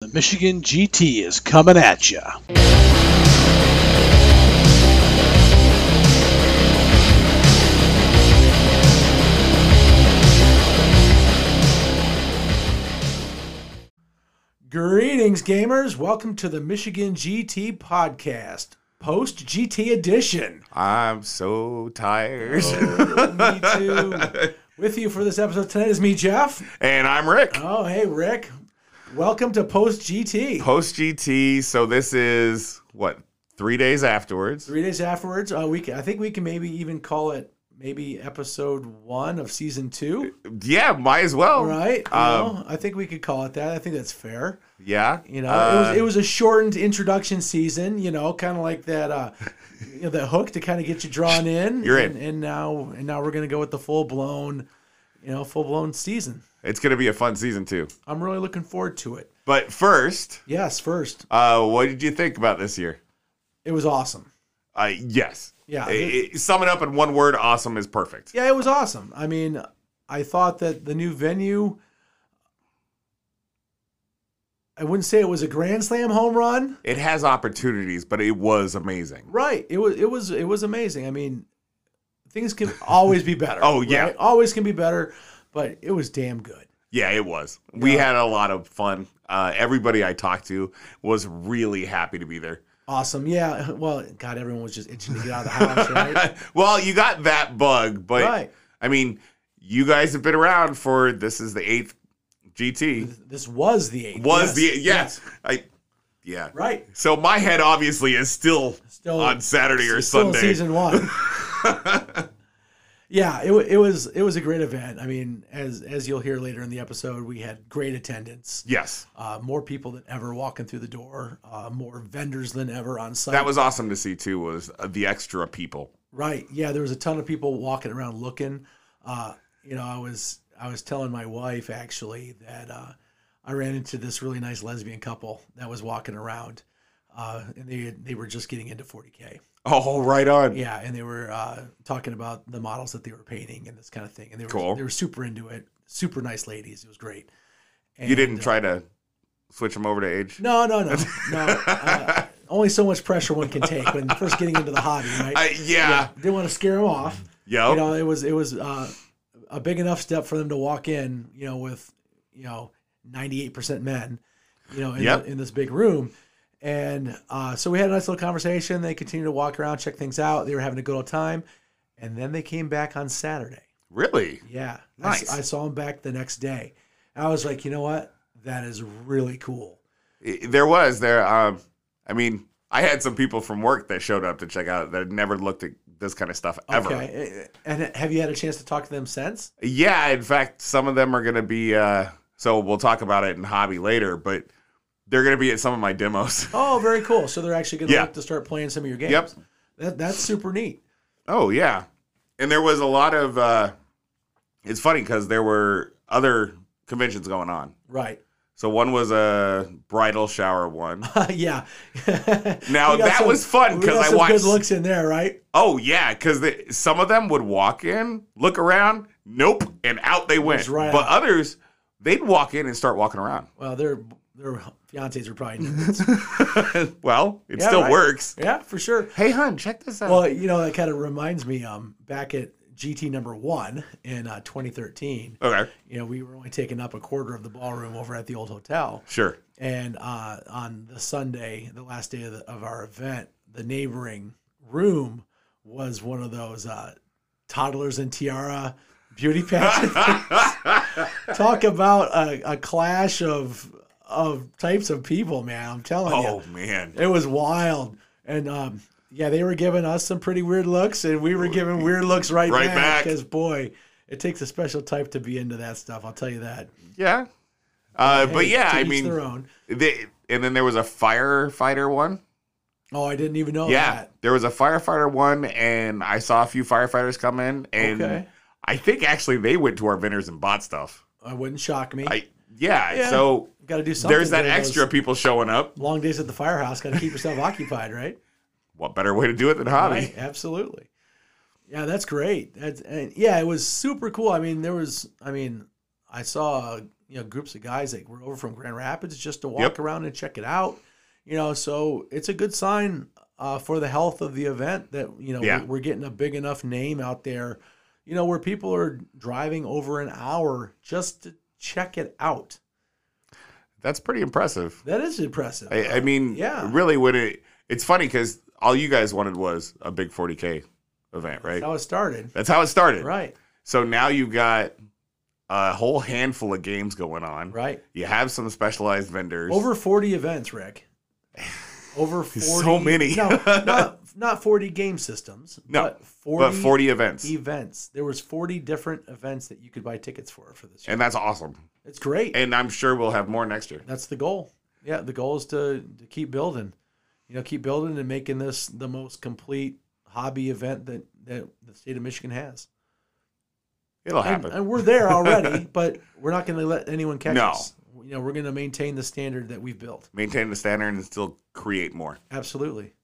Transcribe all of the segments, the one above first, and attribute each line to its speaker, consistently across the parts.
Speaker 1: The Michigan GT is coming at you.
Speaker 2: Greetings, gamers. Welcome to the Michigan GT podcast, post GT edition.
Speaker 3: I'm so tired.
Speaker 2: Oh. me too. With you for this episode tonight is me, Jeff.
Speaker 3: and I'm Rick.
Speaker 2: Oh, hey, Rick. Welcome to post GT.
Speaker 3: Post GT. So this is what three days afterwards.
Speaker 2: Three days afterwards, uh, we can, I think we can maybe even call it maybe episode one of season two,
Speaker 3: Yeah, might as well.
Speaker 2: right? You
Speaker 3: Uh, Um,
Speaker 2: know, I think we could call it that. I think that's fair.
Speaker 3: Yeah.
Speaker 2: You know,
Speaker 3: Uh,
Speaker 2: it was it was a shortened introduction season. You know, kind of like that, uh, you know, that hook to kind of get you drawn in.
Speaker 3: You're in.
Speaker 2: and, and now and now we're gonna go with the full blown, you know, full blown season.
Speaker 3: it's gonna be a fun season too.
Speaker 2: I'm really looking forward to it.
Speaker 3: But first,
Speaker 2: Yes, first,
Speaker 3: uh, what did you think about this year?
Speaker 2: it was awesome.
Speaker 3: Uh, yes.
Speaker 2: Yeah,
Speaker 3: I- I- sum it up in one word. Awesome is perfect.
Speaker 2: Yeah, it was awesome. I mean, I thought that the new venue. I wouldn't say it was a grand slam home run.
Speaker 3: It has opportunities, but it was amazing.
Speaker 2: Right. It was it was it was amazing. I mean, things can always be better.
Speaker 3: Oh, yeah.
Speaker 2: right? always can be better, but it was damn good.
Speaker 3: Yeah, it was. We
Speaker 2: Yeah.
Speaker 3: had a lot of fun. Uh, everybody I talked to was really happy to be there.
Speaker 2: Awesome. Yeah. Well, God, everyone was just itching to get out of the house, right?
Speaker 3: well, you got that bug, but
Speaker 2: Right.
Speaker 3: I mean, you guys have been around for this is the eighth GT.
Speaker 2: This was the eighth.
Speaker 3: Was
Speaker 2: Yes,
Speaker 3: the yes, I yeah.
Speaker 2: Right.
Speaker 3: So my head obviously is still,
Speaker 2: Still
Speaker 3: on Saturday or
Speaker 2: still in
Speaker 3: Sunday.
Speaker 2: season one. yeah, it, wa- it was it was a great event. I mean, as as you'll hear later in the episode, we had great attendance.
Speaker 3: Yes,
Speaker 2: Uh, more people than ever walking through the door. Uh, more vendors than ever on site.
Speaker 3: that was awesome to see too. Was uh, the extra people?
Speaker 2: Right. Yeah, there was a ton of people walking around looking. Uh, you know, I was I was telling my wife actually that uh, I ran into this really nice lesbian couple that was walking around, uh, and they they were just getting into 40k.
Speaker 3: Oh, right on.
Speaker 2: Yeah, and they were uh, talking about the models that they were painting and this kind of thing, and they were
Speaker 3: Cool.
Speaker 2: they were super into it. Super nice ladies. It was great. And, uh,
Speaker 3: you didn't try to switch them over to age.
Speaker 2: No, no, no, no. Uh, only so much pressure one can take when first getting into the hobby, right?
Speaker 3: I, yeah.
Speaker 2: Didn't want to scare them off.
Speaker 3: Yep.
Speaker 2: you know it was it was uh, a big enough step for them to walk in you know with you know 98% men you know in,
Speaker 3: Yep.
Speaker 2: the- in this big room and uh, so we had a nice little conversation they continued to walk around check things out they were having a good old time and then they came back on saturday
Speaker 3: Really?
Speaker 2: yeah I s-
Speaker 3: Nice.
Speaker 2: I, saw them back the next day i was like you know what that is really cool
Speaker 3: It- there was there um i mean i had some people from work that showed up to check out that had never looked at this kind of stuff ever
Speaker 2: okay Eh, and have you had a chance to talk to them since
Speaker 3: yeah in fact some of them are going to be uh so we'll talk about it in hobby later but they're going to be at some of my demos
Speaker 2: oh very cool so they're actually going to
Speaker 3: Yeah.
Speaker 2: look to start playing some of your games
Speaker 3: Yep.
Speaker 2: that, that's super neat
Speaker 3: oh yeah and there was a lot of uh it's funny because there were other conventions going on
Speaker 2: right
Speaker 3: so one was a bridal shower one.
Speaker 2: yeah.
Speaker 3: Now,
Speaker 2: We got
Speaker 3: that was fun
Speaker 2: we
Speaker 3: 'cause
Speaker 2: got
Speaker 3: I
Speaker 2: some
Speaker 3: watched-
Speaker 2: good looks in there, right?
Speaker 3: Oh yeah, because some of them would walk in, look around, nope, and out they went.
Speaker 2: Just right
Speaker 3: but
Speaker 2: out.
Speaker 3: others, they'd walk in and start walking around.
Speaker 2: Well, their their fiancés were probably nerds.
Speaker 3: well, it
Speaker 2: Yeah,
Speaker 3: still
Speaker 2: right.
Speaker 3: works.
Speaker 2: yeah, for sure.
Speaker 3: Hey, hun, check this out.
Speaker 2: Well, you know that kind of reminds me. Um, back at GT number one in uh, 2013,
Speaker 3: okay,
Speaker 2: you know we were only taking up a quarter of the ballroom over at the old hotel,
Speaker 3: sure.
Speaker 2: and uh, on the Sunday, the last day of, the, of our event, the neighboring room was one of those uh, toddlers and tiara beauty pageant talk about a, a clash of of types of people, man. I'm telling
Speaker 3: oh man,
Speaker 2: you, it was wild. And um, yeah, they were giving us some pretty weird looks, and we were giving weird looks right,
Speaker 3: Right
Speaker 2: back.
Speaker 3: back.
Speaker 2: Because boy, it takes a special type to be into that stuff. I'll tell you that.
Speaker 3: yeah. Uh, but
Speaker 2: Hey,
Speaker 3: yeah,
Speaker 2: to
Speaker 3: I
Speaker 2: each their
Speaker 3: mean,
Speaker 2: own.
Speaker 3: they, and then there was a firefighter one.
Speaker 2: Oh, I didn't even know
Speaker 3: yeah,
Speaker 2: that.
Speaker 3: there was a firefighter one, and I saw a few firefighters come in, and
Speaker 2: Okay.
Speaker 3: I think actually they went to our vendors and bought stuff.
Speaker 2: It wouldn't shock me.
Speaker 3: I yeah,
Speaker 2: Yeah.
Speaker 3: so
Speaker 2: Got to do something.
Speaker 3: there's that
Speaker 2: during
Speaker 3: extra
Speaker 2: those
Speaker 3: people showing up.
Speaker 2: long days at the firehouse. Got to keep yourself occupied, right?
Speaker 3: what better way to do it than hobby?
Speaker 2: Right, absolutely. Yeah, that's great. That's and yeah, it was super cool. I mean, there was, I mean, I saw you know groups of guys that were over from Grand Rapids just to walk
Speaker 3: Yep.
Speaker 2: around and check it out. You know, so it's a good sign uh, for the health of the event that you know
Speaker 3: Yeah.
Speaker 2: we're, we're getting a big enough name out there. You know, where people are driving over an hour just to check it out.
Speaker 3: That's pretty impressive.
Speaker 2: That is impressive.
Speaker 3: I, I mean,
Speaker 2: Yeah.
Speaker 3: really, when it it's funny because all you guys wanted was a big 40k event, right?
Speaker 2: That's how it started.
Speaker 3: That's how it started.
Speaker 2: Right,
Speaker 3: So now you've got a whole handful of games going on.
Speaker 2: right.
Speaker 3: You have some specialized vendors.
Speaker 2: Over 40 events, Rick. Over 40.
Speaker 3: So many.
Speaker 2: no, not, not 40 game systems.
Speaker 3: No,
Speaker 2: but 40,
Speaker 3: but 40 events.
Speaker 2: events. There was 40 different events that you could buy tickets for for this year.
Speaker 3: and that's awesome.
Speaker 2: it's great.
Speaker 3: And I'm sure we'll have more next year.
Speaker 2: That's the goal. Yeah, the goal is to, to keep building. You know, keep building and making this the most complete hobby event that, that the state of Michigan has.
Speaker 3: It'll
Speaker 2: And,
Speaker 3: happen.
Speaker 2: and we're there already, but we're not going to let anyone catch
Speaker 3: No.
Speaker 2: us. You know, we're going to maintain the standard that we've built.
Speaker 3: Maintain the standard and still create more.
Speaker 2: Absolutely.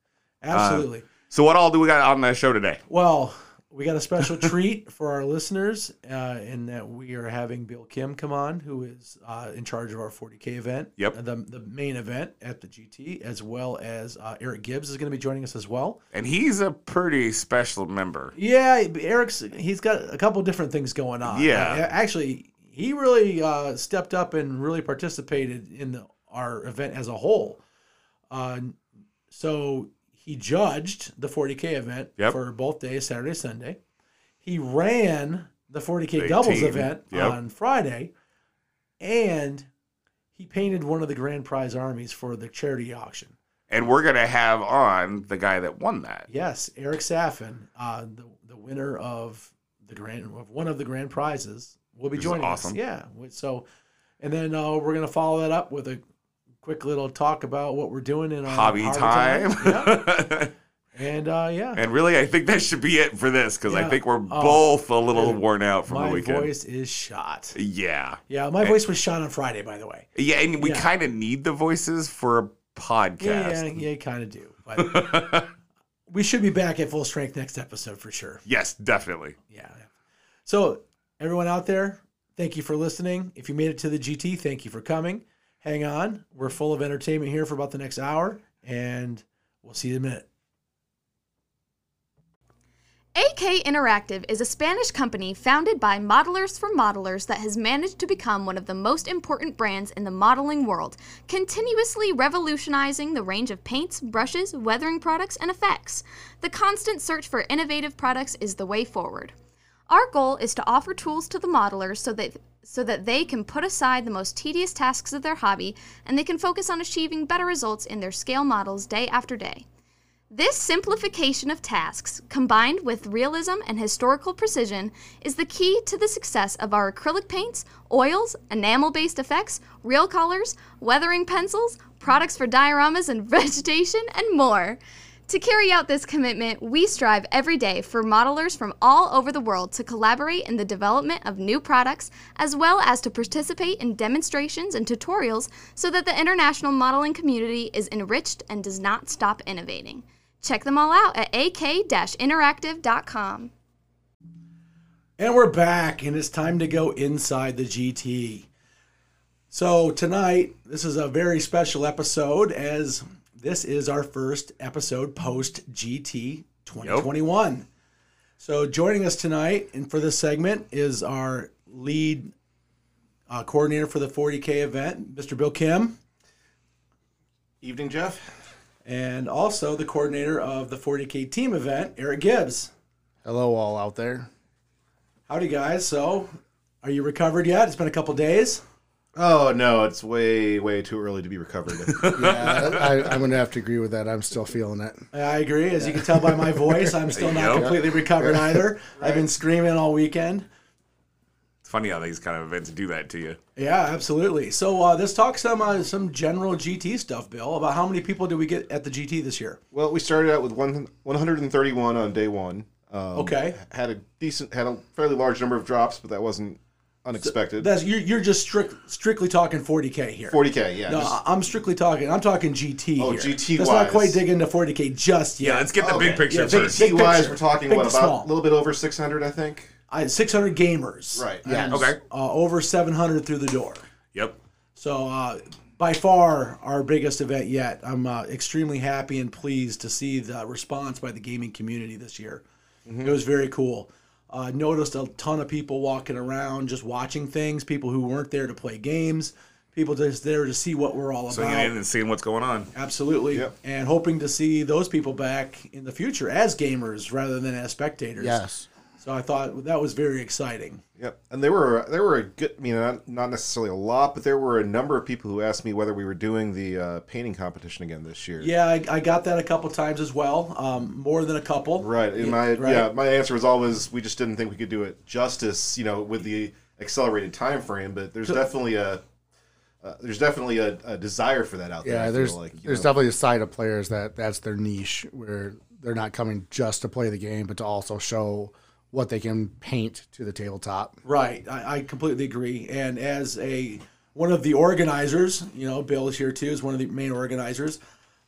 Speaker 3: Uh,
Speaker 2: Absolutely.
Speaker 3: So what all do we got on the show today?
Speaker 2: Well, we got a special treat for our listeners uh, in that we are having Bill Kim come on, who is uh, in charge of our 40K event,
Speaker 3: Yep.
Speaker 2: the, the main event at the GT, as well as uh, Eric Gibbs is going to be joining us as well.
Speaker 3: And he's a pretty special member.
Speaker 2: Yeah, Eric's he's got a couple different things going on.
Speaker 3: Yeah.
Speaker 2: Uh, actually, he really uh, stepped up and really participated in the, our event as a whole. Uh, so he judged the 40k event
Speaker 3: Yep.
Speaker 2: for both days, Saturday, Sunday. He ran the 40k doubles
Speaker 3: 18,
Speaker 2: event
Speaker 3: yep.
Speaker 2: on Friday, and he painted one of the grand prize armies for the charity auction.
Speaker 3: And we're gonna have on the guy that won that.
Speaker 2: Yes, Eric Saffin, uh, the the winner of the grand of one of the grand prizes, will be
Speaker 3: This is
Speaker 2: joining
Speaker 3: awesome.
Speaker 2: us. Yeah. we- So, and then uh, we're gonna follow that up with a quick little talk about what we're doing in our
Speaker 3: Hobby
Speaker 2: our
Speaker 3: time.
Speaker 2: Yeah. And uh, yeah,
Speaker 3: and really I think that should be it for this because I
Speaker 2: Yeah.
Speaker 3: think we're
Speaker 2: Oh,
Speaker 3: both a little
Speaker 2: dude,
Speaker 3: worn out from
Speaker 2: my
Speaker 3: the weekend.
Speaker 2: voice is shot.
Speaker 3: Yeah.
Speaker 2: Yeah, my voice was shot on Friday, by the way.
Speaker 3: Yeah, and we
Speaker 2: Yeah.
Speaker 3: kind of need the voices for a
Speaker 2: Yeah, yeah,
Speaker 3: podcast.
Speaker 2: yeah, you kind of do. But we should be back at full strength next episode for sure.
Speaker 3: yes, definitely.
Speaker 2: yeah. So everyone out there, thank you for listening. If you made it to the GT, thank you for coming. Hang on, we're full of entertainment here for about the next hour, and we'll see you in a minute.
Speaker 4: AK Interactive is a Spanish company founded by modelers for modelers that has managed to become one of the most important brands in the modeling world, continuously revolutionizing the range of paints, brushes, weathering products, and effects. The constant search for innovative products is the way forward. Our goal is to offer tools to the modelers so that so that they can put aside the most tedious tasks of their hobby and they can focus on achieving better results in their scale models day after day. This simplification of tasks, combined with realism and historical precision, is the key to the success of our acrylic paints, oils, enamel based effects, real colors, weathering pencils, products for dioramas and vegetation, and more. To carry out this commitment, we strive every day for modelers from all over the world to collaborate in the development of new products, as well as to participate in demonstrations and tutorials so that the international modeling community is enriched and does not stop innovating. Check them all out at ak-interactive.com.
Speaker 2: And we're back, and it's time to go inside the GT. So, tonight, this is a very special episode as this is our first episode post GT 2021. So, joining us tonight and for this segment is our lead uh, coordinator for the 40K event, Mr. Bill Kim,
Speaker 5: Evening, Jeff.
Speaker 2: and also the coordinator of the 40K team event, Eric Gibbs.
Speaker 5: Hello, all out there.
Speaker 2: Howdy, guys. So, are you recovered yet? It's been a couple days.
Speaker 5: Oh no, it's way, way too early to be recovered.
Speaker 6: yeah, I, I'm going to have to agree with that. I'm still feeling it.
Speaker 2: I agree. As you can tell by my voice, I'm still not
Speaker 3: Yep.
Speaker 2: completely recovered either. I've been screaming all weekend.
Speaker 3: It's funny how these kind of events do that to you.
Speaker 2: Yeah, absolutely. So uh, let's talk some uh, some general GT stuff, Bill. About how many people did we get at the GT this year?
Speaker 5: well, we started out with one, 131 on day one. Um,
Speaker 2: Okay.
Speaker 5: Had a decent, had a fairly large number of drops, but that wasn't unexpected.
Speaker 2: That's you're, you're just strict, strictly talking 40k here.
Speaker 5: 40k, yeah.
Speaker 2: No,
Speaker 5: just-
Speaker 2: I- I'm strictly talking. I'm talking GT.
Speaker 5: Oh,
Speaker 2: here.
Speaker 5: GT
Speaker 2: Let's not
Speaker 5: wise.
Speaker 2: quite dig into 40k just yet.
Speaker 3: Yeah, let's get the
Speaker 5: Okay.
Speaker 3: big picture
Speaker 2: Oh, Yeah, big-
Speaker 3: first.
Speaker 2: big
Speaker 5: T-wise,
Speaker 2: picture.
Speaker 5: we're talking
Speaker 2: Big
Speaker 5: what
Speaker 2: to
Speaker 5: about
Speaker 2: small.
Speaker 5: a little bit over 600, I think.
Speaker 2: I, 600 gamers.
Speaker 5: Right.
Speaker 6: Yeah.
Speaker 2: And,
Speaker 3: Okay.
Speaker 2: Uh, over 700 through the door.
Speaker 3: Yep.
Speaker 2: So, uh, by far our biggest event yet. I'm uh, extremely happy and pleased to see the response by the gaming community this year.
Speaker 5: Mm-hmm.
Speaker 2: It was very cool. Uh, noticed a ton of people walking around just watching things, people who weren't there to play games, people just there to see what we're all
Speaker 3: So
Speaker 2: about.
Speaker 3: you in and seeing what's going on.
Speaker 2: Absolutely.
Speaker 5: Yep.
Speaker 2: And hoping to see those people back in the future as gamers rather than as spectators.
Speaker 6: Yes.
Speaker 2: So I thought that was very exciting.
Speaker 5: Yep. And there were there were a good, I mean, not, not necessarily a lot, but there were a number of people who asked me whether we were doing the uh, painting competition again this year.
Speaker 2: Yeah, I, I got that a couple times as well, um, more than a couple.
Speaker 5: Right. And my
Speaker 2: right.
Speaker 5: yeah, my answer was always we just didn't think we could do it justice, you know, with the accelerated time frame. But there's definitely a uh, there's definitely a, a desire for that out there.
Speaker 6: Yeah,
Speaker 5: I feel
Speaker 6: there's
Speaker 5: like, you
Speaker 6: there's
Speaker 5: know.
Speaker 6: definitely a side of players that that's their niche where they're not coming just to play the game, but to also show what they can paint to the tabletop.
Speaker 2: Right. I, I completely agree. And as a one of the organizers, you know, Bill is here too, is one of the main organizers.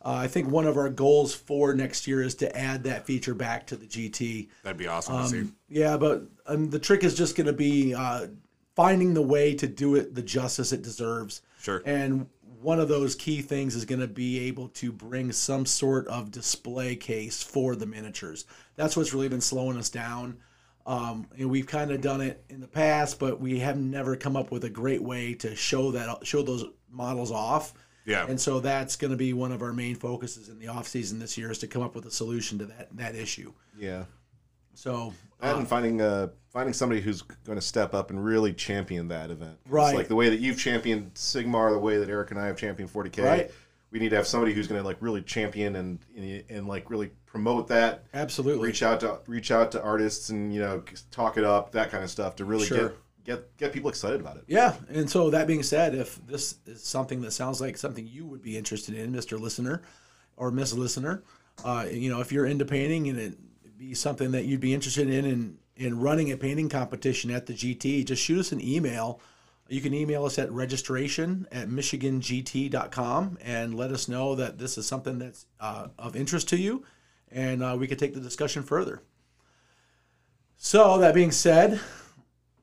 Speaker 2: Uh, I think one of our goals for next year is to add that feature back to the GT.
Speaker 3: That'd be awesome to see.
Speaker 2: Yeah, but um, the trick is just going to be uh, finding the way to do it the justice it deserves.
Speaker 3: Sure.
Speaker 2: And one of those key things is going to be able to bring some sort of display case for the miniatures. That's what's really been slowing us down. Um, and we've kind of done it in the past, but we have never come up with a great way to show that show those models off.
Speaker 3: Yeah.
Speaker 2: And so that's going to be one of our main focuses in the off season this year is to come up with a solution to that that issue.
Speaker 5: yeah.
Speaker 2: So
Speaker 5: That and finding uh, finding somebody who's going to step up and really champion that event. It's
Speaker 2: Right.
Speaker 5: like the way that you've championed Sigmar, the way that Eric and I have championed 40k.
Speaker 2: Right.
Speaker 5: We need to have somebody who's going to like really champion and, and and like really promote that.
Speaker 2: absolutely.
Speaker 5: Reach out to reach out to artists and you know talk it up, that kind of stuff to really
Speaker 2: Sure.
Speaker 5: get get get people excited about it.
Speaker 2: Yeah, and so that being said, if this is something that sounds like something you would be interested in, Mister Listener, or Miss Listener, uh, you know, if you're into painting and it be something that you'd be interested in, in in running a painting competition at the GT, just shoot us an email. You can email us at registration at michigangt.com and let us know that this is something that's uh, of interest to you, and uh, we could take the discussion further. So that being said,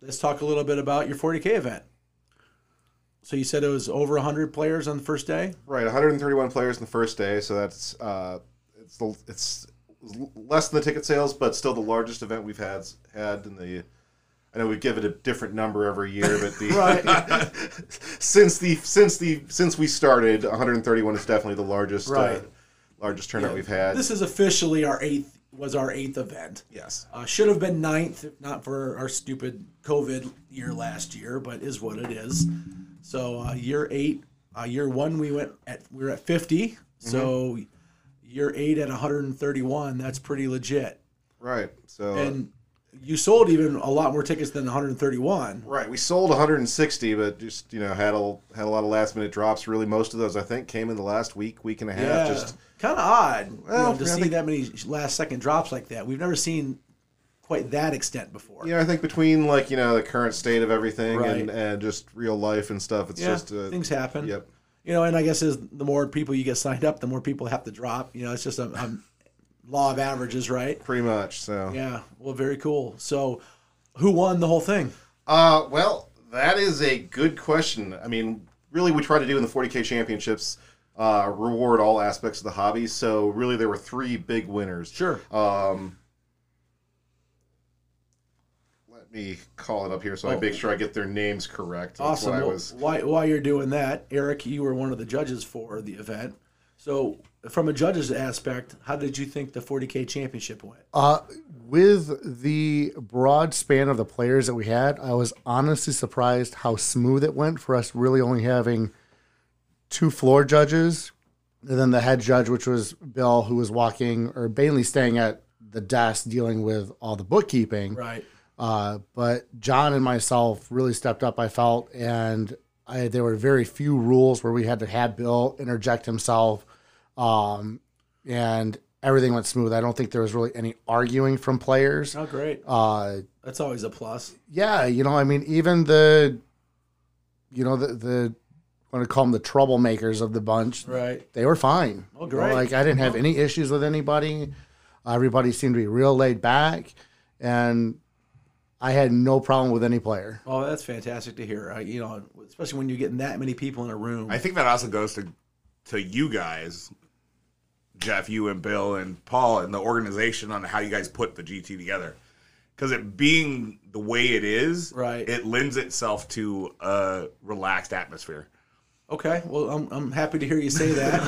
Speaker 2: let's talk a little bit about your 40k event. So you said it was over 100 players on the first day.
Speaker 5: Right, 131 players in the first day, so that's uh, it's the, it's less than the ticket sales, but still the largest event we've had had in the. I know we give it a different number every year, but the since the since the since we started, 131 is definitely the largest uh,
Speaker 2: Right.
Speaker 5: largest turnout we've had.
Speaker 2: This is officially our eighth was our eighth event.
Speaker 5: yes,
Speaker 2: Uh, should have been ninth, if not for our stupid COVID year last year, but is what it is. So uh, year eight, uh, year one we went at we were at 50. So year eight at 131. That's pretty legit.
Speaker 5: right. So
Speaker 2: And you sold even a lot more tickets than 131.
Speaker 5: right, we sold 160, but just you know had a had a lot of last minute drops. Really, most of those I think came in the last week, week and a
Speaker 2: Yeah,
Speaker 5: half. Just
Speaker 2: kind of odd you
Speaker 5: Well,
Speaker 2: know, to
Speaker 5: I
Speaker 2: see
Speaker 5: think-
Speaker 2: that many last second drops like that. We've never seen quite that extent before.
Speaker 5: Yeah, I think between like you know the current state of everything
Speaker 2: Right.
Speaker 5: and, and just real life and stuff, it's
Speaker 2: Yeah,
Speaker 5: just uh,
Speaker 2: things happen.
Speaker 5: Yep.
Speaker 2: You know, and I guess is the more people you get signed up, the more people have to drop. You know, it's just a, a law of averages, right?
Speaker 5: Pretty much. So.
Speaker 2: Yeah. Well, very cool. So, who won the whole thing?
Speaker 5: Uh, well, that is a good question. I mean, really, we try to do in the 40k championships uh, reward all aspects of the hobby. So really, there were three big winners.
Speaker 2: Sure.
Speaker 5: Um, let me call it up here so I make sure I get their names correct. That's
Speaker 2: Oh. awesome.
Speaker 5: What I
Speaker 2: Well,
Speaker 5: was.
Speaker 2: Why, while you're doing that, Eric, you were one of the judges for the event. So, from a judge's aspect, how did you think the 40K championship went?
Speaker 6: Uh, with the broad span of the players that we had, I was honestly surprised how smooth it went for us really only having two floor judges and then the head judge, which was Bill, who was walking or mainly staying at the desk dealing with all the bookkeeping.
Speaker 2: Right.
Speaker 6: Uh, but John and myself really stepped up, I felt, and I, there were very few rules where we had to have Bill interject himself. Um, and everything went smooth. I don't think there was really any arguing from players.
Speaker 2: Oh, great.
Speaker 6: Uh,
Speaker 2: That's always a plus.
Speaker 6: yeah, you know, I mean, even the, you know, the, the, I want to call them the troublemakers of the bunch.
Speaker 2: Right.
Speaker 6: They were fine.
Speaker 2: Oh,
Speaker 6: You know,
Speaker 2: great.
Speaker 6: Like I didn't have any issues with anybody. Everybody seemed to be real laid back, and I had no problem with any player.
Speaker 2: Oh, that's fantastic to hear. I, you know, especially when you're getting that many people in a room.
Speaker 3: I think that also goes to to you guys, Jeff, you and Bill and Paul and the organization on how you guys put the GT together. Because it being the way it is,
Speaker 2: Right.
Speaker 3: it lends itself to a relaxed atmosphere.
Speaker 2: okay, well, I'm, I'm happy to hear you say that.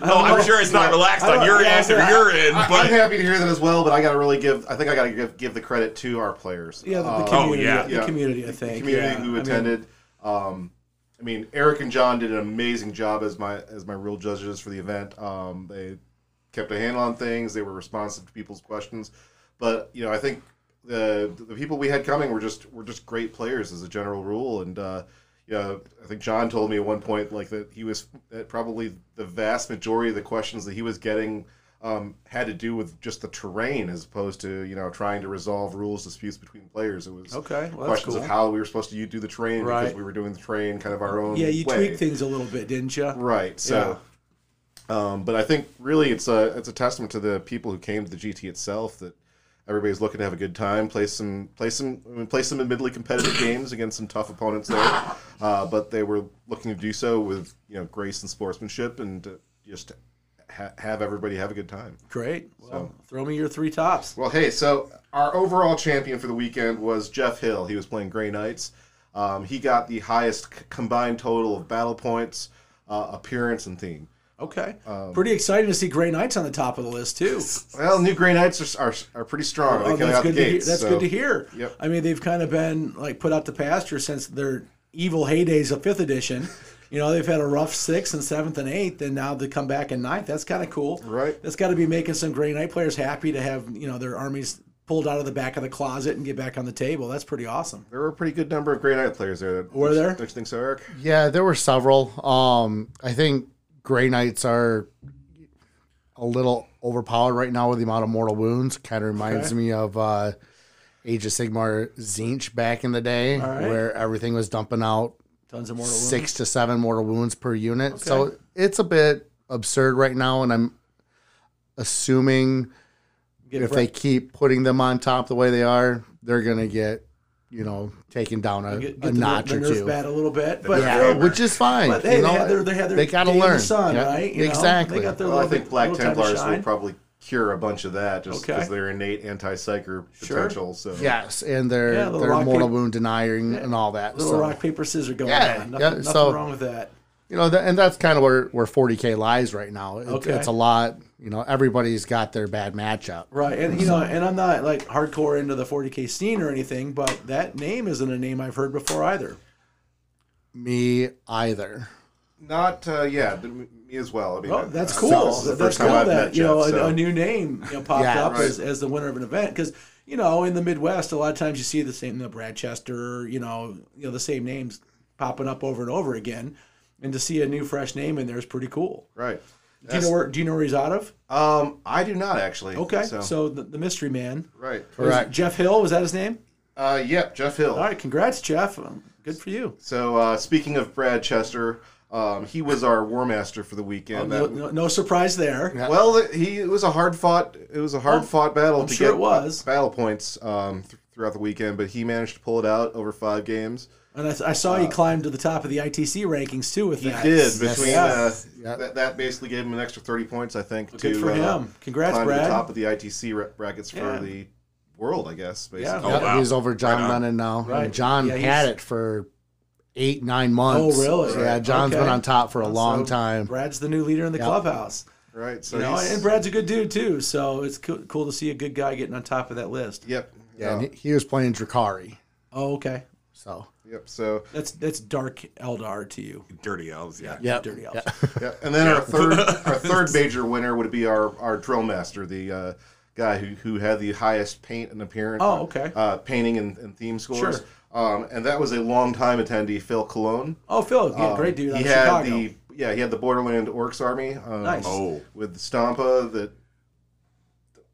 Speaker 5: Oh,
Speaker 3: No, I'm sure it's not relaxed
Speaker 2: I
Speaker 3: on
Speaker 2: don't-
Speaker 3: your
Speaker 2: yeah,
Speaker 3: end or
Speaker 2: I-
Speaker 3: your end,
Speaker 5: I,
Speaker 3: but
Speaker 5: am happy to hear that as well, but I got to really give. I think I got to give, give the credit to our players.
Speaker 2: yeah, the, the
Speaker 5: Uh,
Speaker 2: community.
Speaker 3: yeah.
Speaker 2: the
Speaker 5: yeah.
Speaker 2: community. I think.
Speaker 5: community
Speaker 2: yeah.
Speaker 5: who
Speaker 2: I mean,
Speaker 5: attended. um, I mean, Eric and John did an amazing job as my as my real judges for the event. Um, they kept a handle on things. They were responsive to people's questions, but you know, I think the the people we had coming were just were just great players as a general rule. And uh, you know, I think John told me at one point like that he was that probably the vast majority of the questions that he was getting. Um, had to do with just the terrain as opposed to you know trying to resolve rules disputes between players. It was
Speaker 2: Okay, well, that's
Speaker 5: questions
Speaker 2: cool.
Speaker 5: of how we were supposed to do the terrain
Speaker 2: Right.
Speaker 5: because we were doing the terrain kind of our own.
Speaker 2: yeah, you
Speaker 5: way.
Speaker 2: tweaked things a little bit, didn't you?
Speaker 5: right? So, um, but I think really it's a it's a testament to the people who came to the GT itself that everybody's looking to have a good time, play some play some I mean, play some admittedly competitive games against some tough opponents there, uh, but they were looking to do so with you know grace and sportsmanship and uh, just ha- have everybody have a good time.
Speaker 2: Great. Well, throw me your three tops.
Speaker 5: Well, hey, so our overall champion for the weekend was Jeff Hill. He was playing Grey Knights. Um, he got the highest c- combined total of battle points, uh, appearance, and theme.
Speaker 2: Okay.
Speaker 5: um,
Speaker 2: Pretty exciting to see Grey Knights on the top of the list too.
Speaker 5: Well, new Grey Knights are, are, are pretty strong. they
Speaker 2: Oh,
Speaker 5: came
Speaker 2: that's
Speaker 5: out the
Speaker 2: good to hear.
Speaker 5: gates,
Speaker 2: That's
Speaker 5: so-
Speaker 2: good to hear.
Speaker 5: Yep.
Speaker 2: I mean, they've kind of been like put out to pasture since their evil heydays of fifth edition. You know, they've had a rough sixth and seventh and eighth, and now to come back in ninth, that's kind of cool.
Speaker 5: Right.
Speaker 2: That's got to be making some Grey Knight players happy to have you know their armies pulled out of the back of the closet and get back on the table. That's pretty awesome.
Speaker 5: There were a pretty good number of Grey Knight players there.
Speaker 2: Were there?
Speaker 5: Don't you think so, Eric?
Speaker 6: Yeah, there were several. Um, I think Grey Knights are a little overpowered right now with the amount of mortal wounds. Kind of reminds me of uh, Age of Sigmar Zinch back in the day,
Speaker 2: right.
Speaker 6: where everything was dumping out
Speaker 2: Tons of mortal wounds.
Speaker 6: six to seven mortal wounds per unit. So it's a bit absurd right now, and I'm assuming
Speaker 2: Get
Speaker 6: if
Speaker 2: Fre-
Speaker 6: they keep putting them on top the way they are, they're gonna get you know taken down
Speaker 2: get,
Speaker 6: a, a
Speaker 2: get the,
Speaker 6: notch
Speaker 2: the
Speaker 6: or
Speaker 2: nerf
Speaker 6: two.
Speaker 2: bat a little bit, but
Speaker 6: Yeah, which is fine.
Speaker 2: But hey,
Speaker 6: you
Speaker 2: they
Speaker 6: know,
Speaker 2: had their- they had their
Speaker 6: gotta
Speaker 2: day in the
Speaker 6: learn.
Speaker 2: sun,
Speaker 6: Yeah,
Speaker 2: right? You know,
Speaker 6: exactly.
Speaker 2: they got their
Speaker 5: Well, I
Speaker 2: little
Speaker 5: think
Speaker 2: bit-
Speaker 5: Black
Speaker 2: little time to
Speaker 5: Templars will
Speaker 2: shine.
Speaker 5: probably cure a bunch of that just
Speaker 2: Okay.
Speaker 5: because their innate anti-psyker
Speaker 2: Sure.
Speaker 5: potential. So
Speaker 6: yes, and their
Speaker 2: Yeah, little
Speaker 6: their
Speaker 2: rock,
Speaker 6: mortal
Speaker 2: paper-
Speaker 6: wound denying and all that.
Speaker 2: little
Speaker 6: So
Speaker 2: rock paper scissors going
Speaker 6: Yeah,
Speaker 2: on.
Speaker 6: yeah,
Speaker 2: Nothing, nothing
Speaker 6: so-
Speaker 2: wrong with that.
Speaker 6: you know, th- and that's kind of where where 40k lies right now. It,
Speaker 2: Okay.
Speaker 6: It's a lot. You know, everybody's got their bad matchup.
Speaker 2: Right, and you know, and I'm not like hardcore into the 40k scene or anything, but that name isn't a name I've heard before either.
Speaker 6: Me either.
Speaker 5: not uh, yeah, but me me as well. I mean,
Speaker 2: Oh, that's
Speaker 5: uh,
Speaker 2: cool.
Speaker 5: this is the
Speaker 2: that's
Speaker 5: first
Speaker 2: cool
Speaker 5: time I've
Speaker 2: that
Speaker 5: met
Speaker 2: you know
Speaker 5: Jeff,
Speaker 2: a,
Speaker 5: so-
Speaker 2: a new name you know, popped
Speaker 6: Yeah,
Speaker 2: up
Speaker 6: right.
Speaker 2: as, as the winner of an event because you know in the Midwest a lot of times you see the same the Bradchester you know you know the same names popping up over and over again, and to see a new fresh name in there is pretty cool.
Speaker 5: right.
Speaker 2: Do you know where Do you know where he's out of?
Speaker 5: Um, I do not actually.
Speaker 2: Okay, so,
Speaker 5: So,
Speaker 2: the, the mystery man,
Speaker 5: right.
Speaker 2: Is it
Speaker 6: Correct.
Speaker 2: Jeff Hill was that his name?
Speaker 5: Uh, yep, Jeff Hill.
Speaker 2: All right, congrats, Jeff. Um, Good for you.
Speaker 5: So uh, speaking of Brad Chester, um, he was our war master for the weekend.
Speaker 2: No,
Speaker 5: That-
Speaker 2: no, no surprise there.
Speaker 5: well, he it was a hard fought. It was a hard fought battle to
Speaker 2: Oh, sure
Speaker 5: get
Speaker 2: it was.
Speaker 5: battle points um, th- throughout the weekend, but he managed to pull it out over five games.
Speaker 2: And I, I saw you climb to the top of the ITC rankings too with that.
Speaker 5: Uh, He did between
Speaker 2: Yes.
Speaker 5: uh, that, that basically gave him an extra thirty points, I think.
Speaker 2: Good
Speaker 5: to,
Speaker 2: for
Speaker 5: uh,
Speaker 2: him. Congrats,
Speaker 5: climb to the top
Speaker 2: Brad.
Speaker 5: of the ITC ra- brackets
Speaker 2: Yeah.
Speaker 5: for the world, I guess. Basically.
Speaker 2: Oh,
Speaker 6: Yeah,
Speaker 3: wow.
Speaker 6: He's over John
Speaker 3: Right on.
Speaker 6: Lennon now. and
Speaker 2: Right.
Speaker 6: John
Speaker 2: Yeah,
Speaker 6: had
Speaker 2: he's-
Speaker 6: it for eight, nine months.
Speaker 2: Oh, really?
Speaker 6: Yeah,
Speaker 2: Right.
Speaker 6: John's
Speaker 2: Okay.
Speaker 6: been on top for a long
Speaker 2: So,
Speaker 6: time.
Speaker 2: Brad's the new leader in the clubhouse.
Speaker 5: Right. So
Speaker 2: You know,
Speaker 5: he's-
Speaker 2: and Brad's a good dude too. So it's cool, cool to see a good guy getting on top of that list.
Speaker 5: Yep.
Speaker 6: Yeah, and he, he was playing Drakari.
Speaker 2: Oh, okay.
Speaker 6: So
Speaker 5: Uh, Yep. So
Speaker 2: That's that's dark Eldar to you.
Speaker 3: dirty elves, yeah.
Speaker 6: yeah,
Speaker 2: Dirty Eldar.
Speaker 5: Yeah, and then our third our third major winner would be our our drill master, the uh, guy who, who had the highest paint and appearance.
Speaker 2: Oh, okay.
Speaker 5: Uh, painting and, and theme scores.
Speaker 2: Sure.
Speaker 5: Um, and that was a longtime attendee, Phil Cologne.
Speaker 2: Oh, Phil, yeah, great dude out
Speaker 5: uh, He
Speaker 2: of
Speaker 5: had
Speaker 2: Chicago.
Speaker 5: the yeah he had the Borderland Orcs army. Um,
Speaker 2: Nice.
Speaker 3: Oh.
Speaker 5: With Stampa that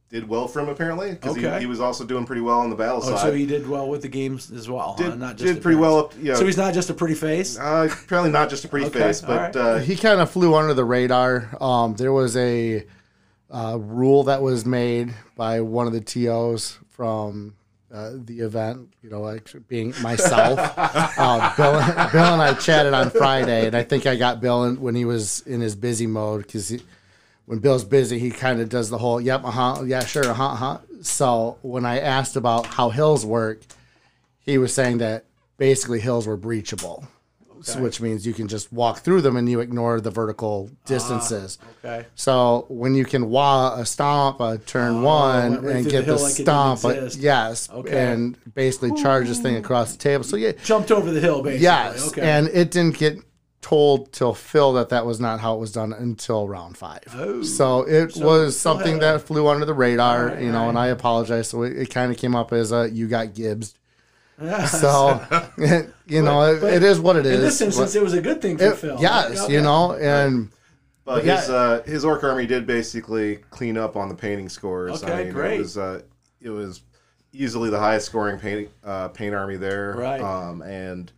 Speaker 5: did well for him apparently because
Speaker 2: Okay.
Speaker 5: he, he was also doing pretty well on the battle
Speaker 2: oh,
Speaker 5: side.
Speaker 2: so he did well with the games as well. huh?
Speaker 5: did,
Speaker 2: Not just
Speaker 5: did
Speaker 2: the
Speaker 5: pretty well.
Speaker 2: parents.
Speaker 5: Up, yeah.
Speaker 2: So he's not just a pretty face.
Speaker 5: uh, apparently not just a pretty
Speaker 2: Okay,
Speaker 5: face,
Speaker 2: all
Speaker 5: but
Speaker 2: right.
Speaker 5: uh,
Speaker 6: he kind of flew under the radar. Um, there was a uh, rule that was made by one of the TOs from uh, the event, you know, like being myself. uh, Bill, Bill and I chatted on Friday, and I think I got Bill in, when he was in his busy mode because when Bill's busy, he kind of does the whole "yep, uh huh, yeah, sure, uh huh, uh huh." So when I asked about how hills work, he was saying that basically hills were breachable, so- which means you can just walk through them and you ignore the vertical distances.
Speaker 2: Ah, Okay.
Speaker 6: So when you can wah a stomp a turn one
Speaker 2: went Oh, right
Speaker 6: and
Speaker 2: through
Speaker 6: get
Speaker 2: the
Speaker 6: the,
Speaker 2: hill like it didn't
Speaker 6: stomp, a-
Speaker 2: exist.
Speaker 6: yes,
Speaker 2: Okay.
Speaker 6: and basically charge this thing across the table. So yeah,
Speaker 2: Jumped over the hill, basically.
Speaker 6: yes,
Speaker 2: Okay.
Speaker 6: and it didn't get told till Phil that that was not how it was done until round five.
Speaker 2: Oh.
Speaker 6: so it was something that flew under the radar, you know. And I apologize. So it, it kind of came up as a you got gibbed. So you know, it,
Speaker 2: but
Speaker 6: it is what it is.
Speaker 2: in this instance, it was a good thing for
Speaker 6: It-
Speaker 2: Phil.
Speaker 6: yes,
Speaker 2: Okay.
Speaker 6: you know, and.
Speaker 5: But
Speaker 6: But
Speaker 5: his
Speaker 6: yeah.
Speaker 5: uh, his orc army did basically clean up on the painting scores.
Speaker 2: Okay,
Speaker 5: I mean,
Speaker 2: great.
Speaker 5: It was uh, it was easily the highest scoring paint uh, paint army there.
Speaker 2: Right.
Speaker 5: Um, and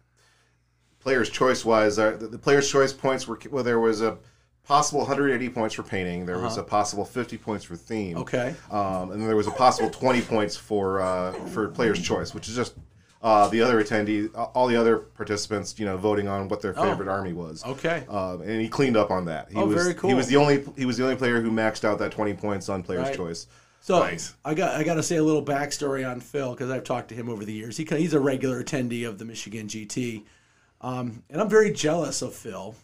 Speaker 5: players' choice wise, uh, the, the players' choice points were well, there was a possible 180 points for painting. There was a possible 50 points for theme.
Speaker 2: Uh-huh. Okay.
Speaker 5: Um, and then there was a possible 20 points for uh, for players' choice, which is just uh, the other attendee, all the other participants, you know, voting on what
Speaker 2: Oh.
Speaker 5: their favorite army was.
Speaker 2: Okay.
Speaker 5: Um, and he cleaned up on that. He
Speaker 2: Oh,
Speaker 5: was,
Speaker 2: very cool.
Speaker 5: He was the only he was the only player who maxed out that twenty points on player's
Speaker 2: Right.
Speaker 5: choice.
Speaker 2: So
Speaker 3: Nice.
Speaker 2: I got I got to say a little backstory on Phil because I've talked to him over the years. He he's a regular attendee of the Michigan GT, um, and I'm very jealous of Phil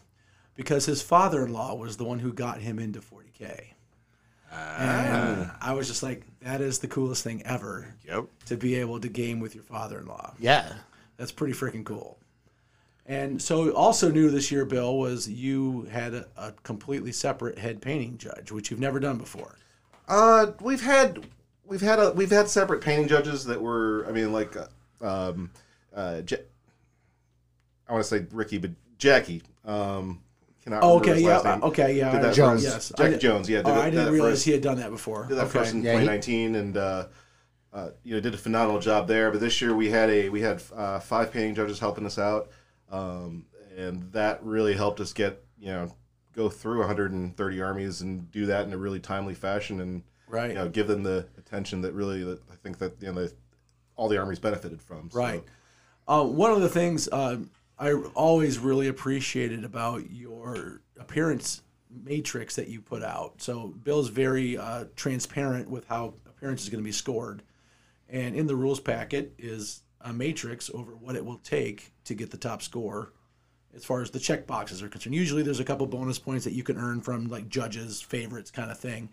Speaker 2: because his father-in-law was the one who got him into 40k.
Speaker 3: Ah.
Speaker 2: And I was just like, that is the coolest thing ever
Speaker 3: Yep.
Speaker 2: to be able to game with your father-in-law.
Speaker 6: Yeah.
Speaker 2: That's pretty freaking cool. And so, also new this year, Bill, was you had a, a completely separate head painting judge, which you've never done before.
Speaker 5: Uh, we've had we've had a we've had separate painting judges that were I mean like uh, um, uh, Ja- I want to say Ricky, but Jackie. Um, cannot
Speaker 2: Oh,
Speaker 5: remember
Speaker 2: okay,
Speaker 5: his
Speaker 2: yeah,
Speaker 5: last name.
Speaker 2: uh, okay, yeah. I
Speaker 5: Did that
Speaker 2: remember.
Speaker 6: Jones.
Speaker 2: Yes,
Speaker 5: Jackie
Speaker 2: I did-
Speaker 5: Jones, yeah, did
Speaker 2: oh,
Speaker 5: it-
Speaker 2: I
Speaker 5: that
Speaker 2: didn't
Speaker 5: at
Speaker 2: realize
Speaker 5: first.
Speaker 2: he had done that before.
Speaker 5: did that
Speaker 2: okay.
Speaker 5: first in
Speaker 6: Yeah, he-
Speaker 5: 2019 and uh, uh, you know did a phenomenal job there but this year we had a we had uh, five painting judges helping us out um, and that really helped us get you know go through 130 armies and do that in a really timely fashion and
Speaker 2: Right.
Speaker 5: you know give them the attention that really that I think that you know the, all the armies benefited from So,
Speaker 2: Right. Uh, one of the things um I always really appreciated about your appearance matrix that you put out. So Bill's very uh, transparent with how appearance is going to be scored, and in the rules packet is a matrix over what it will take to get the top score. As far as the check boxes are concerned, usually there's a couple bonus points that you can earn from like judges, favorites, kind of thing.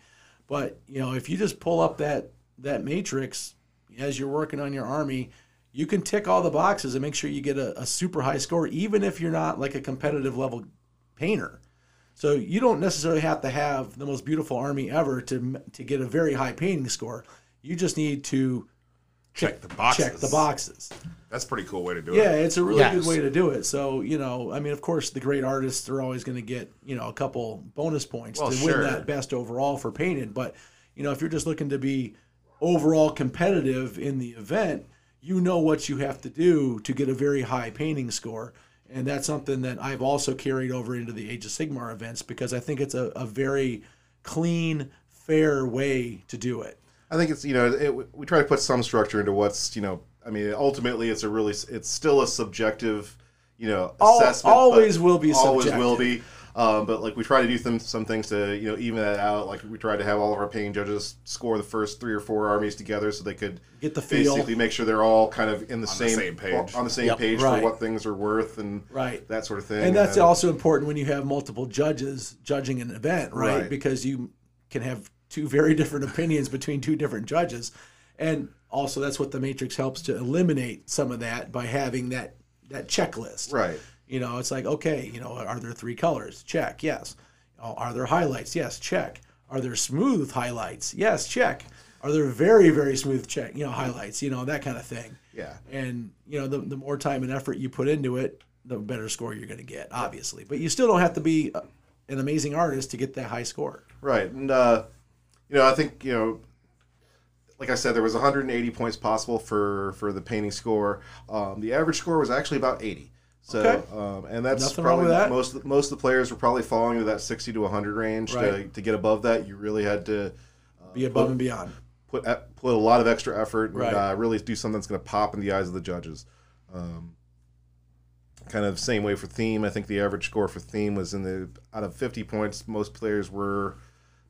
Speaker 2: But you know, if you just pull up that that matrix as you're working on your army, you can tick all the boxes and make sure you get a, a super high score, even if you're not like a competitive level painter. So you don't necessarily have to have the most beautiful army ever to to get a very high painting score. You just need to
Speaker 3: Check the boxes.
Speaker 2: check the boxes.
Speaker 3: That's a pretty cool way to do
Speaker 2: Yeah,
Speaker 3: it.
Speaker 2: it's a really good
Speaker 6: Yes.
Speaker 2: way to do it. So you know, I mean, of course, the great artists are always going to get you know a couple bonus points
Speaker 3: Well,
Speaker 2: to
Speaker 3: sure.
Speaker 2: win that best overall for painted. But you know, if you're just looking to be overall competitive in the event, you know what you have to do to get a very high painting score. And that's something that I've also carried over into the Age of Sigmar events because I think it's a, a very clean, fair way to do it.
Speaker 5: I think it's you know it, we try to put some structure into what's you know I mean ultimately it's a really it's still a subjective you know
Speaker 2: Al-
Speaker 5: assessment but
Speaker 2: always will be
Speaker 5: always will be um, but like we try to do some some things to you know even that out like we tried to have all of our paying judges score the first three or four armies together so they could
Speaker 2: Get the feel.
Speaker 5: basically make sure they're all kind of in
Speaker 3: the
Speaker 5: the, same,
Speaker 3: same page.
Speaker 5: on the same page
Speaker 2: Right.
Speaker 5: for what things are worth and
Speaker 2: Right.
Speaker 5: that sort of thing
Speaker 2: and that's
Speaker 5: then-
Speaker 2: also important when you have multiple judges judging an event right?
Speaker 5: Right.
Speaker 2: because you can have two very different opinions between two different judges and also that's what the matrix helps to eliminate some of that by having that that checklist
Speaker 5: right
Speaker 2: you know it's like okay you know are there three colors check yes Oh, are there highlights yes check are there smooth highlights yes check are there very very smooth check you know highlights you know that kind of thing
Speaker 5: yeah
Speaker 2: and you know the, the more time and effort you put into it the better score you're going to get obviously but you still don't have to be uh, an amazing artist to get that high score
Speaker 5: Right, and uh, you know, I think you know, like I said, there was 180 points possible for for the painting score. Um, the average score was actually about 80. So,
Speaker 2: Okay.
Speaker 5: um, and that's
Speaker 2: Nothing wrong
Speaker 5: probably
Speaker 2: with that.
Speaker 5: most most of the players were probably falling into that 60 to 100 range. To,
Speaker 2: Right.
Speaker 5: to get above that, you really had to
Speaker 2: be above and beyond
Speaker 5: put e- put a lot of extra effort and
Speaker 2: Right.
Speaker 5: uh, really do something that's going to pop in the eyes of the judges. Um, kind of same way for theme. I think the average score for theme was in the out of 50 points, most players were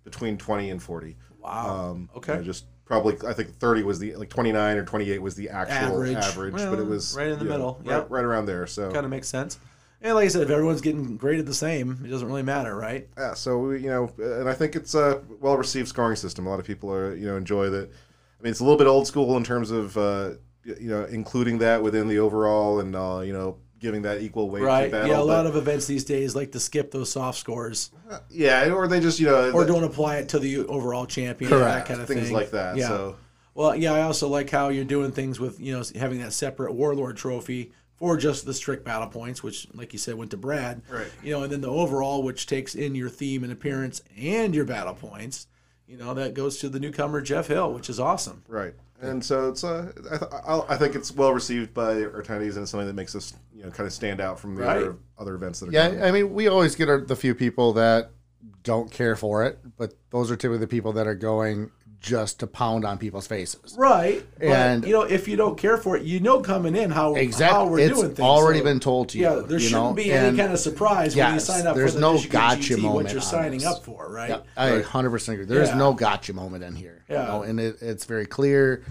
Speaker 5: between 20 and 40.
Speaker 2: Wow.
Speaker 5: Um,
Speaker 2: Okay.
Speaker 5: you know, just probably, I think 30 was the like 29 or 28 was the actual
Speaker 2: Average.
Speaker 5: average, but
Speaker 2: Well,
Speaker 5: it was
Speaker 2: right in the
Speaker 5: you know,
Speaker 2: middle,
Speaker 5: right,
Speaker 2: yep.
Speaker 5: right around there. So
Speaker 2: kind of makes sense. And like I said, if everyone's getting graded the same, it doesn't really matter, right?
Speaker 5: yeah, so we- you know, and I think it's a well received scoring system. A lot of people are you know enjoy that. I mean, it's a little bit old school in terms of uh, y- you know including that within the overall and uh, you know giving that equal weight.
Speaker 2: Right.
Speaker 5: To battle,
Speaker 2: yeah, a lot
Speaker 5: but-
Speaker 2: of events these days like to skip those soft scores
Speaker 5: yeah, or they just you know
Speaker 2: or
Speaker 5: th-
Speaker 2: don't apply it to the overall champion, that
Speaker 5: correct
Speaker 2: kind of
Speaker 5: things
Speaker 2: thing.
Speaker 5: like that.
Speaker 2: Yeah.
Speaker 5: So
Speaker 2: Well, yeah, I also like how you're doing things with, you know, having that separate warlord trophy for just the strict battle points, which, like you said, went to Brad.
Speaker 5: Right.
Speaker 2: You know, and then the overall, which takes in your theme and appearance and your battle points. You know, that goes to the newcomer Jeff Hill, which is awesome.
Speaker 5: right, and so it's uh, I, th- I'll- I think it's well received by our attendees and it's something that makes us you know kind of stand out from the
Speaker 2: Right.
Speaker 5: other other events that are going on.
Speaker 6: Yeah, I mean, we always get our, the few people that don't care for it, but those are typically the people that are going just to pound on people's faces.
Speaker 2: Right.
Speaker 6: And-
Speaker 2: but, you know, if you don't care for it, you know coming in how how
Speaker 6: Exactly,
Speaker 2: we're
Speaker 6: it's
Speaker 2: doing things.
Speaker 6: already
Speaker 2: So,
Speaker 6: been told to you.
Speaker 2: Yeah, there
Speaker 6: you
Speaker 2: shouldn't
Speaker 6: know?
Speaker 2: be
Speaker 6: And
Speaker 2: any kind of surprise when you
Speaker 6: Yes,
Speaker 2: sign up
Speaker 6: there's
Speaker 2: for the
Speaker 6: no
Speaker 2: Michigan
Speaker 6: gotcha
Speaker 2: GT, what
Speaker 6: moment
Speaker 2: you're
Speaker 6: on
Speaker 2: signing
Speaker 6: this.
Speaker 2: up for, right?
Speaker 6: Yeah, I 100% agree. There's
Speaker 2: Yeah.
Speaker 6: no gotcha moment in here. you
Speaker 2: Yeah.
Speaker 6: know, and it, it's very clear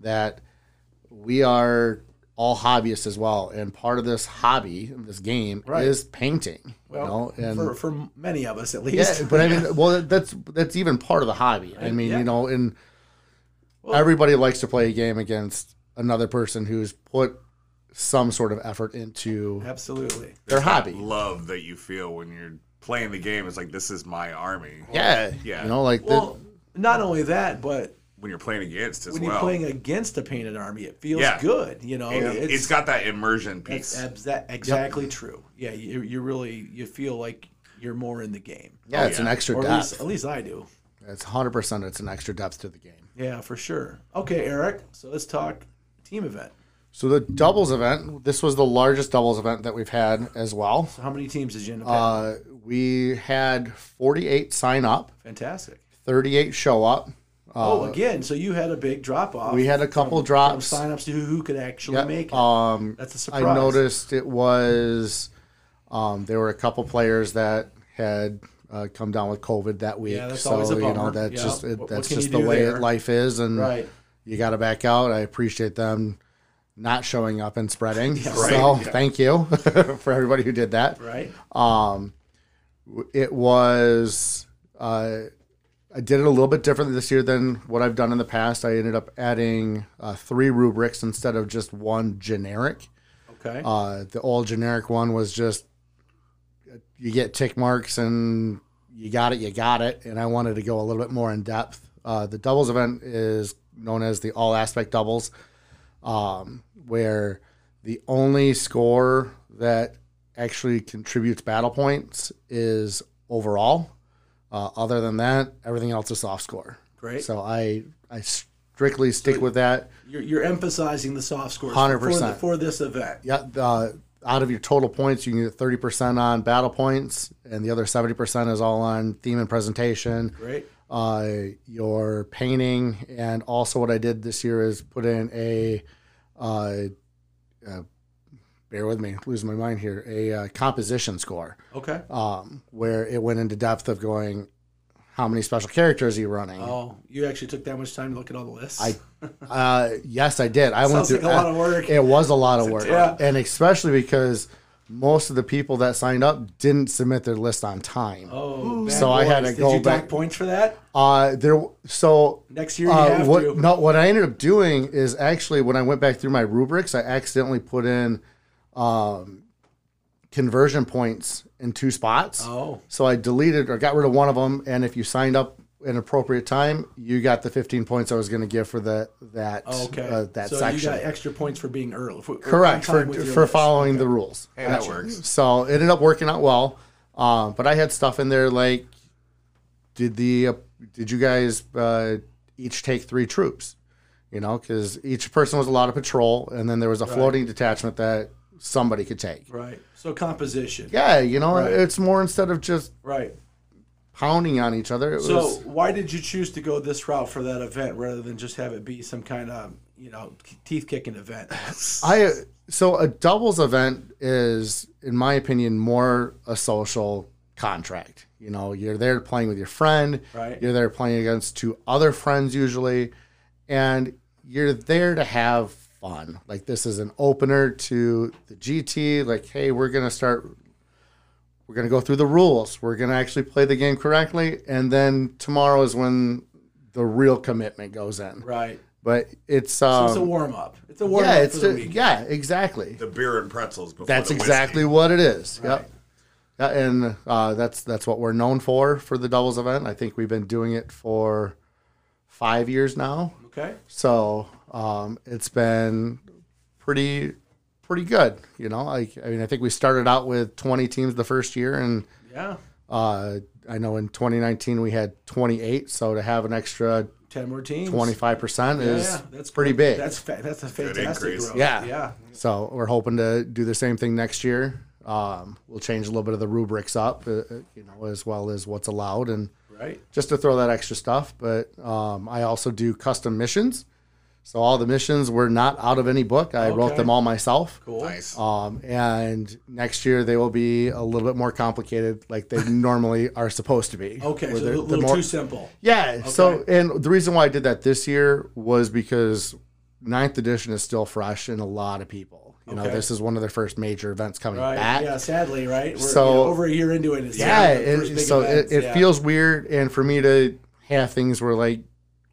Speaker 6: that we are all hobbyists as well. And part of this hobby, this game,
Speaker 2: Right.
Speaker 6: is painting.
Speaker 2: Well,
Speaker 6: you know? and
Speaker 2: for, for many of us at least.
Speaker 6: Yeah, but I mean, well, that's that's even part of the hobby. I mean,
Speaker 2: yeah.
Speaker 6: you know, and everybody likes to play a game against another person who's put some sort of effort into
Speaker 2: Absolutely.
Speaker 6: their hobby.
Speaker 3: love that you feel when you're playing the game. It's like this is my army.
Speaker 6: Yeah,
Speaker 3: Yeah.
Speaker 6: You know, like
Speaker 2: Well, not only that, but
Speaker 3: When you're playing against as
Speaker 2: when
Speaker 3: well,
Speaker 2: you're playing against a painted army, it feels
Speaker 3: Yeah.
Speaker 2: good. You know,
Speaker 3: It- it's got that immersion
Speaker 2: that's
Speaker 3: piece.
Speaker 2: abs- that- exactly true. Yeah, you, you really you feel like you're more in the game.
Speaker 6: the, yeah, it's an extra
Speaker 2: Oh, Or at least,
Speaker 6: depth.
Speaker 2: at least I do.
Speaker 6: It's hundred percent. It's an extra depth to the game.
Speaker 2: Yeah, for sure. Okay, Eric. So let's talk team event.
Speaker 6: So the doubles event. This was the largest doubles event that we've had as well.
Speaker 2: So how many teams did you end up? having?
Speaker 6: Uh, we had forty-eight sign up,
Speaker 2: Fantastic.
Speaker 6: thirty-eight show up.
Speaker 2: oh, again. So you had a big drop off.
Speaker 6: uh, We had a couple
Speaker 2: from
Speaker 6: drops.
Speaker 2: signups to who could actually make it.
Speaker 6: Um,
Speaker 2: That's a
Speaker 6: I
Speaker 2: surprise.
Speaker 6: noticed it was um, there were a couple players that had uh, come down with COVID that week.
Speaker 2: Yeah, that's
Speaker 6: so
Speaker 2: always a
Speaker 6: you know
Speaker 2: bummer.
Speaker 6: that's
Speaker 2: Yeah.
Speaker 6: just it,
Speaker 2: What- what
Speaker 6: that's
Speaker 2: can
Speaker 6: just
Speaker 2: you
Speaker 6: the
Speaker 2: do
Speaker 6: way
Speaker 2: there?
Speaker 6: it, life is, and
Speaker 2: Right.
Speaker 6: you got to back out. I appreciate them not showing up and spreading.
Speaker 2: right.
Speaker 6: So thank you for everybody who did that.
Speaker 2: Right.
Speaker 6: It was uh, I did it a little bit differently this year than what I've done in the past. I ended up adding uh, three rubrics instead of just one generic.
Speaker 2: Okay.
Speaker 6: Uh, the old generic one was just you get tick marks and you got it, you got it. And I wanted to go a little bit more in depth. Uh, the doubles event is known as the all aspect doubles, um, where the only score that actually contributes battle points is overall. Uh, other than that, everything else is soft score.
Speaker 2: Great.
Speaker 6: So I I strictly stick with that.
Speaker 2: you're, you're emphasizing the soft scores for, the,
Speaker 6: 100%.
Speaker 2: for this event.
Speaker 6: Yeah, the, uh, out of your total points, you can get thirty percent on battle points, and the other seventy percent is all on theme and presentation,
Speaker 2: Great.
Speaker 6: uh, your painting, and also what I did this year is put in a, uh, uh, bear with me, losing my mind here, a uh, composition score
Speaker 2: Okay.
Speaker 6: um, where it went into depth of going, how many special characters are you running?
Speaker 2: Oh, you actually took that much time to look at all the lists.
Speaker 6: I Uh, yes, I did. I went
Speaker 2: Sounds
Speaker 6: through uh,
Speaker 2: like a lot of work.
Speaker 6: It was a lot of work,
Speaker 2: Yeah.
Speaker 6: and especially because most of the people that signed up didn't submit their list on time.
Speaker 2: oh, bad
Speaker 6: So I had
Speaker 2: boys.
Speaker 6: to go
Speaker 2: Did you dock
Speaker 6: back-
Speaker 2: points for that
Speaker 6: Uh, there, so
Speaker 2: next year? You
Speaker 6: uh,
Speaker 2: have
Speaker 6: what
Speaker 2: to.
Speaker 6: no, what I ended up doing is actually when I went back through my rubrics, I accidentally put in um, conversion points in two spots.
Speaker 2: Oh,
Speaker 6: So I deleted or got rid of one of them, and if you signed up an appropriate time, you got the 15 points I was going to give for the that
Speaker 2: Oh, okay.
Speaker 6: uh, that
Speaker 2: so
Speaker 6: section.
Speaker 2: you got extra points for being early. For,
Speaker 6: Correct
Speaker 2: on time
Speaker 6: for
Speaker 2: with your
Speaker 6: for
Speaker 2: list.
Speaker 6: following the rules.
Speaker 3: Hey, that works.
Speaker 6: So it ended up working out well, um, but I had stuff in there like, did the uh, did you guys uh, each take three troops? You know, because each person was allowed a patrol, and then there was a floating detachment that somebody could take.
Speaker 2: Right. So composition.
Speaker 6: Yeah, you know, it's more instead of just
Speaker 2: Right.
Speaker 6: pounding on each other. It
Speaker 2: So
Speaker 6: was
Speaker 2: why did you choose to go this route for that event rather than just have it be some kind of you know teeth kicking event?
Speaker 6: I so a doubles event is, in my opinion, more a social contract. You know, you're there playing with your friend.
Speaker 2: Right.
Speaker 6: You're there playing against two other friends usually, and you're there to have fun. Like this is an opener to the GT. Like, hey, we're gonna start. We're gonna go through the rules. We're gonna actually play the game correctly, and then tomorrow is when the real commitment goes in.
Speaker 2: Right.
Speaker 6: But it's um,
Speaker 2: it's a warm up. It's a warm
Speaker 6: yeah,
Speaker 2: up
Speaker 6: it's
Speaker 2: for the
Speaker 6: a-
Speaker 2: week.
Speaker 6: yeah, exactly.
Speaker 3: The beer and pretzels. Before
Speaker 6: That's
Speaker 3: the whiskey.
Speaker 6: exactly what it is. Yep. Yeah, and uh, that's that's what we're known for for the doubles event. I think we've been doing it for five years now,
Speaker 2: Okay.
Speaker 6: so um, it's been pretty pretty good. You know, like I mean, I think we started out with twenty teams the first year, and
Speaker 2: Yeah.
Speaker 6: uh, I know in 2019 we had 28. So to have an extra
Speaker 2: Ten more teams.
Speaker 6: 25 percent
Speaker 2: Yeah,
Speaker 6: is
Speaker 2: yeah, that's
Speaker 6: pretty
Speaker 2: good.
Speaker 6: big.
Speaker 2: That's fa- that's a fantastic
Speaker 3: increase.
Speaker 2: growth.
Speaker 6: Yeah.
Speaker 2: Yeah.
Speaker 6: So we're hoping to do the same thing next year. Um, we'll change a little bit of the rubrics up, uh, uh, you know, as well as what's allowed and
Speaker 2: Right.
Speaker 6: just to throw that extra stuff. But um, I also do custom missions. So all the missions were not out of any book. I wrote
Speaker 2: Okay.
Speaker 6: them all myself.
Speaker 2: Cool.
Speaker 3: Nice.
Speaker 6: Um, and next year they will be a little bit more complicated, like they normally are supposed to be.
Speaker 2: Okay.
Speaker 6: where
Speaker 2: So a
Speaker 6: they're-
Speaker 2: little,
Speaker 6: they're
Speaker 2: little
Speaker 6: more-
Speaker 2: too simple.
Speaker 6: yeah. So,
Speaker 2: Okay.
Speaker 6: and the reason why I did that this year was because ninth edition is still fresh in a lot of people. You know,
Speaker 2: Okay.
Speaker 6: this is one of their first major events coming
Speaker 2: Right.
Speaker 6: back.
Speaker 2: Yeah. Sadly, right. We're
Speaker 6: So-
Speaker 2: you know, over a year into it. It's
Speaker 6: Yeah.
Speaker 2: the first
Speaker 6: it-
Speaker 2: big
Speaker 6: so it,
Speaker 2: events,
Speaker 6: it
Speaker 2: yeah.
Speaker 6: feels weird. And for me to have things where like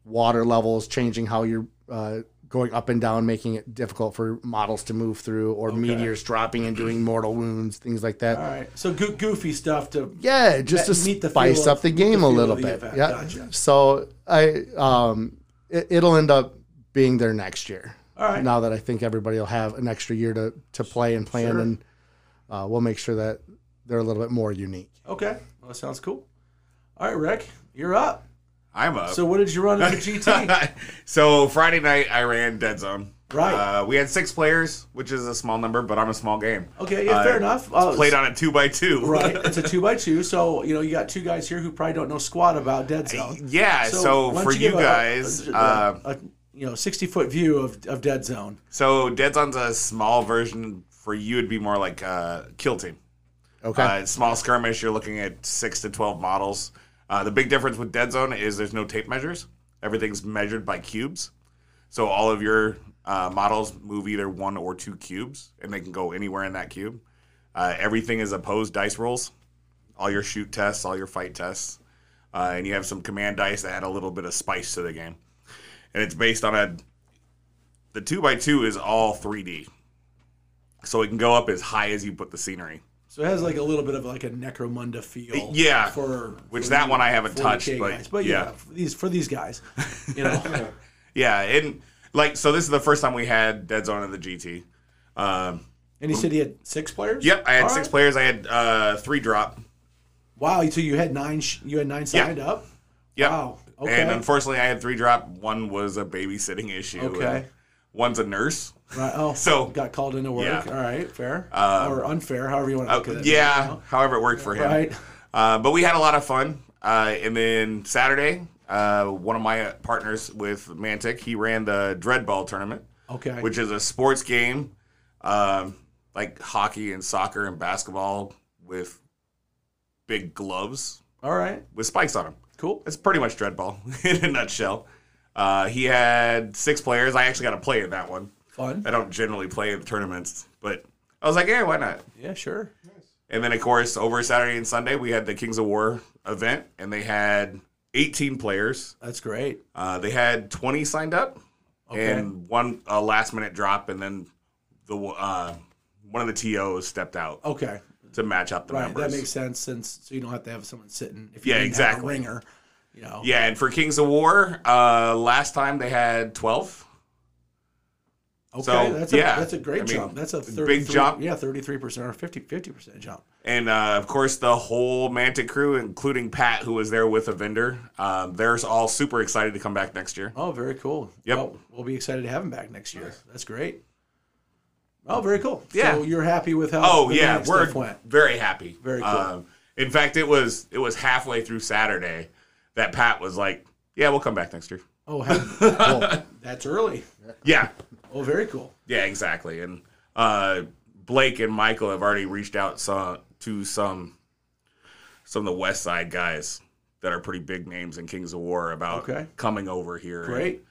Speaker 6: water levels changing how you're uh, going up and down, making it difficult for models to move through or meteors dropping and doing mortal wounds, things like that.
Speaker 2: All right. So goo- goofy stuff to
Speaker 6: Yeah, just
Speaker 2: Met-
Speaker 6: to
Speaker 2: meet the
Speaker 6: spice
Speaker 2: feel
Speaker 6: up
Speaker 2: of-
Speaker 6: the
Speaker 2: meet the
Speaker 6: game a
Speaker 2: feel
Speaker 6: little
Speaker 2: of the
Speaker 6: bit.
Speaker 2: event.
Speaker 6: Yeah.
Speaker 2: Gotcha.
Speaker 6: So I um, it, it'll end up being there next year.
Speaker 2: All right.
Speaker 6: Now that I think everybody will have an extra year to to play and plan,
Speaker 2: Sure.
Speaker 6: and uh, we'll make sure that they're a little bit more unique.
Speaker 2: Okay. Well, that sounds cool. All right, Rick, you're up.
Speaker 3: I'm up.
Speaker 2: So what did you run in the GT?
Speaker 3: so Friday night I ran Dead Zone.
Speaker 2: Right.
Speaker 3: Uh, we had six players, which is a small number, but I'm a small game.
Speaker 2: Okay, yeah, fair
Speaker 3: Uh,
Speaker 2: enough.
Speaker 3: it's
Speaker 2: Oh,
Speaker 3: played on a two by two.
Speaker 2: right. It's a two by two, so you know you got two guys here who probably don't know squat about Dead Zone.
Speaker 3: Yeah. So,
Speaker 2: why don't
Speaker 3: for you
Speaker 2: give a-
Speaker 3: guys,
Speaker 2: a,
Speaker 3: uh,
Speaker 2: a- you know, sixty foot view of, of Dead Zone.
Speaker 3: so Dead Zone's a small version. For you, it'd be more like uh, Kill Team.
Speaker 6: Okay.
Speaker 3: Uh, small skirmish, you're looking at six to 12 models. Uh, the big difference with Dead Zone is there's no tape measures, everything's measured by cubes. So all of your uh, models move either one or two cubes, and they can go anywhere in that cube. Uh, everything is opposed dice rolls, all your shoot tests, all your fight tests. Uh, and you have some command dice that add a little bit of spice to the game. And it's based on a. The 2x2 is all 3D. So it can go up as high as you put the scenery.
Speaker 2: So it has like a little bit of like a Necromunda feel.
Speaker 3: Yeah,
Speaker 2: For
Speaker 3: which
Speaker 2: for
Speaker 3: that
Speaker 2: you
Speaker 3: one I haven't
Speaker 2: 40K
Speaker 3: touched, but
Speaker 2: guys. but yeah,
Speaker 3: yeah.
Speaker 2: for these for these guys, you know.
Speaker 3: Yeah, and like so, this is the first time we had Dead Zone in the GT. Um,
Speaker 2: and you said he had six players.
Speaker 3: yep, I had
Speaker 2: All
Speaker 3: six
Speaker 2: right.
Speaker 3: players. I had uh, three drop.
Speaker 2: Wow, so you had nine. Sh- you had nine signed up.
Speaker 3: Yep.
Speaker 2: Wow. Okay.
Speaker 3: And unfortunately, I had three drop. One was a babysitting issue. and
Speaker 2: Okay.
Speaker 3: One's a nurse.
Speaker 2: Right. Oh,
Speaker 3: So-
Speaker 2: got called into work.
Speaker 3: Yeah. Um, uh,
Speaker 2: All right, fair or unfair, however you want to look at it.
Speaker 3: yeah. However, it worked for him.
Speaker 2: Right.
Speaker 3: Uh, but we had a lot of fun. Uh, and then Saturday, uh, one of my partners with Mantic, he ran the Dreadball tournament.
Speaker 2: Okay.
Speaker 3: which is a sports game, um, like hockey and soccer and basketball with big gloves
Speaker 2: All right.
Speaker 3: with spikes on them.
Speaker 2: Cool.
Speaker 3: It's pretty much dreadball in a nutshell. Uh, he had six players. I actually got to play in that one.
Speaker 2: Fun.
Speaker 3: I don't generally play in tournaments, but I was like, yeah, why not?
Speaker 2: Yeah. Sure.
Speaker 3: And then, of course, over Saturday and Sunday, we had the Kings of War event, and they had 18 players.
Speaker 2: That's great.
Speaker 3: Uh, they had 20 signed up and one a last minute drop, and then the uh, one of the TOs stepped out
Speaker 2: Okay.
Speaker 3: to match up the
Speaker 2: Oh. Right.
Speaker 3: numbers.
Speaker 2: That makes sense since so you don't have to have someone sitting if you
Speaker 3: Yeah,
Speaker 2: didn't have
Speaker 3: exactly.
Speaker 2: a ringer. You know.
Speaker 3: yeah, and for Kings of War, uh, last time they had 12.
Speaker 2: Okay.
Speaker 3: So,
Speaker 2: that's a,
Speaker 3: yeah.
Speaker 2: that's a great
Speaker 3: I mean,
Speaker 2: jump. That's a
Speaker 3: big
Speaker 2: 33
Speaker 3: jump.
Speaker 2: Yeah, thirty three percent or 50 percent jump.
Speaker 3: And uh, of course, the whole Mantic crew, including Pat, who was there with a vendor, um, they're all super excited to come back next year.
Speaker 2: Oh, very cool.
Speaker 3: Yep.
Speaker 2: Well, we'll be excited to have him back next year. That's great. Oh, very cool.
Speaker 3: Yeah.
Speaker 2: So you're happy with how
Speaker 3: Oh
Speaker 2: the
Speaker 3: yeah,
Speaker 2: Manic
Speaker 3: we're
Speaker 2: stuff went.
Speaker 3: very happy.
Speaker 2: Very cool.
Speaker 3: Um, In fact, it was it was halfway through Saturday that Pat was like, "Yeah, we'll come back next year."
Speaker 2: Oh, heck, cool. that's early.
Speaker 3: Yeah,
Speaker 2: Oh, very cool.
Speaker 3: yeah, exactly. And uh, Blake and Michael have already reached out some, to some some of the West Side guys that are pretty big names in Kings of War about
Speaker 2: Okay.
Speaker 3: coming over here.
Speaker 2: Great.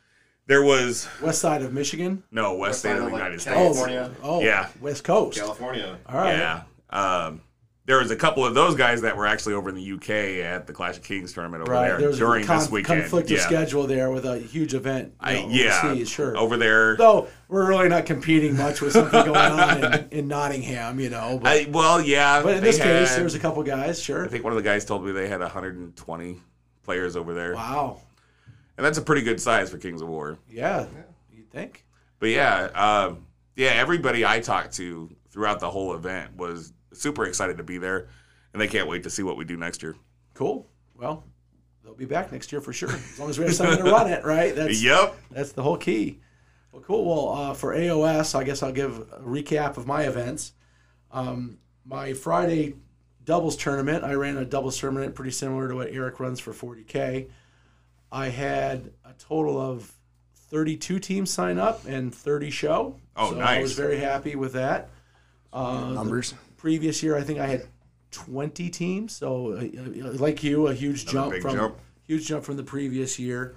Speaker 3: There was
Speaker 2: West side of Michigan.
Speaker 3: no West, Side of the
Speaker 5: like,
Speaker 3: United States.
Speaker 5: California.
Speaker 2: Oh,
Speaker 3: Yeah.
Speaker 2: West Coast.
Speaker 5: California.
Speaker 2: All right.
Speaker 3: Yeah. Um, there was a couple of those guys that were actually over in the UK at the Clash of Kings tournament over
Speaker 2: Right.
Speaker 3: there,
Speaker 2: There was
Speaker 3: during
Speaker 2: a con-
Speaker 3: this weekend.
Speaker 2: conflict
Speaker 3: yeah.
Speaker 2: of schedule there with a huge event. You
Speaker 3: I,
Speaker 2: know,
Speaker 3: yeah. Oh.
Speaker 2: overseas, sure.
Speaker 3: Over there.
Speaker 2: Though we're really not competing much with something going on in, in Nottingham, you know. But,
Speaker 3: I, well, yeah.
Speaker 2: but in
Speaker 3: they
Speaker 2: this case,
Speaker 3: had-
Speaker 2: there was a couple guys,
Speaker 3: I
Speaker 2: sure.
Speaker 3: think one of the guys told me they had 120 players over there.
Speaker 2: Wow.
Speaker 3: And that's a pretty good size for Kings of War.
Speaker 2: Yeah. You'd think.
Speaker 3: But yeah, um, yeah, everybody I talked to throughout the whole event was super excited to be there. And they can't wait to see what we do next year.
Speaker 2: Cool. Well, they'll be back next year for sure. As long as we have something to run it, right? That's
Speaker 3: Yep.
Speaker 2: that's the whole key. Well, cool. Well, uh, for AOS, I guess I'll give a recap of my events. Um, my Friday doubles tournament, I ran a doubles tournament pretty similar to what Eric runs for 40K. I had a total of 32 teams sign up and 30 show.
Speaker 3: Oh,
Speaker 2: so I
Speaker 3: nice.
Speaker 2: was very happy with that.
Speaker 6: Numbers.
Speaker 2: Previous year, I think I had 20 teams. So, uh, uh, like you, a huge jump
Speaker 3: big
Speaker 2: from
Speaker 3: jump.
Speaker 2: huge jump from the previous year.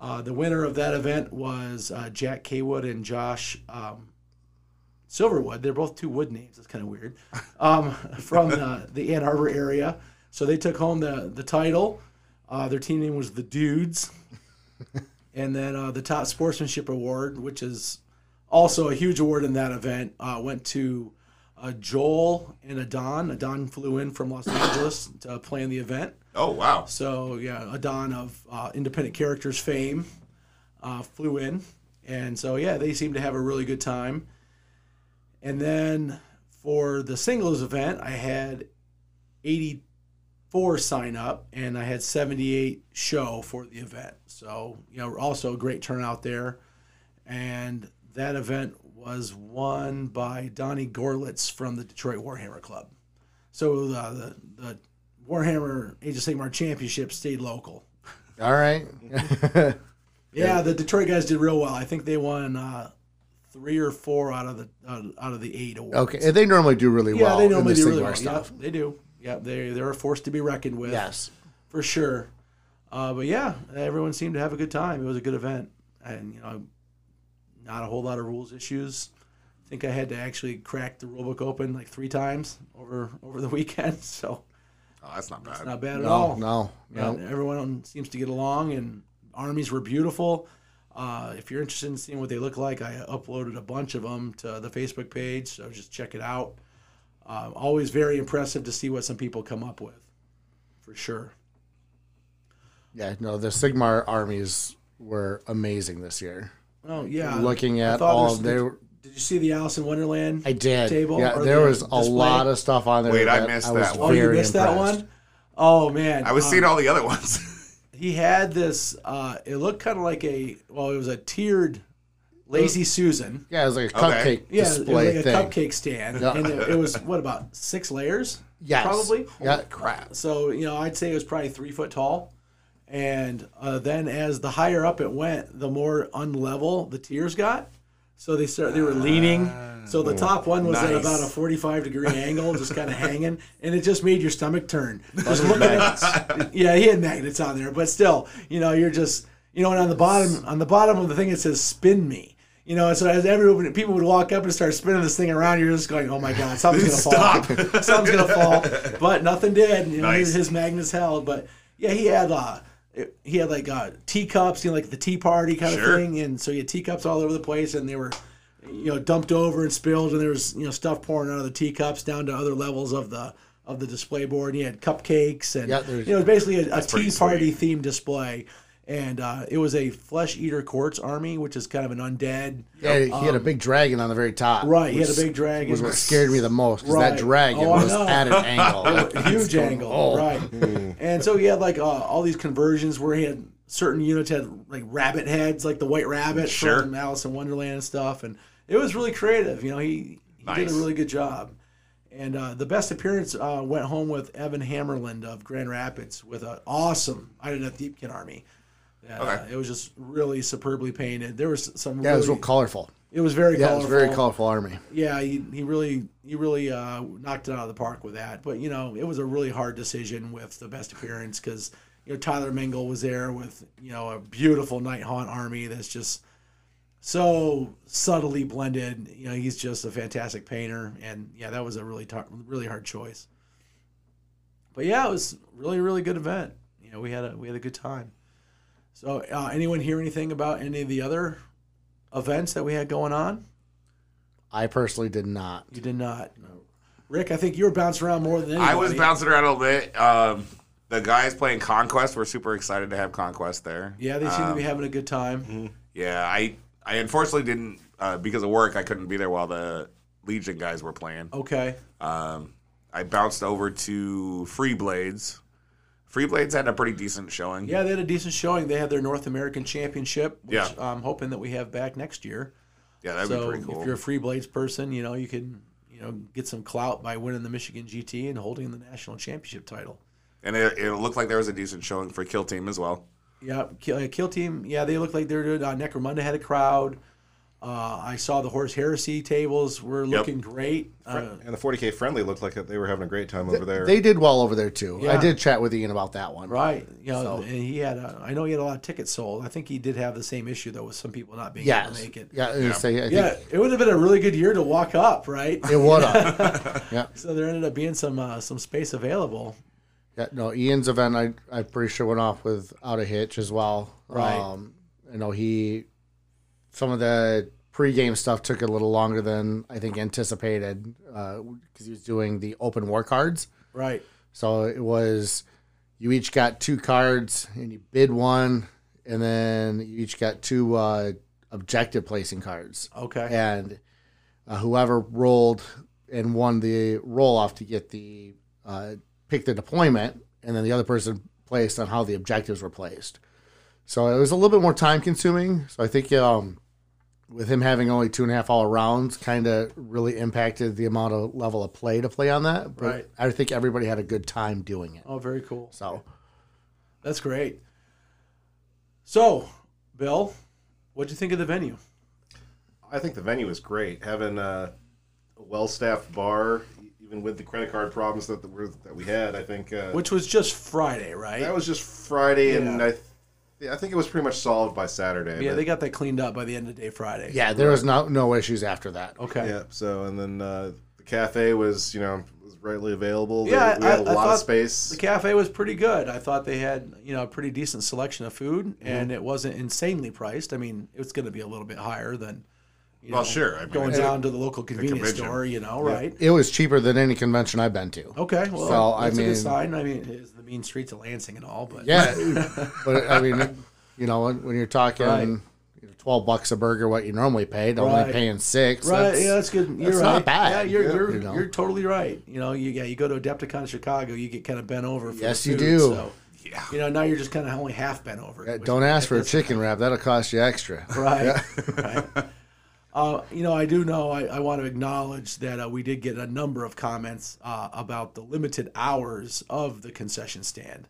Speaker 2: Uh, the winner of that event was uh, Jack Kaywood and Josh um, Silverwood. They're both two wood names. That's kind of weird. Um, from the, the Ann Arbor area. So they took home the, the title. Uh, their team name was The Dudes. and then uh, the Top Sportsmanship Award, which is also a huge award in that event, uh, went to uh, Joel and Adon. Adon flew in from Los Angeles to play in the event.
Speaker 3: Oh, wow.
Speaker 2: So yeah, Adon of uh, independent characters fame uh, flew in, and so yeah, they seemed to have a really good time. And then for the singles event, I had 84 sign up, and I had 78 show for the event. So you know, also a great turnout there, and that event was won by Donnie Gorlitz from the Detroit Warhammer Club. So uh, the the Warhammer Age of Sigmar Championship stayed local.
Speaker 6: All right.
Speaker 2: Yeah, the Detroit guys did real well. I think they won uh, three or four out of the out out of the eight awards.
Speaker 6: okay. And they normally do really
Speaker 2: Yeah,
Speaker 6: well.
Speaker 2: they
Speaker 6: in
Speaker 2: normally
Speaker 6: the
Speaker 2: do really
Speaker 6: Sigmar
Speaker 2: well.
Speaker 6: stuff.
Speaker 2: Yep, they do. Yeah, they they're a force to be reckoned with.
Speaker 6: Yes.
Speaker 2: for sure. Uh, but yeah, everyone seemed to have a good time. It was a good event, and you know, not a whole lot of rules issues. I think I had to actually crack the rulebook open like three times over over the weekend, so
Speaker 3: Oh, that's not bad.
Speaker 2: not bad at
Speaker 6: No,
Speaker 2: all.
Speaker 6: no, no.
Speaker 2: And everyone seems to get along, and armies were beautiful. Uh, if you're interested in seeing what they look like, I uploaded a bunch of them to the Facebook page, so just check it out. Uh, always very impressive to see what some people come up with, for sure.
Speaker 6: Yeah, no, the Sigmar armies were amazing this year.
Speaker 2: Oh yeah,
Speaker 6: Looking
Speaker 2: I
Speaker 6: at
Speaker 2: thought
Speaker 6: all
Speaker 2: there's-
Speaker 6: of their.
Speaker 2: Did you see the Alice in Wonderland?
Speaker 6: I did.
Speaker 2: Table
Speaker 6: yeah,
Speaker 2: or
Speaker 6: there
Speaker 2: the
Speaker 6: was a
Speaker 2: display?
Speaker 6: lot of stuff on there.
Speaker 3: Wait, I
Speaker 6: that
Speaker 3: missed
Speaker 6: was
Speaker 3: that
Speaker 2: Oh, you
Speaker 6: very
Speaker 2: missed that
Speaker 6: impressed.
Speaker 2: one. Oh man,
Speaker 3: I was
Speaker 2: Um,
Speaker 3: seeing all the other ones.
Speaker 2: he had this. Uh, it looked kind of like a well, it was a tiered lazy Susan.
Speaker 6: Yeah, it was like a cupcake
Speaker 3: Okay.
Speaker 2: Yeah,
Speaker 6: display
Speaker 2: it was like
Speaker 6: thing.
Speaker 2: a cupcake stand,
Speaker 6: Yeah.
Speaker 2: and it, it was what about six layers?
Speaker 6: Yes.
Speaker 2: probably.
Speaker 6: Yeah. Crap.
Speaker 2: So you know, I'd say it was probably three foot tall. And uh, then as the higher up it went, the more unlevel the tiers got. So they start they were leaning. So the top one was at
Speaker 3: Ah. nice.
Speaker 2: about a 45 degree angle, just kind of hanging, and it just made your stomach turn. Just looking at, yeah, he had magnets on there, but still, you know, you're just you know, and on the bottom on the bottom of the thing it says "spin me." You know, and so as everyone people would walk up and start spinning this thing around, you're just going, "Oh my god, something's gonna fall! something's gonna fall!" But nothing did. You know,
Speaker 3: Nice.
Speaker 2: his, his magnets held, but yeah, he had uh, it- he had like uh, teacups, you know, like the tea party kind
Speaker 3: Sure.
Speaker 2: of thing, and so you had teacups all over the place, and they were, you know, dumped over and spilled, and there was you know stuff pouring out of the teacups down to other levels of the of the display board. And he had cupcakes, and
Speaker 6: Yeah, there's-
Speaker 2: you know, it was basically a, a tea
Speaker 3: pretty
Speaker 2: party themed display. And uh, it was a flesh eater quartz army, which is kind of an undead.
Speaker 6: Yeah, he had a big dragon on the very top.
Speaker 2: um, Right, he
Speaker 6: which
Speaker 2: had a big dragon.
Speaker 6: Was what scared me the most because
Speaker 2: Right.
Speaker 6: that dragon
Speaker 2: Oh, I
Speaker 6: was
Speaker 2: know.
Speaker 6: at an angle.
Speaker 2: huge angle,
Speaker 6: oh.
Speaker 2: right? Mm. and so he had like uh, all these conversions where he had certain units had like rabbit heads, like the white rabbit
Speaker 3: Sure.
Speaker 2: from Alice in Wonderland and stuff, and it was really creative. You know, he, he did
Speaker 3: Nice.
Speaker 2: a really good job. And uh, the best appearance uh, went home with Evan Hammerland of Grand Rapids with an awesome I did a Thiepkin Army. Uh,
Speaker 3: Okay.
Speaker 2: It was just really superbly painted. There was some.
Speaker 6: Yeah, it was real
Speaker 2: really-
Speaker 6: colorful.
Speaker 2: It was very
Speaker 6: Yeah, it was
Speaker 2: colorful.
Speaker 6: a very colorful army.
Speaker 2: Yeah, he, he really he really uh, knocked it out of the park with that. But you know, it was a really hard decision with the best appearance because you know Tyler Mingle was there with you know a beautiful Night Haunt army that's just so subtly blended. You know, he's just a fantastic painter, and yeah, that was a really tar- really hard choice. But yeah, it was really really good event. You know, we had a we had a good time. So, uh, anyone hear anything about any of the other events that we had going on?
Speaker 6: I personally did not.
Speaker 2: You did not. No. Rick, I think you were bouncing around more than anybody.
Speaker 3: I was bouncing around a little bit. Um, the guys playing Conquest were super excited to have Conquest there.
Speaker 2: Yeah, they seem to be having a good
Speaker 3: Mm-hmm.
Speaker 2: time.
Speaker 3: Yeah, I I unfortunately didn't uh, because of work. I couldn't be there while the Legion guys were playing.
Speaker 2: Okay.
Speaker 3: Um, I bounced over to Free Blades. Free Blades had a pretty decent showing.
Speaker 2: Yeah, they had a decent showing. They had their North American Championship, which
Speaker 3: Yeah.
Speaker 2: I'm hoping that we have back next year.
Speaker 3: yeah, that'd
Speaker 2: so
Speaker 3: be pretty cool.
Speaker 2: if you're a Free Blades person, you know, you can, you know, get some clout by winning the Michigan GT and holding the national championship title.
Speaker 3: and it, it looked like there was a decent showing for Kill Team as well.
Speaker 2: Yeah, Kill, uh, Kill Team. Yeah, they look like they're good. Uh, Necromunda had a crowd. Uh, I saw the Horse Heresy tables were looking great. Uh,
Speaker 5: And the 40k friendly looked like they were having a great time over there.
Speaker 6: They did well over there too. I
Speaker 2: Yeah.
Speaker 6: did chat with Ian about that one.
Speaker 2: Right. You know, and he had. A, I know he had a lot of tickets sold. I think he did have the same issue though with some people not being able
Speaker 6: Yes.
Speaker 2: to make it.
Speaker 6: Yeah. Yeah. Say, I think
Speaker 2: Yeah, it would have been a really good year to walk up, right?
Speaker 6: It would have.
Speaker 2: so there ended up being some uh, some space available.
Speaker 6: yeah. No, Ian's event, I, I'm pretty sure, went off without a hitch as well.
Speaker 2: Right.
Speaker 6: Um, you know, he, some of the pregame stuff took a little longer than I think anticipated because he was doing the open war cards.
Speaker 2: Right.
Speaker 6: So it was you each got two cards and you bid one, and then you each got two uh, objective placing cards.
Speaker 2: Okay.
Speaker 6: And uh, whoever rolled and won the roll off to get the uh, pick the deployment, and then the other person placed on how the objectives were placed. So it was a little bit more time consuming. So I think um, with him having only two and a half hour rounds, kind of really impacted the amount of level of play to play on that. But
Speaker 2: Right.
Speaker 6: I think everybody had a good time doing it.
Speaker 2: Oh, very cool.
Speaker 6: So
Speaker 2: That's great. So, Bill, what'd you think of the venue?
Speaker 5: I think the venue was great. Having uh, a well-staffed bar, e- even with the credit card problems that, were, that we had, I think uh,
Speaker 2: Which was just Friday, right?
Speaker 5: that was just Friday, and
Speaker 2: Yeah.
Speaker 5: I, th- I think it was pretty much solved by Saturday.
Speaker 2: yeah,
Speaker 5: but-
Speaker 2: they got that cleaned up by the end of the day Friday.
Speaker 6: yeah, there was no no issues after that.
Speaker 2: Okay.
Speaker 5: Yep. So and then uh, the cafe was you know was readily available. They-
Speaker 2: Yeah,
Speaker 5: we had
Speaker 2: I-
Speaker 5: a
Speaker 2: I
Speaker 5: lot of
Speaker 2: thought
Speaker 5: space.
Speaker 2: The cafe was pretty good. I thought they had, you know, a pretty decent selection of food, and it wasn't insanely priced. I mean, it's going to be a little bit higher than you
Speaker 3: Well,
Speaker 2: know,
Speaker 3: sure. I mean,
Speaker 2: going
Speaker 3: it's a-
Speaker 2: down to the local convenience
Speaker 3: convention.
Speaker 2: store, you know, right?
Speaker 6: It was cheaper than any convention I've been to.
Speaker 2: Okay, well,
Speaker 6: So, I
Speaker 2: that's a
Speaker 6: mean-
Speaker 2: good sign. I mean, it's the mean streets of Lansing and all, but
Speaker 6: Yeah, but I mean, you know, when, when you're talking
Speaker 2: Right.
Speaker 6: you know, twelve bucks a burger, what you normally paid, only
Speaker 2: Right.
Speaker 6: paying six.
Speaker 2: Right,
Speaker 6: that's-
Speaker 2: yeah, that's good. You're
Speaker 6: that's
Speaker 2: right.
Speaker 6: not bad,
Speaker 2: Yeah, you're you're,
Speaker 6: you know.
Speaker 2: you're totally right. You know, you yeah, you go to Adepticon Chicago, you get kind of bent over. For
Speaker 6: Yes,
Speaker 2: the
Speaker 6: you
Speaker 2: food,
Speaker 6: do.
Speaker 2: So,
Speaker 3: Yeah.
Speaker 2: you know, now you're just kind of only half bent over.
Speaker 6: Yeah,
Speaker 2: which-
Speaker 6: Uh, Don't ask for a chicken wrap; that'll cost you extra.
Speaker 2: Right. right. Uh, you know, I do know, I, I want to acknowledge that uh, we did get a number of comments uh, about the limited hours of the concession stand.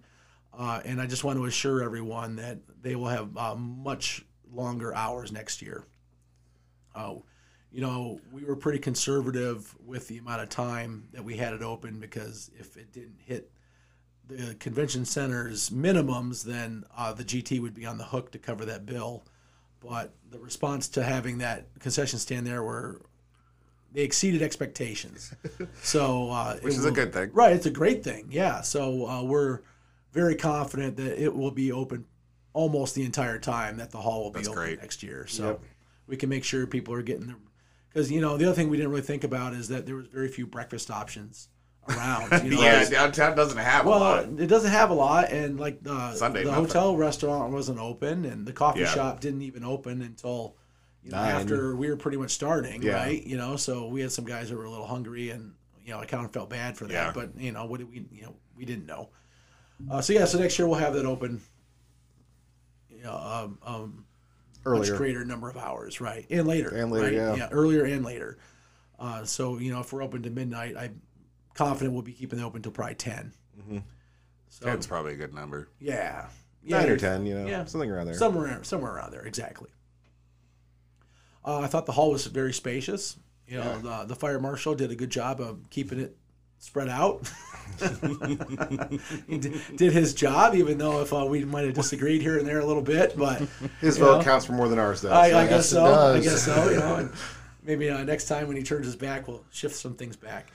Speaker 2: Uh, and I just want to assure everyone that they will have uh, much longer hours next year. Uh, you know, we were pretty conservative with the amount of time that we had it open because if it didn't hit the convention center's minimums, then uh, the GT would be on the hook to cover that bill but the response to having that concession stand there were they exceeded expectations. So, uh,
Speaker 3: Which
Speaker 2: it
Speaker 3: is a
Speaker 2: will-
Speaker 3: good thing.
Speaker 2: right? It's a great thing, yeah. So uh, we're very confident that it will be open almost the entire time that the hall will be open
Speaker 3: great.
Speaker 2: next year. So we can make sure people are getting their because you know the other thing we didn't really think about is that there was very few breakfast options around. You know,
Speaker 3: Yeah, downtown doesn't have a lot.
Speaker 2: well, it doesn't have a lot, and like the
Speaker 3: Sunday,
Speaker 2: the
Speaker 3: nothing.
Speaker 2: hotel restaurant wasn't open, and the coffee
Speaker 3: Yeah.
Speaker 2: shop didn't even open until you know, after we were pretty much starting,
Speaker 5: Yeah.
Speaker 2: right? You know, so we had some guys that were a little hungry, and you know, I kind of felt bad for that,
Speaker 3: Yeah.
Speaker 2: but you know, what did we? You know, we didn't know. Uh, so yeah, so next year we'll have that open. You know, um, um, much
Speaker 5: earlier.
Speaker 2: greater number of hours, right? And later,
Speaker 5: And later,
Speaker 2: right?
Speaker 5: yeah.
Speaker 2: earlier and later. Uh, so you know, if we're open to midnight, I confident we'll be keeping it open until probably 10.
Speaker 5: Mm-hmm.
Speaker 2: So,
Speaker 3: That's probably a good number.
Speaker 2: yeah. yeah.
Speaker 5: Nine or ten, you know,
Speaker 2: Yeah.
Speaker 5: something around there.
Speaker 2: Somewhere, somewhere around there, exactly. Uh, I thought the hall was very spacious. You know, the, the fire marshal did a good job of keeping it spread out. he d- did his job, even though if uh, we might have disagreed here and there a little bit, but
Speaker 5: His vote counts for more than ours, though.
Speaker 2: I,
Speaker 5: so
Speaker 2: I guess
Speaker 6: it
Speaker 2: so. I
Speaker 6: does.
Speaker 2: guess so. You know, and maybe uh, next time when he turns his back, we'll shift some things back.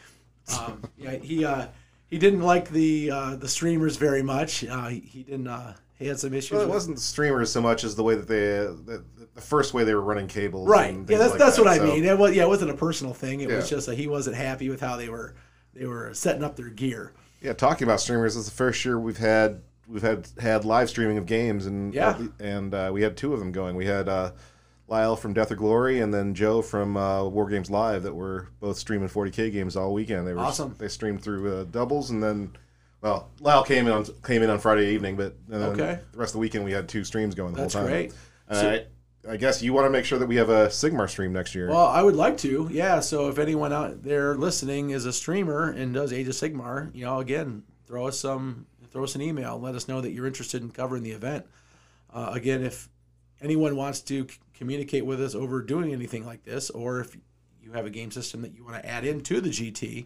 Speaker 2: Um, yeah, he uh, he didn't like the uh, the streamers very much. Uh, he, he didn't. Uh, he had some issues.
Speaker 5: Well, it
Speaker 2: with-
Speaker 5: wasn't the streamers so much as the way that they, the, the first way they were running cables.
Speaker 2: right.
Speaker 5: and
Speaker 2: Yeah, that's
Speaker 5: things like
Speaker 2: that's
Speaker 5: that,
Speaker 2: what I
Speaker 5: so-
Speaker 2: mean. It was yeah, it wasn't a personal thing. It was
Speaker 5: Yeah.
Speaker 2: just that he wasn't happy with how they were they were setting up their gear.
Speaker 5: Yeah, talking about streamers, this is the first year we've had we've had had live streaming of games, and
Speaker 2: Yeah.
Speaker 5: and uh, we had two of them going. We had uh, Lyle from Death or Glory, and then Joe from uh, War Games Live, that were both streaming 40k games all weekend. They were
Speaker 2: Awesome.
Speaker 5: They streamed through uh, doubles, and then well, Lyle came in on came in on Friday evening, but and then
Speaker 2: Okay.
Speaker 5: the rest of the weekend we had two streams going the
Speaker 2: That's
Speaker 5: whole time.
Speaker 2: great.
Speaker 5: And I, I guess you want to make sure that we have a Sigmar stream next year.
Speaker 2: Well, I would like to. Yeah. So if anyone out there listening is a streamer and does Age of Sigmar, you know, again, throw us some, throw us an email. Let us know that you're interested in covering the event. Uh, again, if anyone wants to c- communicate with us over doing anything like this, or if you have a game system that you want to add into the GT,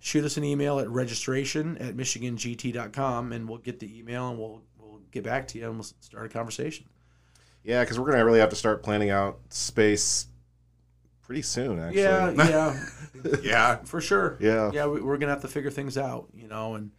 Speaker 2: shoot us an email at registration at michigangt.com and we'll get the email and we'll, we'll get back to you and we'll s- start a conversation.
Speaker 5: yeah, because we're gonna really have to start planning out space pretty soon. Actually.
Speaker 2: Yeah. Yeah.
Speaker 3: Yeah.
Speaker 2: for sure.
Speaker 5: Yeah.
Speaker 2: yeah, we, we're gonna have to figure things out, you know, and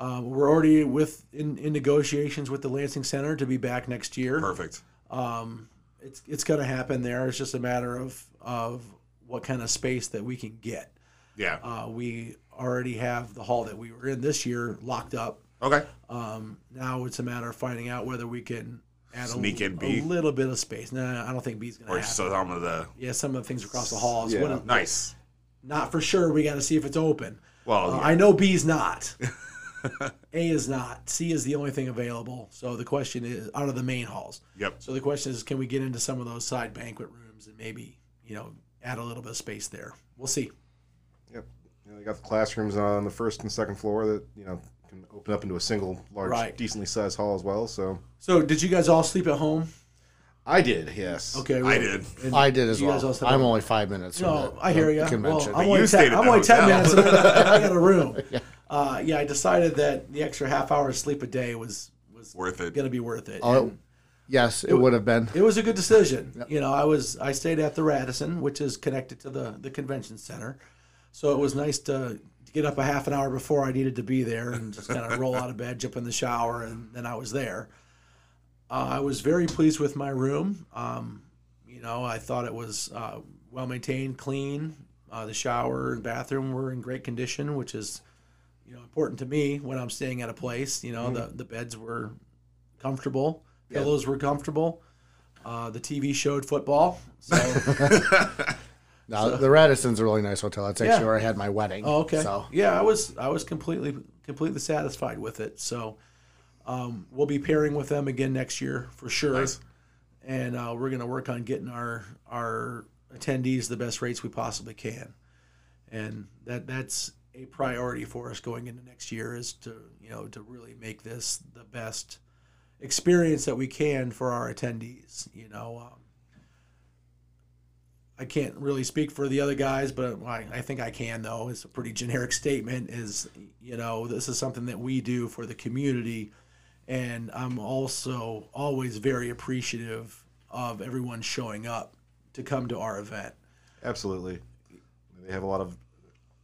Speaker 2: um, we're already with in, in negotiations with the Lansing Center to be back next year.
Speaker 3: Perfect.
Speaker 2: Um, it's it's gonna happen there. It's just a matter of of what kind of space that we can get.
Speaker 3: Yeah.
Speaker 2: Uh, we already have the hall that we were in this year locked up.
Speaker 3: Okay.
Speaker 2: Um, now it's a matter of finding out whether we can add
Speaker 3: Sneak
Speaker 2: a,
Speaker 3: in
Speaker 2: a
Speaker 3: B.
Speaker 2: little bit of space. No, I don't think B's gonna
Speaker 3: Or
Speaker 2: happen.
Speaker 3: some of the
Speaker 2: yeah, some of the things across the hall. is
Speaker 5: Yeah.
Speaker 2: what-
Speaker 3: nice.
Speaker 2: not for sure. We got to see if it's open.
Speaker 3: Well,
Speaker 2: Uh,
Speaker 3: Oh, yeah.
Speaker 2: I know B's not. A is not. C is the only thing available. So the question is out of the main halls.
Speaker 3: Yep.
Speaker 2: So the question is, can we get into some of those side banquet rooms and maybe you know add a little bit of space there? We'll see.
Speaker 5: Yep. You know, they got the classrooms on the first and second floor that you know can open up into a single large,
Speaker 2: Right.
Speaker 5: decently sized hall as well. So
Speaker 2: So did you guys all sleep at home?
Speaker 5: I did, yes.
Speaker 2: Okay,
Speaker 3: I
Speaker 2: really?
Speaker 3: did.
Speaker 6: I did as
Speaker 2: you guys all
Speaker 6: well.
Speaker 2: slept
Speaker 6: I'm
Speaker 2: at-
Speaker 6: only five minutes.
Speaker 2: No,
Speaker 6: from the-
Speaker 2: I hear
Speaker 6: the
Speaker 2: you. Well,
Speaker 6: Convention.
Speaker 2: I'm only
Speaker 3: you stayed
Speaker 2: ten.
Speaker 3: at
Speaker 2: I'm
Speaker 3: the
Speaker 2: only ten
Speaker 3: hotel.
Speaker 2: minutes. away. I got a room. Uh, yeah, I decided that the extra half hour of sleep a day was was
Speaker 3: Worth it.
Speaker 2: gonna be worth it.
Speaker 6: Oh, yes, it would have been.
Speaker 2: It was a good decision. You know, I was I stayed at the Radisson, which is connected to the the convention center, so it was nice to, to get up a half an hour before I needed to be there and just kind of roll out of bed, jump in the shower, and then I was there. Uh, I was very pleased with my room. Um, you know, I thought it was uh, well maintained, clean. Uh, the shower and bathroom were in great condition, which is you know important to me when I'm staying at a place. You know, the the beds were comfortable, pillows were comfortable. Uh, the TV showed football. So,
Speaker 6: No, the Radisson's a really nice hotel. That's actually
Speaker 2: uh, Yeah.
Speaker 6: where I had my wedding.
Speaker 2: oh, okay.
Speaker 6: So
Speaker 2: Yeah, I was I was completely completely satisfied with it. So um, we'll be pairing with them again next year for sure.
Speaker 3: Nice.
Speaker 2: And uh, we're going to work on getting our our attendees the best rates we possibly can. And that that's a priority for us going into next year is to, you know, to really make this the best experience that we can for our attendees, you know, um, I can't really speak for the other guys, but I, I think I can though. It's a pretty generic statement. Is you know this is something that we do for the community, and I'm also always very appreciative of everyone showing up to come to our event.
Speaker 5: Absolutely. They have a lot of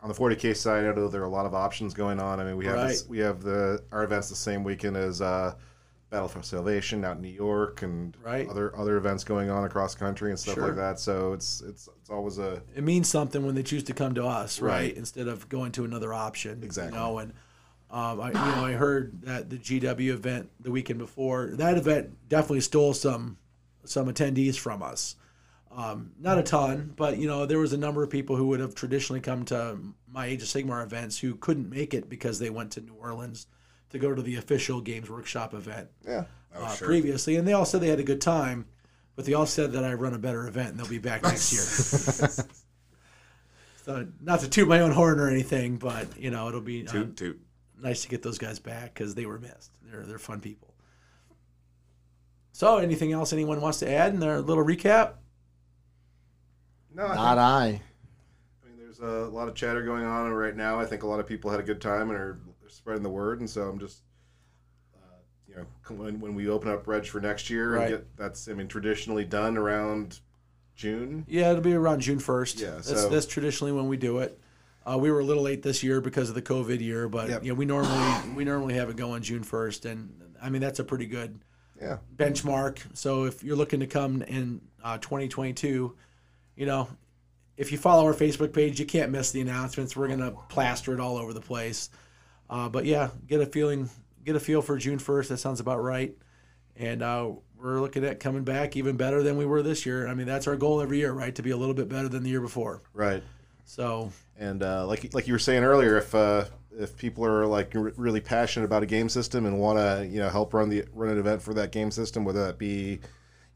Speaker 5: on the 40k side. I know there are a lot of options going on. I mean, we have this,
Speaker 2: Right.
Speaker 5: we have the our events the same weekend as uh, Battle for Salvation out in New York and
Speaker 2: Right.
Speaker 5: other other events going on across the country and stuff
Speaker 2: Sure.
Speaker 5: like that. So it's it's it's always a
Speaker 2: it means something when they choose to come to us, right?
Speaker 5: Right.
Speaker 2: Instead of going to another option.
Speaker 5: Exactly.
Speaker 2: You know, and um, I, you know, I heard that the GW event the weekend before that event definitely stole some some attendees from us. Um, not a ton, but you know, there was a number of people who would have traditionally come to my Age of Sigmar events who couldn't make it because they went to New Orleans to go to the official Games Workshop event
Speaker 5: yeah.
Speaker 2: uh, previously, and they all said they had a good time, but they all said that I run a better event and they'll be back next year. So not to toot my own horn or anything, but you know it'll be uh,
Speaker 3: Toot, toot.
Speaker 2: nice to get those guys back because they were missed. They're they're fun people. So anything else anyone wants to add in their little recap?
Speaker 5: No, I
Speaker 6: Not I.
Speaker 5: I mean, there's a lot of chatter going on right now. I think a lot of people had a good time and are spreading the word, and so I'm just, uh, you know, c- when, when we open up Reg for next year,
Speaker 2: Right.
Speaker 5: and get, that's I mean traditionally done around June.
Speaker 2: Yeah, it'll be around June first.
Speaker 5: Yeah,
Speaker 2: that's,
Speaker 5: so-
Speaker 2: that's traditionally when we do it. Uh, we were a little late this year because of the COVID year, but
Speaker 5: Yep.
Speaker 2: yeah, we normally we normally have it going June first, and I mean that's a pretty good
Speaker 5: Yeah,
Speaker 2: benchmark. So if you're looking to come in uh, 2022, you know, if you follow our Facebook page, you can't miss the announcements. We're gonna plaster it all over the place. Uh, but yeah, get a feeling, get a feel for June 1st. That sounds about right. And uh, we're looking at coming back even better than we were this year. I mean, that's our goal every year, right? To be a little bit better than the year before.
Speaker 5: right.
Speaker 2: So
Speaker 5: And uh, like like you were saying earlier, if uh, if people are like r- really passionate about a game system and want to you know help run the run an event for that game system, whether that be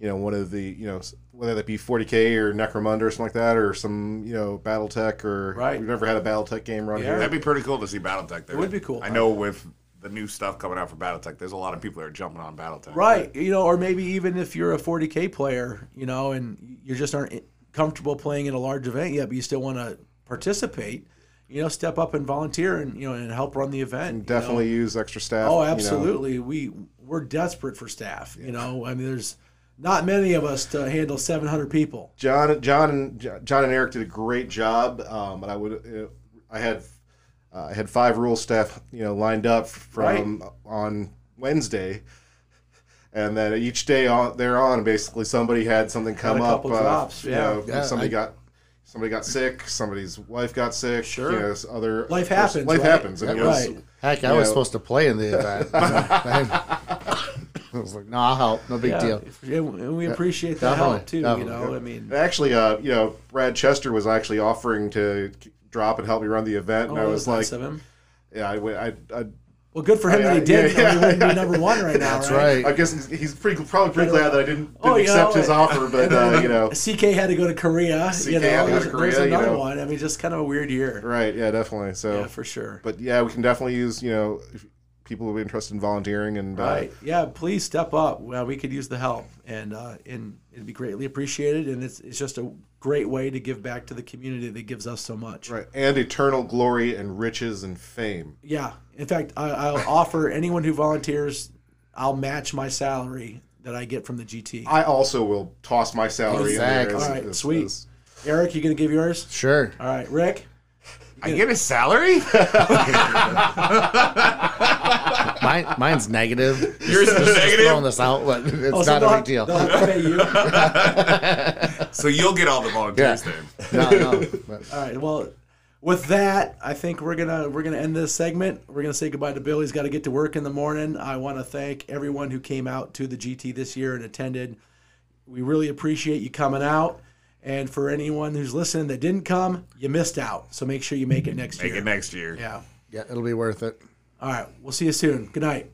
Speaker 5: you know one of the you know s- whether that be 40k or Necromunda or something like that, or some you know BattleTech or
Speaker 2: Right.
Speaker 5: we've never had a BattleTech game run
Speaker 2: Yeah.
Speaker 5: here.
Speaker 3: That'd be pretty cool to see BattleTech there. It
Speaker 2: would be cool.
Speaker 3: I know with the new stuff coming out for BattleTech, there's a lot of people that are jumping on BattleTech.
Speaker 2: Right. You know, or maybe even if you're a 40K player, you know, and you just aren't comfortable playing in a large event yet, but you still want to participate, you know, step up and volunteer and, you know, and help run the event. you know.
Speaker 5: definitely use extra staff.
Speaker 2: Oh,
Speaker 5: you know.
Speaker 2: absolutely. We we're desperate for staff, you know. I mean, there's not many of us to handle 700 people.
Speaker 5: John, John, and John and Eric did a great job, um, and I would, uh, I had, uh, I had five rule staff, you know, lined up from uh, on Wednesday, and then each day on thereon, basically somebody had something come up. uh,
Speaker 2: couple drops,
Speaker 5: you
Speaker 2: yeah.
Speaker 5: know,
Speaker 6: Yeah,
Speaker 5: somebody
Speaker 6: I-
Speaker 5: got. Somebody got sick. Somebody's wife got sick.
Speaker 2: Sure.
Speaker 5: you know, s- other
Speaker 2: Life happens,
Speaker 5: Life
Speaker 2: right?
Speaker 5: happens. and
Speaker 2: Yeah,
Speaker 5: it was-
Speaker 2: right.
Speaker 6: Heck, I
Speaker 5: You know-
Speaker 6: was supposed to play in the event. I was like, no, I'll help. No big deal.
Speaker 2: Yeah, And we appreciate that help too,
Speaker 6: Definitely,
Speaker 2: you know. I mean,
Speaker 5: And actually, uh, you know, Brad Chester was actually offering to k- drop and help me run the event, and I
Speaker 2: that
Speaker 5: was
Speaker 2: was oh, nice
Speaker 5: like,
Speaker 2: of him.
Speaker 5: yeah, I, w- I- I
Speaker 2: Well, good for him that he
Speaker 5: Yeah,
Speaker 2: did.
Speaker 5: yeah,
Speaker 2: or he wouldn't
Speaker 5: yeah.
Speaker 2: be number one right now,
Speaker 6: That's
Speaker 2: right?
Speaker 6: right.
Speaker 5: I guess he's, he's pretty probably pretty glad that I didn't, didn't
Speaker 2: Oh, you
Speaker 5: accept
Speaker 2: know,
Speaker 5: his offer, but uh, you know,
Speaker 2: CK had to go to Korea.
Speaker 5: CK
Speaker 2: you know,
Speaker 5: had to go
Speaker 2: there's,
Speaker 5: to
Speaker 2: there's
Speaker 5: Korea, you
Speaker 2: another
Speaker 5: know.
Speaker 2: one. I mean, just kind of a weird year.
Speaker 5: right? Yeah, definitely. So,
Speaker 2: Yeah, for sure.
Speaker 5: but yeah, we can definitely use you know if people who are interested in volunteering and
Speaker 2: Right.
Speaker 5: uh,
Speaker 2: Yeah. Please step up. Well, we could use the help, and uh, and it'd be greatly appreciated. And it's it's just a great way to give back to the community that gives us so much.
Speaker 5: right and eternal glory and riches and fame.
Speaker 2: Yeah. In fact, I, I'll offer anyone who volunteers, I'll match my salary that I get from the GT.
Speaker 5: I also will toss my salary.
Speaker 6: Exactly.
Speaker 5: In there
Speaker 2: All right, sweet. Eric, you gonna give yours?
Speaker 6: Sure.
Speaker 2: All right, Rick.
Speaker 3: I get a salary?
Speaker 6: Mine, mine's negative.
Speaker 3: Yours is
Speaker 6: Throwing
Speaker 3: negative? Oh,
Speaker 6: this out, but it's
Speaker 2: so
Speaker 6: not
Speaker 2: they'll
Speaker 6: a
Speaker 2: have-
Speaker 6: big deal.
Speaker 2: they'll have to pay you. All
Speaker 3: So you'll get all the volunteers
Speaker 6: Yeah.
Speaker 3: then.
Speaker 6: No, no. But
Speaker 2: right. Well, with that, I think we're gonna we're gonna end this segment. We're gonna say goodbye to Bill. He's got to get to work in the morning. I want to thank everyone who came out to the GT this year and attended. We really appreciate you coming out. And for anyone who's listening that didn't come, you missed out. So make sure you make it next
Speaker 3: Make
Speaker 2: year.
Speaker 3: it next year.
Speaker 2: Yeah.
Speaker 6: yeah, it'll be worth it.
Speaker 2: All right. We'll see you soon. Good night.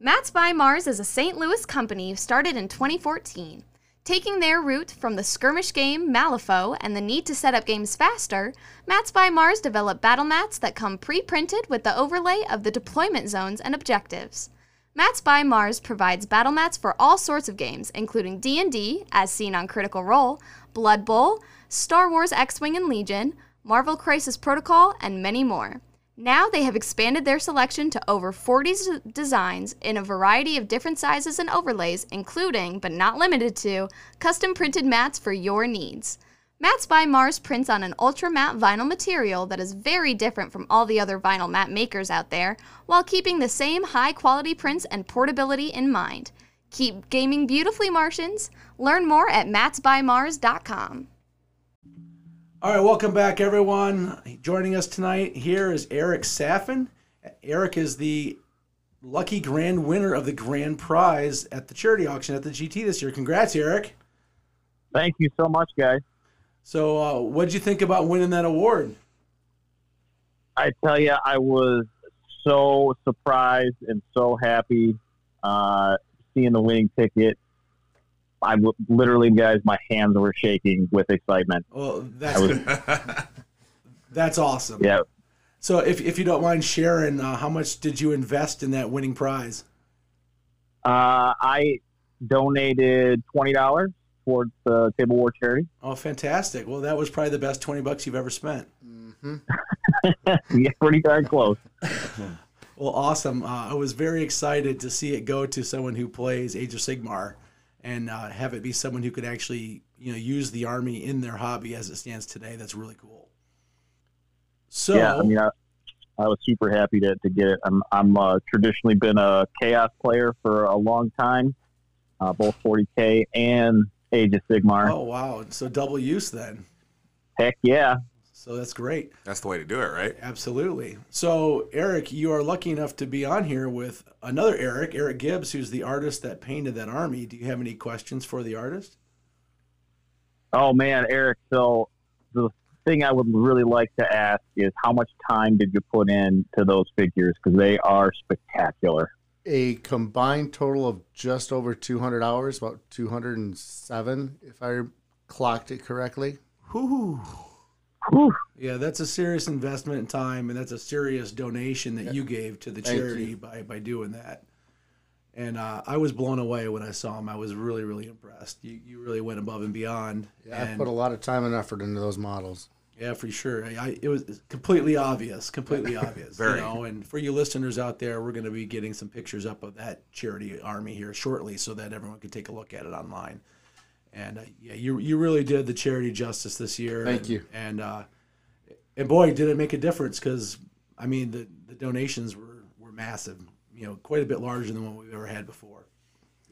Speaker 4: Matt's by Mars is a St. Louis company started in 2014. Taking their route from the skirmish game Malifaux and the need to set up games faster, Matt's by Mars develop battle mats that come pre-printed with the overlay of the deployment zones and objectives. Matt's by Mars provides battle mats for all sorts of games, including D&D, as seen on Critical Role, Blood Bowl, Star Wars X-Wing and Legion, Marvel Crisis Protocol, and many more. Now they have expanded their selection to over 40 s- designs in a variety of different sizes and overlays, including, but not limited to, custom printed mats for your needs. Mats by Mars prints on an ultra matte vinyl material that is very different from all the other vinyl mat makers out there, while keeping the same high quality prints and portability in mind. Keep gaming beautifully, Martians. Learn more at matsbymars.com.
Speaker 2: All right, welcome back, everyone. Joining us tonight here is Eric Saffin. Eric is the lucky grand winner of the grand prize at the charity auction at the GT this year. Congrats, Eric.
Speaker 7: Thank you so much, guys.
Speaker 2: So, uh, what'd you think about winning that award?
Speaker 7: I tell you, I was so surprised and so happy uh, seeing the winning ticket. I w- literally, guys, my hands were shaking with excitement.
Speaker 2: Well, that's
Speaker 7: I
Speaker 2: that's awesome.
Speaker 7: Yeah,
Speaker 2: So if if you don't mind sharing, uh, how much did you invest in that winning prize?
Speaker 7: uh, I donated twenty dollars towards the Table War charity.
Speaker 2: Oh, fantastic! Well, that was probably the best twenty bucks you've ever spent.
Speaker 3: Mm-hmm.
Speaker 7: yeah, pretty darn close.
Speaker 2: Well, awesome. Uh, I was very excited to see it go to someone who plays Age of Sigmar, and uh, have it be someone who could actually you know use the army in their hobby as it stands today. That's really cool. So
Speaker 7: yeah, I mean, I, I was super happy to, to get it. I'm I'm uh, traditionally been a chaos player for a long time, uh, both 40k and Age of Sigmar.
Speaker 2: oh wow, so double use then.
Speaker 7: Heck yeah!
Speaker 2: So that's great.
Speaker 3: That's the way to do it, right?
Speaker 2: Absolutely. So, Eric, you are lucky enough to be on here with another Eric, Eric Gibbs, who's the artist that painted that army. Do you have any questions for the artist?
Speaker 7: Oh man, Eric. So the thing I would really like to ask is how much time did you put in to those figures because they are spectacular.
Speaker 6: a combined total of just over 200 hours, about 207, if I clocked it correctly.
Speaker 2: Whew.
Speaker 7: Whew.
Speaker 2: Yeah, that's a serious investment in time, and that's a serious donation that you gave to the
Speaker 6: Thank
Speaker 2: charity by, by doing that. And uh, I was blown away when I saw him. I was really, really impressed. You, you really went above and beyond.
Speaker 6: Yeah, I
Speaker 2: And-
Speaker 6: put a lot of time and effort into those models.
Speaker 2: Yeah, for sure. I, I, it was completely obvious, completely obvious.
Speaker 3: Very.
Speaker 2: You know, and for you listeners out there, we're going to be getting some pictures up of that charity army here shortly, so that everyone can take a look at it online. And uh, yeah, you you really did the charity justice this year.
Speaker 6: Thank
Speaker 2: and,
Speaker 6: you.
Speaker 2: And uh, and boy, did it make a difference because I mean the the donations were were massive. You know, quite a bit larger than what we've ever had before.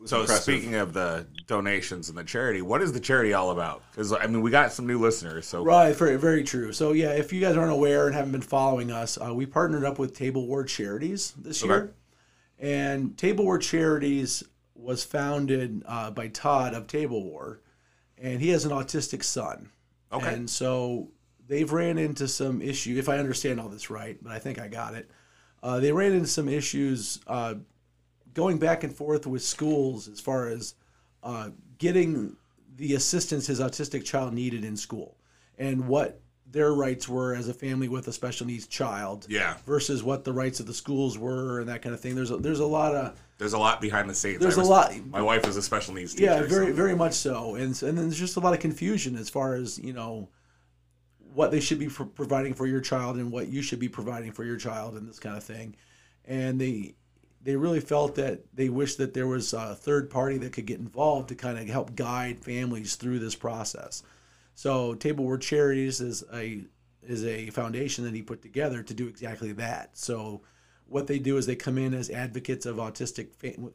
Speaker 3: So
Speaker 5: impressive.
Speaker 3: speaking of the donations and the charity, what is the charity all about? Because I mean, we got some new listeners, so
Speaker 2: Right, very, very true. So yeah, if you guys aren't aware and haven't been following us, uh, we partnered up with Table War Charities this year, and Table War Charities was founded uh, by Todd of Table War, and he has an autistic son.
Speaker 3: Okay.
Speaker 2: and so they've ran into some issue. If I understand all this right, but I think I got it, uh, they ran into some issues uh, going back and forth with schools as far as uh, getting the assistance his autistic child needed in school and what their rights were as a family with a special needs child
Speaker 3: yeah,
Speaker 2: versus what the rights of the schools were and that kind of thing. There's a, there's a lot of
Speaker 3: there's a lot behind the scenes.
Speaker 2: there's a
Speaker 3: I was-
Speaker 2: lot
Speaker 3: My wife is a special needs teacher.
Speaker 2: yeah, very
Speaker 3: so-
Speaker 2: very much so, and s- and then there's just a lot of confusion as far as you know what they should be pro- providing for your child and what you should be providing for your child and this kind of thing, and they they really felt that they wished that there was a third party that could get involved to kind of help guide families through this process. So Table Word Charities is a is a foundation that he put together to do exactly that. So what they do is they come in as advocates of autistic fam-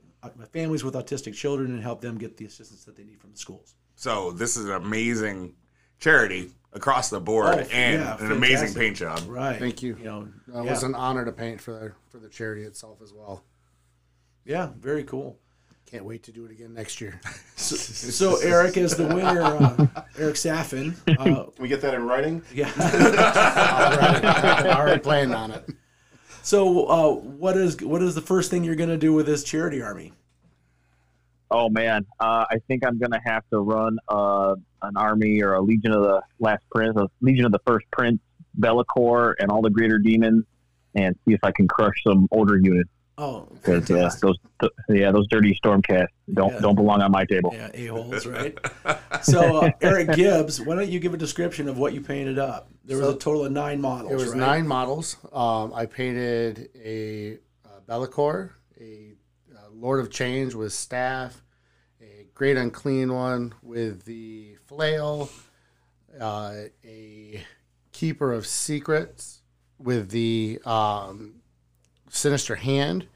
Speaker 2: families with autistic children and help them get the assistance that they need from the schools.
Speaker 3: So this is an amazing charity across the board,
Speaker 2: Oh,
Speaker 3: and
Speaker 2: yeah,
Speaker 3: an amazing
Speaker 2: fantastic.
Speaker 3: paint job.
Speaker 2: Right.
Speaker 6: Thank you.
Speaker 2: You know,
Speaker 6: It
Speaker 2: yeah.
Speaker 6: was an honor to paint for the, for the charity itself as well.
Speaker 2: yeah, very cool.
Speaker 6: Can't wait to do it again next year.
Speaker 2: So, so Eric is the winner, uh, Eric Saffin. Uh,
Speaker 5: Can we get that in writing?
Speaker 2: yeah.
Speaker 6: already, already planning on it.
Speaker 2: So uh, what is what is the first thing you're going to do with this charity army?
Speaker 7: Oh man, uh, I think I'm gonna have to run uh, an army or a Legion of the Last Prince, a Legion of the First Prince, Bellicor, and all the Greater Demons, and see if I can crush some older units
Speaker 2: Oh,
Speaker 7: because uh, those, th- yeah, those dirty Stormcasts don't
Speaker 2: Yeah.
Speaker 7: don't belong on my table.
Speaker 2: yeah, a holes, right? So uh, Eric Gibbs, why don't you give a description of what you painted up? There was
Speaker 6: So-
Speaker 2: a total of nine models.
Speaker 6: It was
Speaker 2: right?
Speaker 6: nine models. Um, I painted a uh, Bellicor, a uh, Lord of Change with staff, a Great Unclean one with the flail, uh, a Keeper of Secrets with the um, Sinister Hand,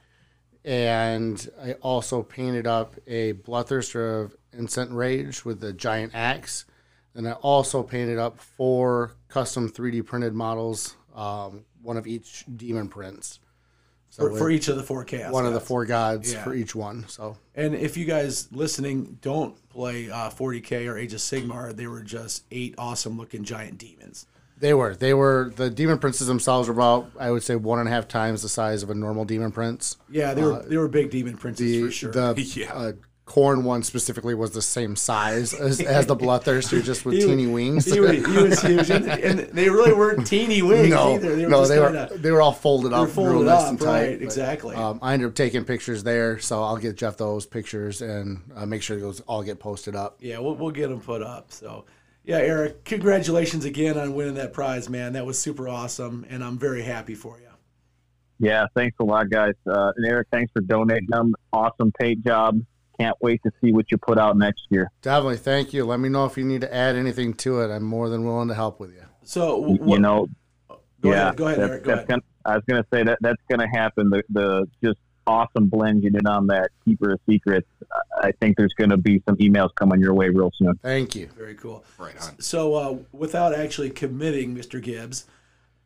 Speaker 6: and I also painted up a Bloodthirster of Incent Rage with the Giant Axe. And I also painted up four custom 3D printed models, um, one of each demon prints. So
Speaker 2: for, for
Speaker 6: with
Speaker 2: each of the four chaos.
Speaker 6: one of the
Speaker 2: gods.
Speaker 6: four gods
Speaker 2: Yeah.
Speaker 6: for each one. So
Speaker 2: And if you guys listening don't play uh, 40k or Age of Sigmar, they were just eight awesome looking giant demons.
Speaker 6: they were. They were the demon princes themselves were about, I would say, one and a half times the size of a normal demon prince.
Speaker 2: Yeah, they were they were big demon princes
Speaker 6: Uh, The
Speaker 2: for sure.
Speaker 6: the
Speaker 3: Yeah.
Speaker 6: uh, Corn one specifically was the same size as, as the Bloodthirster, just with
Speaker 2: He-
Speaker 6: teeny wings.
Speaker 2: He was, he was huge, and, and they really weren't teeny wings
Speaker 6: no,
Speaker 2: either. They were
Speaker 6: no,
Speaker 2: just
Speaker 6: they were
Speaker 2: kinda-
Speaker 6: they were all folded
Speaker 2: were
Speaker 6: up, real
Speaker 2: folded
Speaker 6: nice
Speaker 2: up,
Speaker 6: and tight.
Speaker 2: right,
Speaker 6: but,
Speaker 2: exactly.
Speaker 6: Um, I ended up taking pictures there, so I'll get Jeff those pictures and uh, make sure those all get posted up.
Speaker 2: Yeah, we'll, we'll get them put up. So, yeah, Eric, congratulations again on winning that prize, man. That was super awesome, and I'm very happy for you.
Speaker 7: Yeah, thanks a lot, guys. Uh, and Eric, thanks for donating them. Awesome paint job. Can't wait to see what you put out next year.
Speaker 6: Definitely, thank you. Let me know if you need to add anything to it. I'm more than willing to help with you.
Speaker 2: So,
Speaker 7: Y-
Speaker 2: what,
Speaker 7: you know,
Speaker 2: go
Speaker 7: yeah,
Speaker 2: ahead, go ahead,
Speaker 7: that's-
Speaker 2: Eric. Go
Speaker 7: that's
Speaker 2: ahead.
Speaker 7: Gonna, I was gonna say that that's gonna happen. The the just awesome blend you did on that keeper of secrets. I- I think there's gonna be some emails coming your way real soon.
Speaker 6: Thank you.
Speaker 2: Very cool.
Speaker 3: Right on.
Speaker 2: So, uh, without actually committing, Mr. Gibbs,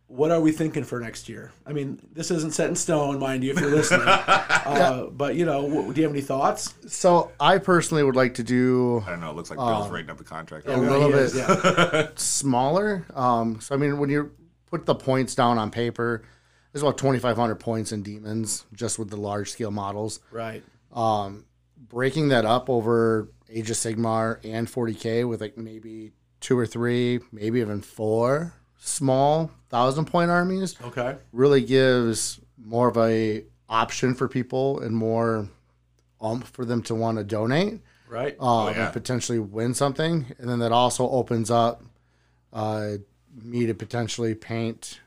Speaker 2: what are we thinking for next year? I mean, this isn't set in stone, mind you, if you're listening. uh, But you know, w- do you have any thoughts?
Speaker 6: So I personally would like to do
Speaker 3: I don't know. It looks like Bill's
Speaker 2: Um,
Speaker 3: writing up the contract.
Speaker 6: a little
Speaker 2: He
Speaker 6: bit
Speaker 2: is, yeah.
Speaker 6: smaller. Um, so I mean, when you put the points down on paper, there's about 2,500 points in demons just with the large scale models.
Speaker 2: right.
Speaker 6: Um, breaking that up over Age of Sigmar and 40k with like maybe two or three, maybe even four small thousand point armies
Speaker 2: Okay.
Speaker 6: really gives more of a option for people and more um for them to want to donate
Speaker 2: Right.
Speaker 6: um,
Speaker 3: yeah.
Speaker 6: and potentially win something. And then that also opens up uh, me to potentially paint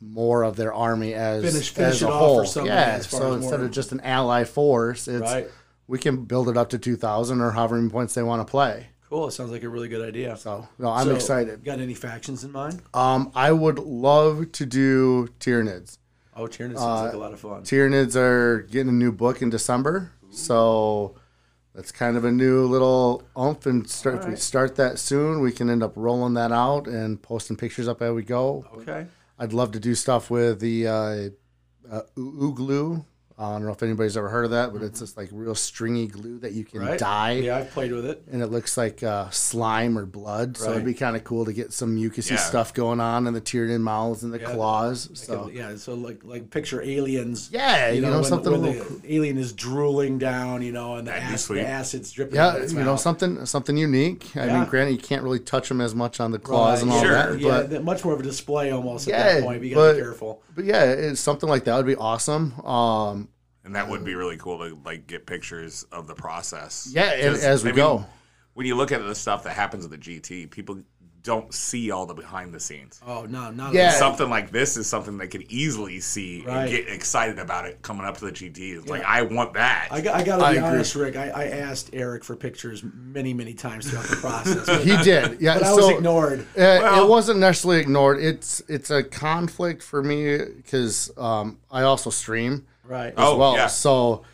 Speaker 6: more of their army as,
Speaker 2: Finish- finish
Speaker 6: as
Speaker 2: it
Speaker 6: a
Speaker 2: off
Speaker 6: whole.
Speaker 2: or something
Speaker 6: yeah.
Speaker 2: as far
Speaker 6: so
Speaker 2: as
Speaker 6: instead
Speaker 2: more-
Speaker 6: of just an ally force, it's
Speaker 2: Right.
Speaker 6: we can build it up to two thousand or however many points they want to play.
Speaker 2: Cool. It sounds like a really good idea.
Speaker 6: So no, I'm
Speaker 2: So,
Speaker 6: excited.
Speaker 2: Got any factions in mind?
Speaker 6: Um, I would love to do Tyranids.
Speaker 2: Oh,
Speaker 6: Uh,
Speaker 2: Tiernan sounds like a lot of fun.
Speaker 6: Tyranids are getting a new book in December, so that's kind of a new little oomph. And start, if we start that soon, we can end up rolling that out and posting pictures up as we go.
Speaker 2: Okay.
Speaker 6: I'd love to do stuff with the uh, uh, oo glue. I don't know if anybody's ever heard of that, but it's this like real stringy glue that you can
Speaker 2: Right.
Speaker 6: dye,
Speaker 2: Yeah, I've played with it.
Speaker 6: and it looks like uh, slime or blood. So
Speaker 2: Right.
Speaker 6: it'd be kind of cool to get some mucousy
Speaker 3: Yeah.
Speaker 6: stuff going on in the Tyranid mouths and the
Speaker 2: Yeah.
Speaker 6: claws.
Speaker 2: So,
Speaker 6: So
Speaker 2: yeah, so like like picture aliens.
Speaker 6: yeah, you, know,
Speaker 2: when-
Speaker 6: something
Speaker 2: when
Speaker 6: a little.
Speaker 2: the alien is drooling down, you know, and the,
Speaker 3: be
Speaker 2: ac-
Speaker 3: sweet.
Speaker 2: the acid's dripping. out
Speaker 6: Yeah,
Speaker 2: of its
Speaker 6: you know
Speaker 2: mouth.
Speaker 6: something something unique. I
Speaker 2: Yeah.
Speaker 6: mean, granted, you can't really touch them as much on the claws and all
Speaker 3: Sure.
Speaker 6: that,
Speaker 2: yeah,
Speaker 6: but
Speaker 2: that- much more of a display almost at
Speaker 6: Yeah,
Speaker 2: that point. But you gotta be
Speaker 6: but-
Speaker 2: careful.
Speaker 6: but yeah, it's something like that would be awesome. Um,
Speaker 3: And that would be really cool to like get pictures of the process.
Speaker 6: yeah, and
Speaker 3: 'Cause,
Speaker 6: as we
Speaker 3: I mean,
Speaker 6: go,
Speaker 3: when you look at the stuff that happens at the GT, people don't see all the behind the scenes.
Speaker 2: Oh no, not
Speaker 6: Yeah.
Speaker 2: at all.
Speaker 3: Something like this is something they could easily see
Speaker 2: Right.
Speaker 3: and get excited about it coming up to the GT. It's like I want that.
Speaker 2: I, got- I gotta
Speaker 6: I
Speaker 2: be
Speaker 6: agree.
Speaker 2: honest, Rick. I, I asked Eric for pictures many, many times throughout the process, but,
Speaker 6: he did. Yeah,
Speaker 2: but I
Speaker 6: so
Speaker 2: was ignored.
Speaker 6: uh, it wasn't necessarily ignored. It's it's a conflict for me because um, I also stream
Speaker 2: Right.
Speaker 6: as
Speaker 3: Oh,
Speaker 6: well.
Speaker 3: yeah.
Speaker 6: So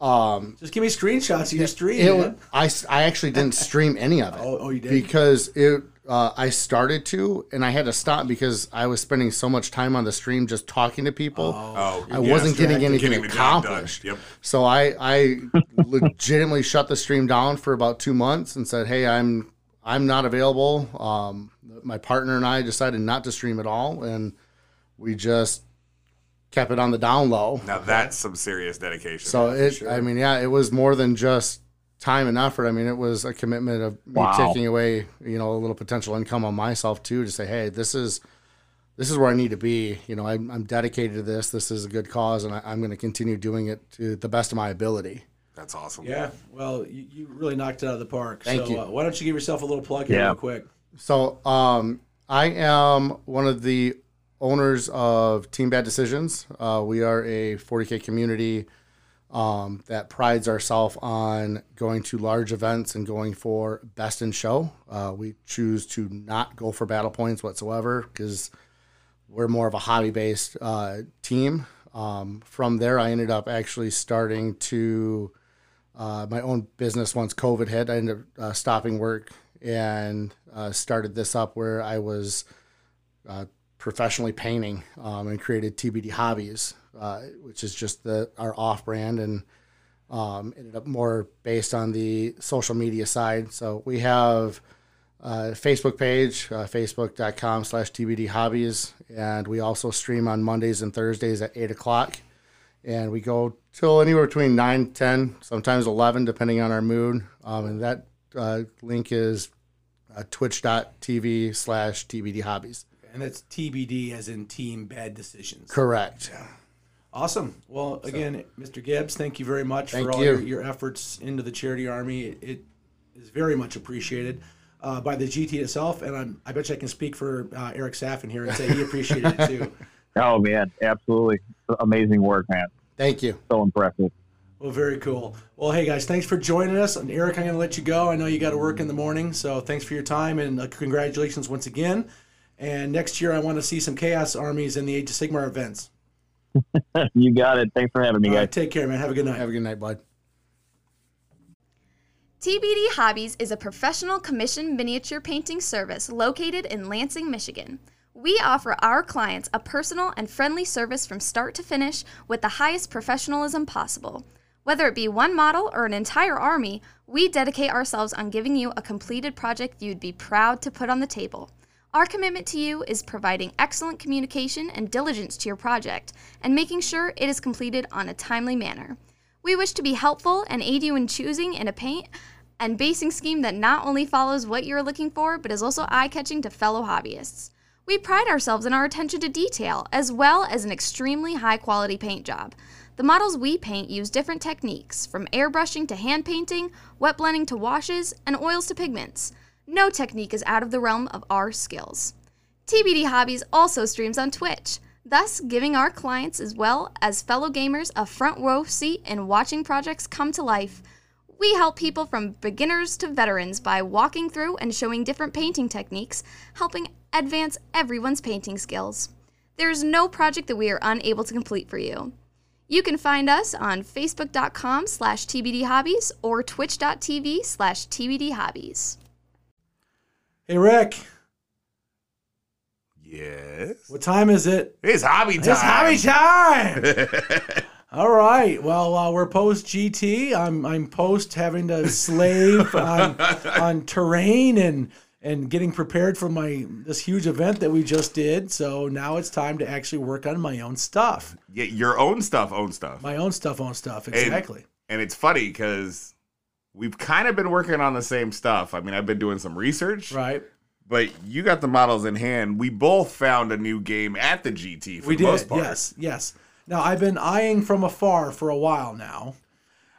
Speaker 6: um,
Speaker 2: Just give me screenshots of your stream.
Speaker 6: it,
Speaker 2: man.
Speaker 6: I s- I actually didn't stream any of it.
Speaker 2: Oh, oh, you did?
Speaker 6: because it. Uh, I started to, and I had to stop because I was spending so much time on the stream just talking to people.
Speaker 3: oh,
Speaker 6: I wasn't getting anything
Speaker 3: the job done.
Speaker 6: accomplished.
Speaker 3: Yep.
Speaker 6: So I I legitimately shut the stream down for about two months and said, "Hey, I'm I'm not available." Um, my partner and I decided not to stream at all, and we just kept it on the down low.
Speaker 3: Now that's some serious dedication.
Speaker 6: So it, I mean, yeah, it was more than just time and effort. I mean, it was a commitment of me
Speaker 7: Wow.
Speaker 6: taking away, you know, a little potential income on myself too, to say, hey, this is, this is where I need to be. You know, I'm, I'm dedicated to this. This is a good cause, and I, I'm going to continue doing it to the best of my ability.
Speaker 3: that's awesome.
Speaker 2: Yeah, well, you, you really knocked it out of the park.
Speaker 6: Thank
Speaker 2: so,
Speaker 6: you.
Speaker 2: Uh, why don't you give yourself a little plug here,
Speaker 7: Yeah.
Speaker 2: real quick?
Speaker 6: So, um, I am one of the owners of Team Bad Decisions. Uh, we are a 40k community um, that prides ourselves on going to large events and going for best in show. Uh, we choose to not go for battle points whatsoever because we're more of a hobby based uh, team. Um, from there, I ended up actually starting to uh, my own business once COVID hit. I ended up uh, stopping work and uh, started this up where I was uh, professionally painting um, and created TBD Hobbies, uh, which is just the our off brand and um, ended up more based on the social media side. So we have uh, Facebook page, uh, facebook.com slash TBD Hobbies. And we also stream on Mondays and Thursdays at 8 o'clock and we go till anywhere between 9, 10, sometimes 11, depending on our mood. Um, and that uh, link is uh, twitch.tv slash TBD hobbies.
Speaker 2: And that's TBD as in team bad decisions.
Speaker 6: Correct.
Speaker 2: Awesome. Well, again, Mr. Gibbs, thank you very much
Speaker 6: Thank
Speaker 2: for all
Speaker 6: you.
Speaker 2: Your, your efforts into the charity army. It, it is very much appreciated uh, by the GT itself, and I'm, I bet you I can speak for uh, Eric Saffin here and say he appreciated it too.
Speaker 7: Oh man, absolutely amazing work, man.
Speaker 6: Thank you.
Speaker 7: So impressive.
Speaker 2: Well, very cool. Well, hey guys, thanks for joining us. And Eric, I'm going to let you go. I know you got to work in the morning, so thanks for your time and uh, congratulations once again. And next year, I want to see some Chaos armies in the Age of Sigmar events.
Speaker 7: you got it. Thanks for having me,
Speaker 2: All
Speaker 7: guys.
Speaker 2: right, take care, man. Have a good night.
Speaker 6: Have a good night, bud.
Speaker 4: TBD Hobbies is a professional commissioned miniature painting service located in Lansing, Michigan. We offer our clients a personal and friendly service from start to finish with the highest professionalism possible. Whether it be one model or an entire army, we dedicate ourselves on giving you a completed project you'd be proud to put on the table. Our commitment to you is providing excellent communication and diligence to your project and making sure it is completed on a timely manner. We wish to be helpful and aid you in choosing in a paint and basing scheme that not only follows what you're looking for, but is also eye catching to fellow hobbyists. We pride ourselves in our attention to detail, as well as an extremely high quality paint job. The models we paint use different techniques, from airbrushing to hand painting, wet blending to washes, and oils to pigments. No technique is out of the realm of our skills. TBD Hobbies also streams on Twitch, thus giving our clients as well as fellow gamers a front row seat in watching projects come to life. We help people from beginners to veterans by walking through and showing different painting techniques, helping advance everyone's painting skills. There is no project that we are unable to complete for you. You can find us on facebook.com slash tbdhobbies or twitch.tv slash tbdhobbies.
Speaker 2: Hey, Rick,
Speaker 3: Yes.
Speaker 2: what time is it?
Speaker 3: It's hobby time.
Speaker 2: It's hobby time. All right. Well, uh, we're post GT. I'm I'm post having to slave on on terrain and and getting prepared for my this huge event that we just did. So now it's time to actually work on my own stuff.
Speaker 3: Yeah, your own stuff, own stuff.
Speaker 2: My own stuff, own stuff. Exactly.
Speaker 3: and it's funny because we've kind of been working on the same stuff. I mean, I've been doing some research,
Speaker 2: Right.
Speaker 3: but you got the models in hand. We both found a new game at the GT for
Speaker 2: We
Speaker 3: the
Speaker 2: did.
Speaker 3: most part.
Speaker 2: Yes. Yes. Now I've been eyeing from afar for a while now.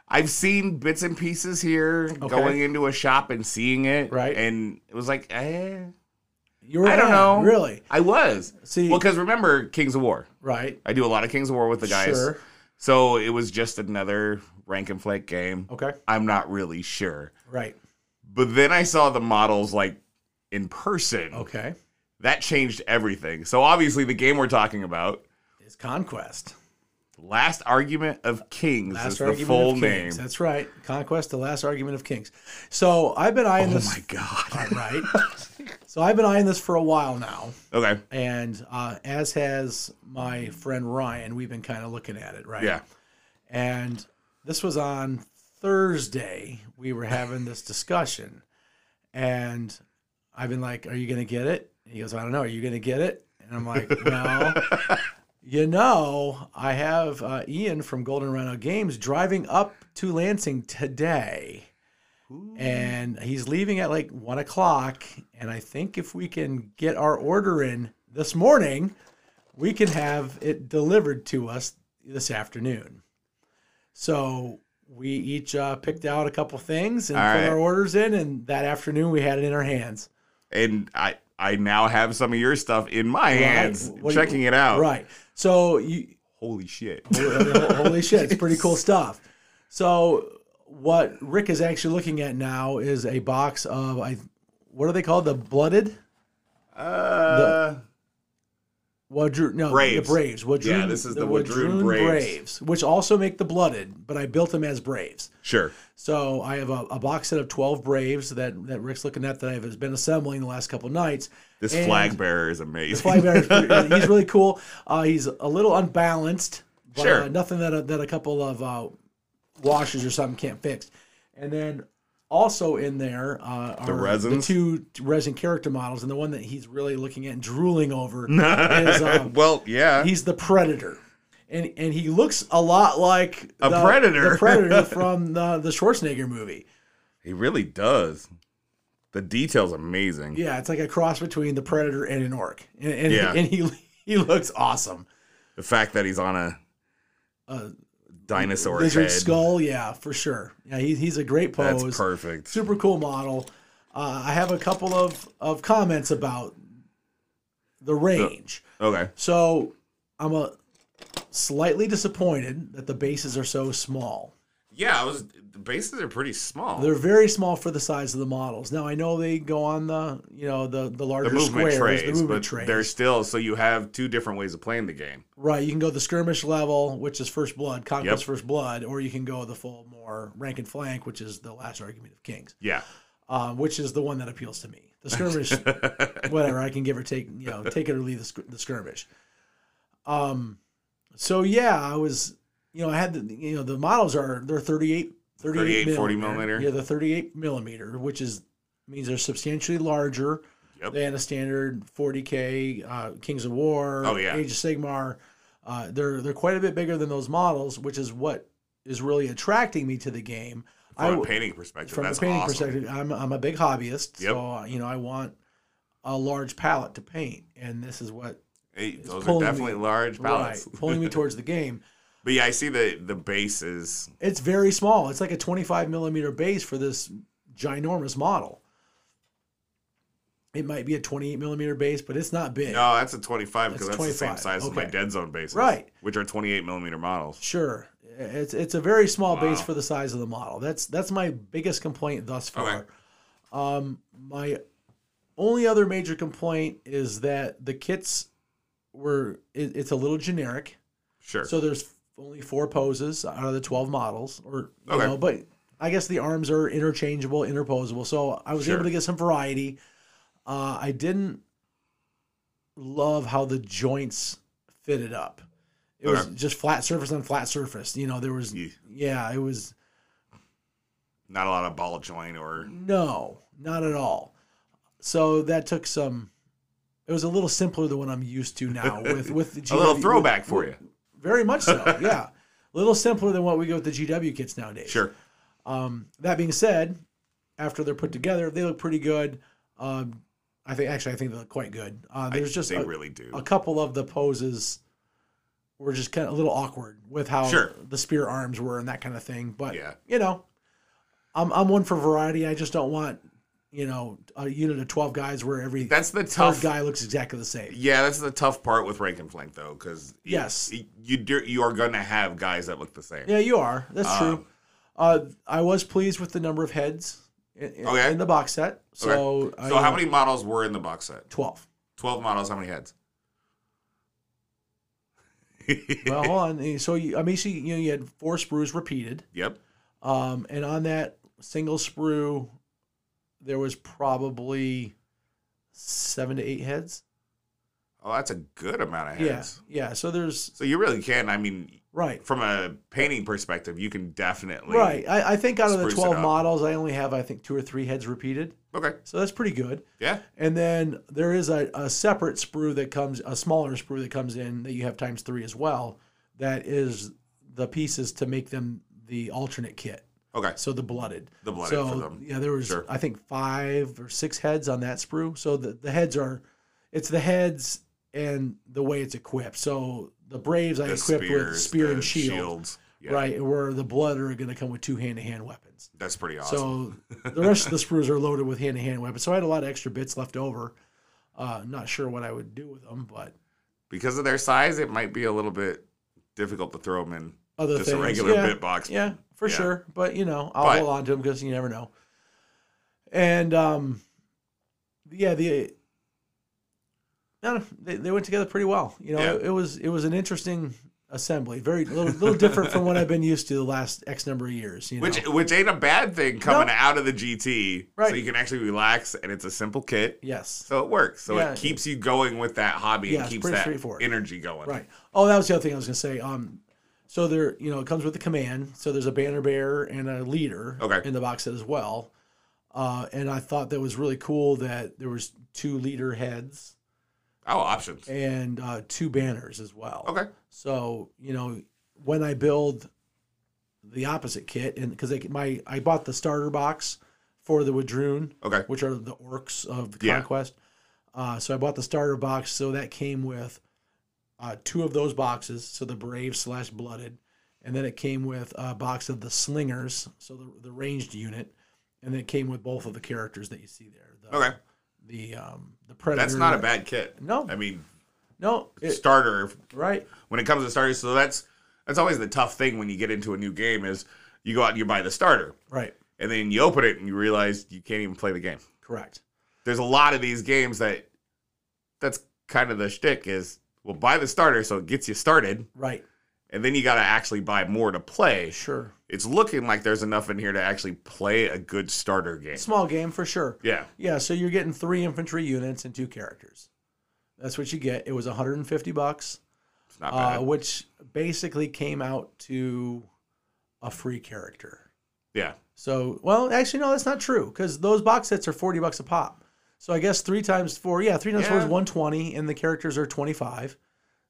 Speaker 3: I've seen bits and pieces here, going into a shop and seeing it,
Speaker 2: Right.
Speaker 3: And it was like, eh,
Speaker 2: You were
Speaker 3: I don't
Speaker 2: yeah,
Speaker 3: know.
Speaker 2: Really.
Speaker 3: I was
Speaker 2: See-
Speaker 3: well because remember Kings of War.
Speaker 2: Right.
Speaker 3: I do a lot of Kings of War with the guys,
Speaker 2: Sure.
Speaker 3: so it was just another rank and flake game.
Speaker 2: Okay.
Speaker 3: I'm not really sure.
Speaker 2: Right.
Speaker 3: But then I saw the models like in person.
Speaker 2: Okay.
Speaker 3: That changed everything. So obviously the game we're talking about,
Speaker 2: It's conquest.
Speaker 3: Last Argument of Kings
Speaker 2: Last
Speaker 3: is the
Speaker 2: argument
Speaker 3: full
Speaker 2: of
Speaker 3: name.
Speaker 2: kings. That's right. Conquest, the last argument of kings. So I've been eyeing
Speaker 3: Oh
Speaker 2: this.
Speaker 3: my god.
Speaker 2: Right. so I've been eyeing this for a while now,
Speaker 3: Okay.
Speaker 2: and uh, as has my friend Ryan. We've been kind of looking at it, right?
Speaker 3: Yeah.
Speaker 2: And this was on Thursday. We were having this discussion, and I've been like, "Are you gonna get it?" And he goes, "I don't know. Are you gonna get it?" And I'm like, "No." you know, I have uh, Ian from Golden Rhino Games driving up to Lansing today. And he's leaving at like one o'clock. And I think if we can get our order in this morning, we can have it delivered to us this afternoon. So we each uh, picked out a couple things and
Speaker 3: All
Speaker 2: put
Speaker 3: right.
Speaker 2: our orders in. And that afternoon, we had it in our hands.
Speaker 3: And I I now have some of your stuff in my hands,
Speaker 2: What do you-
Speaker 3: checking it out.
Speaker 2: Right. So you,
Speaker 3: Holy shit.
Speaker 2: holy shit, it's pretty cool stuff. So what Rick is actually looking at now is a box of I what are they called? The blooded?
Speaker 3: Uh,
Speaker 2: Wadru- no,
Speaker 3: Braves.
Speaker 2: the Braves. Wadroon,
Speaker 3: Yeah, this is the Wadroon Braves.
Speaker 2: which also make the blooded, but I built them as Braves.
Speaker 3: sure.
Speaker 2: So I have a, a box set of twelve Braves that that Rick's looking at that I've been assembling the last couple nights.
Speaker 3: This
Speaker 2: And-
Speaker 3: flag bearer is amazing.
Speaker 2: Fly Bear is pretty- he's really cool. Uh, he's a little unbalanced, but
Speaker 3: Sure.
Speaker 2: uh, nothing that a, that a couple of uh, washes or something can't fix. And then also in there uh, are the,
Speaker 3: resins?
Speaker 2: two resin character models, and the one that he's really looking at and drooling over is uh,
Speaker 3: well, yeah.
Speaker 2: he's the Predator. and and he looks a lot like
Speaker 3: A predator.
Speaker 2: the predator from the, the Schwarzenegger movie.
Speaker 3: He really does. The detail's amazing.
Speaker 2: Yeah, it's like a cross between the predator and an orc, and and,
Speaker 3: Yeah.
Speaker 2: and he he looks awesome.
Speaker 3: The fact that he's on a
Speaker 2: Uh,
Speaker 3: dinosaur
Speaker 2: lizard
Speaker 3: head.
Speaker 2: skull, yeah, for sure. Yeah, he, he's a great pose.
Speaker 3: That's perfect.
Speaker 2: super cool model. Uh, I have a couple of, of comments about the range.
Speaker 3: Okay.
Speaker 2: So I'm a slightly disappointed that the bases are so small.
Speaker 3: Yeah, I was. The bases are pretty small.
Speaker 2: They're very small for the size of the models. Now I know they go on the you know the the larger
Speaker 3: the movement
Speaker 2: squares,
Speaker 3: trays,
Speaker 2: the movement
Speaker 3: but
Speaker 2: trays.
Speaker 3: they're still. So you have two different ways of playing the game.
Speaker 2: Right, you can go the skirmish level, which is first blood, conquest
Speaker 3: Yep.
Speaker 2: first blood, or you can go the full more rank and flank, which is the last argument of kings.
Speaker 3: Yeah.
Speaker 2: um, which is the one that appeals to me. The skirmish, whatever I can give or take, you know, take it or leave the, sk- the skirmish. Um, so yeah, I was, you know, I had the, you know, the models are they're 38, 38,
Speaker 3: 38, 40 millimeter.
Speaker 2: Yeah, the 38 millimeter, which is means they're substantially larger
Speaker 3: Yep.
Speaker 2: than a standard 40k uh, Kings of War,
Speaker 3: Oh, yeah.
Speaker 2: Age of Sigmar. Uh, they're they're quite a bit bigger than those models, which is what is really attracting me to the game. I
Speaker 3: From a
Speaker 2: w-
Speaker 3: painting perspective,
Speaker 2: from a
Speaker 3: that's
Speaker 2: painting
Speaker 3: awesome.
Speaker 2: perspective, I'm I'm a big hobbyist,
Speaker 3: Yep.
Speaker 2: so uh, you know I want a large palette to paint, and this is what
Speaker 3: Hey, those are
Speaker 2: pulling me-
Speaker 3: definitely large pallets.
Speaker 2: right, pulling me towards the game.
Speaker 3: But yeah, I see the the base is
Speaker 2: It's very small. It's like a 25 millimeter base for this ginormous model. It might be a 28 millimeter base, but it's not big.
Speaker 3: no, Oh, that's a twenty five because
Speaker 2: That's
Speaker 3: that's the same
Speaker 2: 25,
Speaker 3: size as my
Speaker 2: okay.
Speaker 3: dead zone bases,
Speaker 2: Right.
Speaker 3: Which are twenty eight millimeter models.
Speaker 2: Sure, it's it's a very small base
Speaker 3: Wow.
Speaker 2: for the size of the model. That's that's my biggest complaint thus far.
Speaker 3: Okay.
Speaker 2: Um, my only other major complaint is that the kits were it, it's a little generic.
Speaker 3: Sure.
Speaker 2: So there's only four poses out of the 12 models, or you
Speaker 3: Okay.
Speaker 2: know, but I guess the arms are interchangeable, interposable. So I was
Speaker 3: Sure.
Speaker 2: able to get some variety. Uh, I didn't love how the joints fitted up. It was
Speaker 3: Okay.
Speaker 2: just flat surface on flat surface. You know, there was
Speaker 3: Ye-
Speaker 2: yeah, it was
Speaker 3: Not a lot of ball joint or
Speaker 2: no, not at all. So that took some. It was a little simpler than what I'm used to now with with the E.
Speaker 3: a little
Speaker 2: GW
Speaker 3: throwback for you.
Speaker 2: Very much so. Yeah, a little simpler than what we go with the GW kits nowadays.
Speaker 3: Sure.
Speaker 2: Um, that being said, after they're put together, they look pretty good. Um, I think actually, I think they look quite good. Uh,
Speaker 3: I-
Speaker 2: there's just
Speaker 3: they
Speaker 2: a,
Speaker 3: really do.
Speaker 2: a couple of the poses were just kind of a little awkward with how
Speaker 3: Sure.
Speaker 2: the spear arms were and that kind of thing. But
Speaker 3: Yeah.
Speaker 2: you know, I'm I'm one for variety. I just don't want you know a unit of twelve guys where every
Speaker 3: That's the
Speaker 2: third
Speaker 3: tough
Speaker 2: guy looks exactly the same.
Speaker 3: Yeah, that's the tough part with rank and flank though, because
Speaker 2: Yes.
Speaker 3: you do, you are going to have guys that look the same.
Speaker 2: Yeah, you are. That's true.
Speaker 3: Um,
Speaker 2: Uh, I was pleased with the number of heads in, in-
Speaker 3: Okay.
Speaker 2: in the box set. So I-
Speaker 3: So how many models were in the box set?
Speaker 2: Twelve.
Speaker 3: Twelve models. How many heads?
Speaker 2: Well, hold on. So you, I mean, so you, you know, you had four sprues repeated.
Speaker 3: yep.
Speaker 2: Um, and on that single sprue, there was probably seven to eight heads.
Speaker 3: Oh, that's a good amount of heads.
Speaker 2: Yeah, yeah. So there's
Speaker 3: So you really can. I mean,
Speaker 2: right,
Speaker 3: from a painting perspective, you can definitely.
Speaker 2: right. I, I think out of the
Speaker 3: Spruce it
Speaker 2: twelve
Speaker 3: up.
Speaker 2: models, I only have I think two or three heads repeated.
Speaker 3: Okay.
Speaker 2: So that's pretty good.
Speaker 3: Yeah.
Speaker 2: And then there is a, a separate sprue that comes, a smaller sprue that comes in that you have times three as well. That is the pieces to make them the alternate kit.
Speaker 3: Okay.
Speaker 2: So the blooded.
Speaker 3: The blooded
Speaker 2: so,
Speaker 3: for them.
Speaker 2: Yeah, there was
Speaker 3: Sure.
Speaker 2: I think five or six heads on that sprue. So the, the heads are it's the heads and the way it's equipped. So the Braves I
Speaker 3: The
Speaker 2: equipped with
Speaker 3: spears,
Speaker 2: spear
Speaker 3: the
Speaker 2: and shield.
Speaker 3: shields. Yeah,
Speaker 2: Right, where the blood are gonna come with two hand to hand weapons.
Speaker 3: That's pretty awesome.
Speaker 2: So the rest of the sprues are loaded with hand to hand weapons. So I had a lot of extra bits left over. Uh, not sure what I would do with them, but
Speaker 3: because of their size, it might be a little bit difficult to throw them in
Speaker 2: other
Speaker 3: just
Speaker 2: things.
Speaker 3: a regular
Speaker 2: yeah.
Speaker 3: bit box.
Speaker 2: Yeah, for
Speaker 3: Yeah.
Speaker 2: sure. But you know, I'll
Speaker 3: But-
Speaker 2: hold on to them because you never know. And um, yeah, the I don't know, they, they went together pretty well. You know,
Speaker 3: Yeah.
Speaker 2: it, it was it was an interesting assembly, very little, little different from what I've been used to the last X number of years. You know?
Speaker 3: Which which ain't a bad thing coming out of the GT. So
Speaker 2: Right.
Speaker 3: you can actually relax and it's a simple kit.
Speaker 2: yes,
Speaker 3: So it works. So
Speaker 2: Yeah.
Speaker 3: it keeps you going with that hobby
Speaker 2: Yeah,
Speaker 3: and
Speaker 2: it's
Speaker 3: keeps
Speaker 2: pretty
Speaker 3: that
Speaker 2: straightforward.
Speaker 3: energy going.
Speaker 2: Right. Oh, that was the other thing I was gonna say. Um, so there, you know, it comes with a command. So there's a banner bearer and a leader
Speaker 3: Okay.
Speaker 2: in the box set as well. Uh, and I thought that was really cool that there was two leader heads
Speaker 3: Oh, options.
Speaker 2: and uh, two banners as well.
Speaker 3: Okay.
Speaker 2: So you know when I build the opposite kit, and because my I bought the starter box for the Wadroon,
Speaker 3: Okay.
Speaker 2: which are the orcs of the
Speaker 3: Yeah.
Speaker 2: conquest. Uh, so I bought the starter box, so that came with uh, two of those boxes, so the brave slash blooded, and then it came with a box of the slingers, so the, the ranged unit, and then it came with both of the characters that you see there. The,
Speaker 3: Okay.
Speaker 2: The um the predator.
Speaker 3: That's not a bad kit.
Speaker 2: No.
Speaker 3: I mean,
Speaker 2: No, it,
Speaker 3: starter
Speaker 2: right.
Speaker 3: when it comes to starters. So that's that's always the tough thing when you get into a new game is you go out and you buy the starter,
Speaker 2: Right.
Speaker 3: and then you open it and you realize you can't even play the game.
Speaker 2: Correct.
Speaker 3: There's a lot of these games that that's kind of the shtick is well buy the starter so it gets you started,
Speaker 2: Right.
Speaker 3: and then you got to actually buy more to play.
Speaker 2: Sure.
Speaker 3: It's looking like there's enough in here to actually play a good starter game.
Speaker 2: Small game for sure.
Speaker 3: Yeah.
Speaker 2: Yeah, so you're getting three infantry units and two characters. That's what you get. It was 150 bucks.
Speaker 3: It's not
Speaker 2: uh,
Speaker 3: bad.
Speaker 2: which basically came out to a free character.
Speaker 3: yeah.
Speaker 2: So, well, actually, no, that's not true because those box sets are 40 bucks a pop. So I guess three times four, yeah, three times four is
Speaker 3: Yeah.
Speaker 2: 120, and the characters are 25.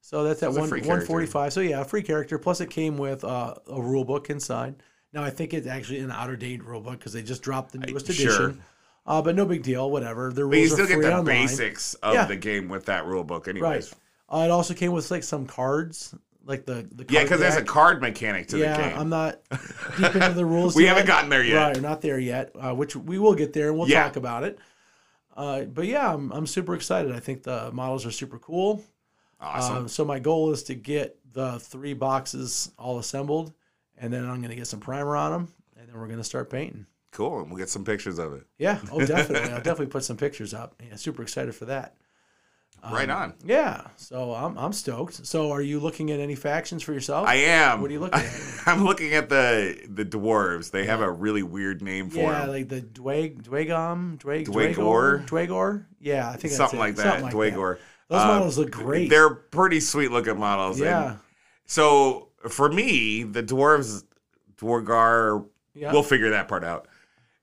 Speaker 2: So that's at
Speaker 3: That's a
Speaker 2: one,
Speaker 3: free character.
Speaker 2: 145. So yeah, a free character. Plus, it came with uh, a rule book inside. Now I think it's actually an out of date rule book because they just dropped the newest
Speaker 3: sure.
Speaker 2: edition. Uh, but no big deal. Whatever. The rules
Speaker 3: But you
Speaker 2: are
Speaker 3: still get
Speaker 2: free
Speaker 3: the
Speaker 2: online.
Speaker 3: basics of
Speaker 2: Yeah.
Speaker 3: the game with that rule book, anyways.
Speaker 2: Right. Uh, it also came with like some cards, like the the
Speaker 3: Yeah,
Speaker 2: card
Speaker 3: because there's a
Speaker 2: deck.
Speaker 3: card mechanic to
Speaker 2: yeah,
Speaker 3: the game.
Speaker 2: I'm not deep into the rules.
Speaker 3: We haven't gotten there yet.
Speaker 2: Right, not there yet. Uh, which we will get there, and we'll
Speaker 3: Yeah.
Speaker 2: talk about it. Uh, but yeah, I'm, I'm super excited. I think the models are super cool.
Speaker 3: awesome.
Speaker 2: Um, so my goal is to get the three boxes all assembled, and then I'm going to get some primer on them, and then we're going to start painting.
Speaker 3: cool. And we'll get some pictures of it.
Speaker 2: Yeah, oh definitely, I'll definitely put some pictures up. Yeah, super excited for that. um,
Speaker 3: right on.
Speaker 2: Yeah, so I'm I'm stoked. So are you looking at any factions for yourself?
Speaker 3: I am.
Speaker 2: oh, what are you looking at?
Speaker 3: I'm looking at the the dwarves. They have a really weird name for
Speaker 2: Yeah,
Speaker 3: them.
Speaker 2: like the Dwag Dwagom Dwag
Speaker 3: Dwagor?
Speaker 2: Dwagor Dwagor. Yeah, I think
Speaker 3: something,
Speaker 2: that's
Speaker 3: like
Speaker 2: it.
Speaker 3: that,
Speaker 2: Something like
Speaker 3: Dwagor.
Speaker 2: Those
Speaker 3: Uh,
Speaker 2: models look great.
Speaker 3: They're pretty sweet looking models. and
Speaker 2: yeah,
Speaker 3: so for me, the dwarves, Dwargar,
Speaker 2: yeah.
Speaker 3: we'll figure that part out.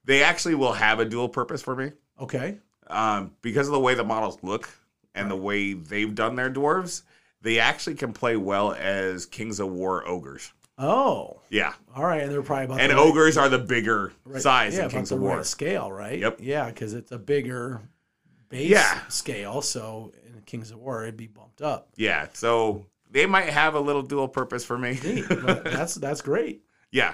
Speaker 3: They actually will have a dual purpose for me.
Speaker 2: okay,
Speaker 3: um, because of the way the models look and the way they've done their dwarves, they actually can play well as Kings of War ogres.
Speaker 2: oh,
Speaker 3: Yeah,
Speaker 2: all right, and they're probably about
Speaker 3: and
Speaker 2: the right-
Speaker 3: ogres are the bigger
Speaker 2: right-
Speaker 3: size
Speaker 2: yeah,
Speaker 3: of
Speaker 2: about
Speaker 3: Kings
Speaker 2: the
Speaker 3: of
Speaker 2: right
Speaker 3: War.
Speaker 2: scale, right?
Speaker 3: Yep.
Speaker 2: Yeah, because it's a bigger base
Speaker 3: Yeah.
Speaker 2: scale. So in Kings of War, it'd be bumped up.
Speaker 3: Yeah, so they might have a little dual purpose for me.
Speaker 2: Neat. Well, that's that's great.
Speaker 3: yeah.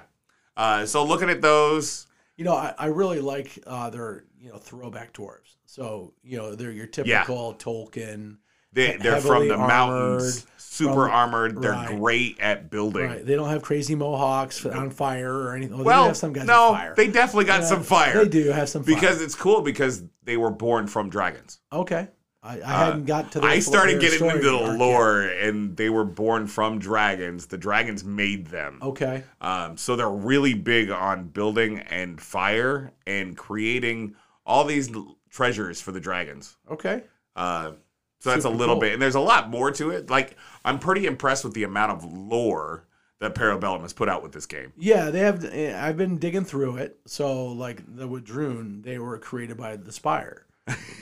Speaker 3: Uh, so looking at those,
Speaker 2: You know, I, I really like uh, their you know throwback dwarves. So you know they're your typical Tolkien.
Speaker 3: they,
Speaker 2: He-
Speaker 3: they're from
Speaker 2: heavily
Speaker 3: the mountains,
Speaker 2: armored,
Speaker 3: super
Speaker 2: from-
Speaker 3: armored. They're
Speaker 2: right.
Speaker 3: great at building.
Speaker 2: Right. They don't have crazy mohawks on fire or anything. Well, they do
Speaker 3: Well,
Speaker 2: have some guys
Speaker 3: no,
Speaker 2: on fire.
Speaker 3: they definitely got
Speaker 2: Yeah,
Speaker 3: some fire
Speaker 2: They do have some fire.
Speaker 3: because it's cool because they were born from dragons.
Speaker 2: okay, I, I
Speaker 3: Uh,
Speaker 2: hadn't got to.
Speaker 3: I
Speaker 2: their-
Speaker 3: started
Speaker 2: their
Speaker 3: getting
Speaker 2: story
Speaker 3: into the
Speaker 2: arc
Speaker 3: lore, and they were born from dragons. The dragons made them.
Speaker 2: yet. Okay,
Speaker 3: Um, so they're really big on building and fire and creating all these l- treasures for the dragons.
Speaker 2: okay,
Speaker 3: Uh, so that's a
Speaker 2: Super
Speaker 3: little
Speaker 2: cool.
Speaker 3: bit, and there's a lot more to it. Like I'm pretty impressed with the amount of lore that Parabellum has put out with this game.
Speaker 2: yeah, they have. eh, I've been digging through it. So like the Wadroon, they were created by the Spire,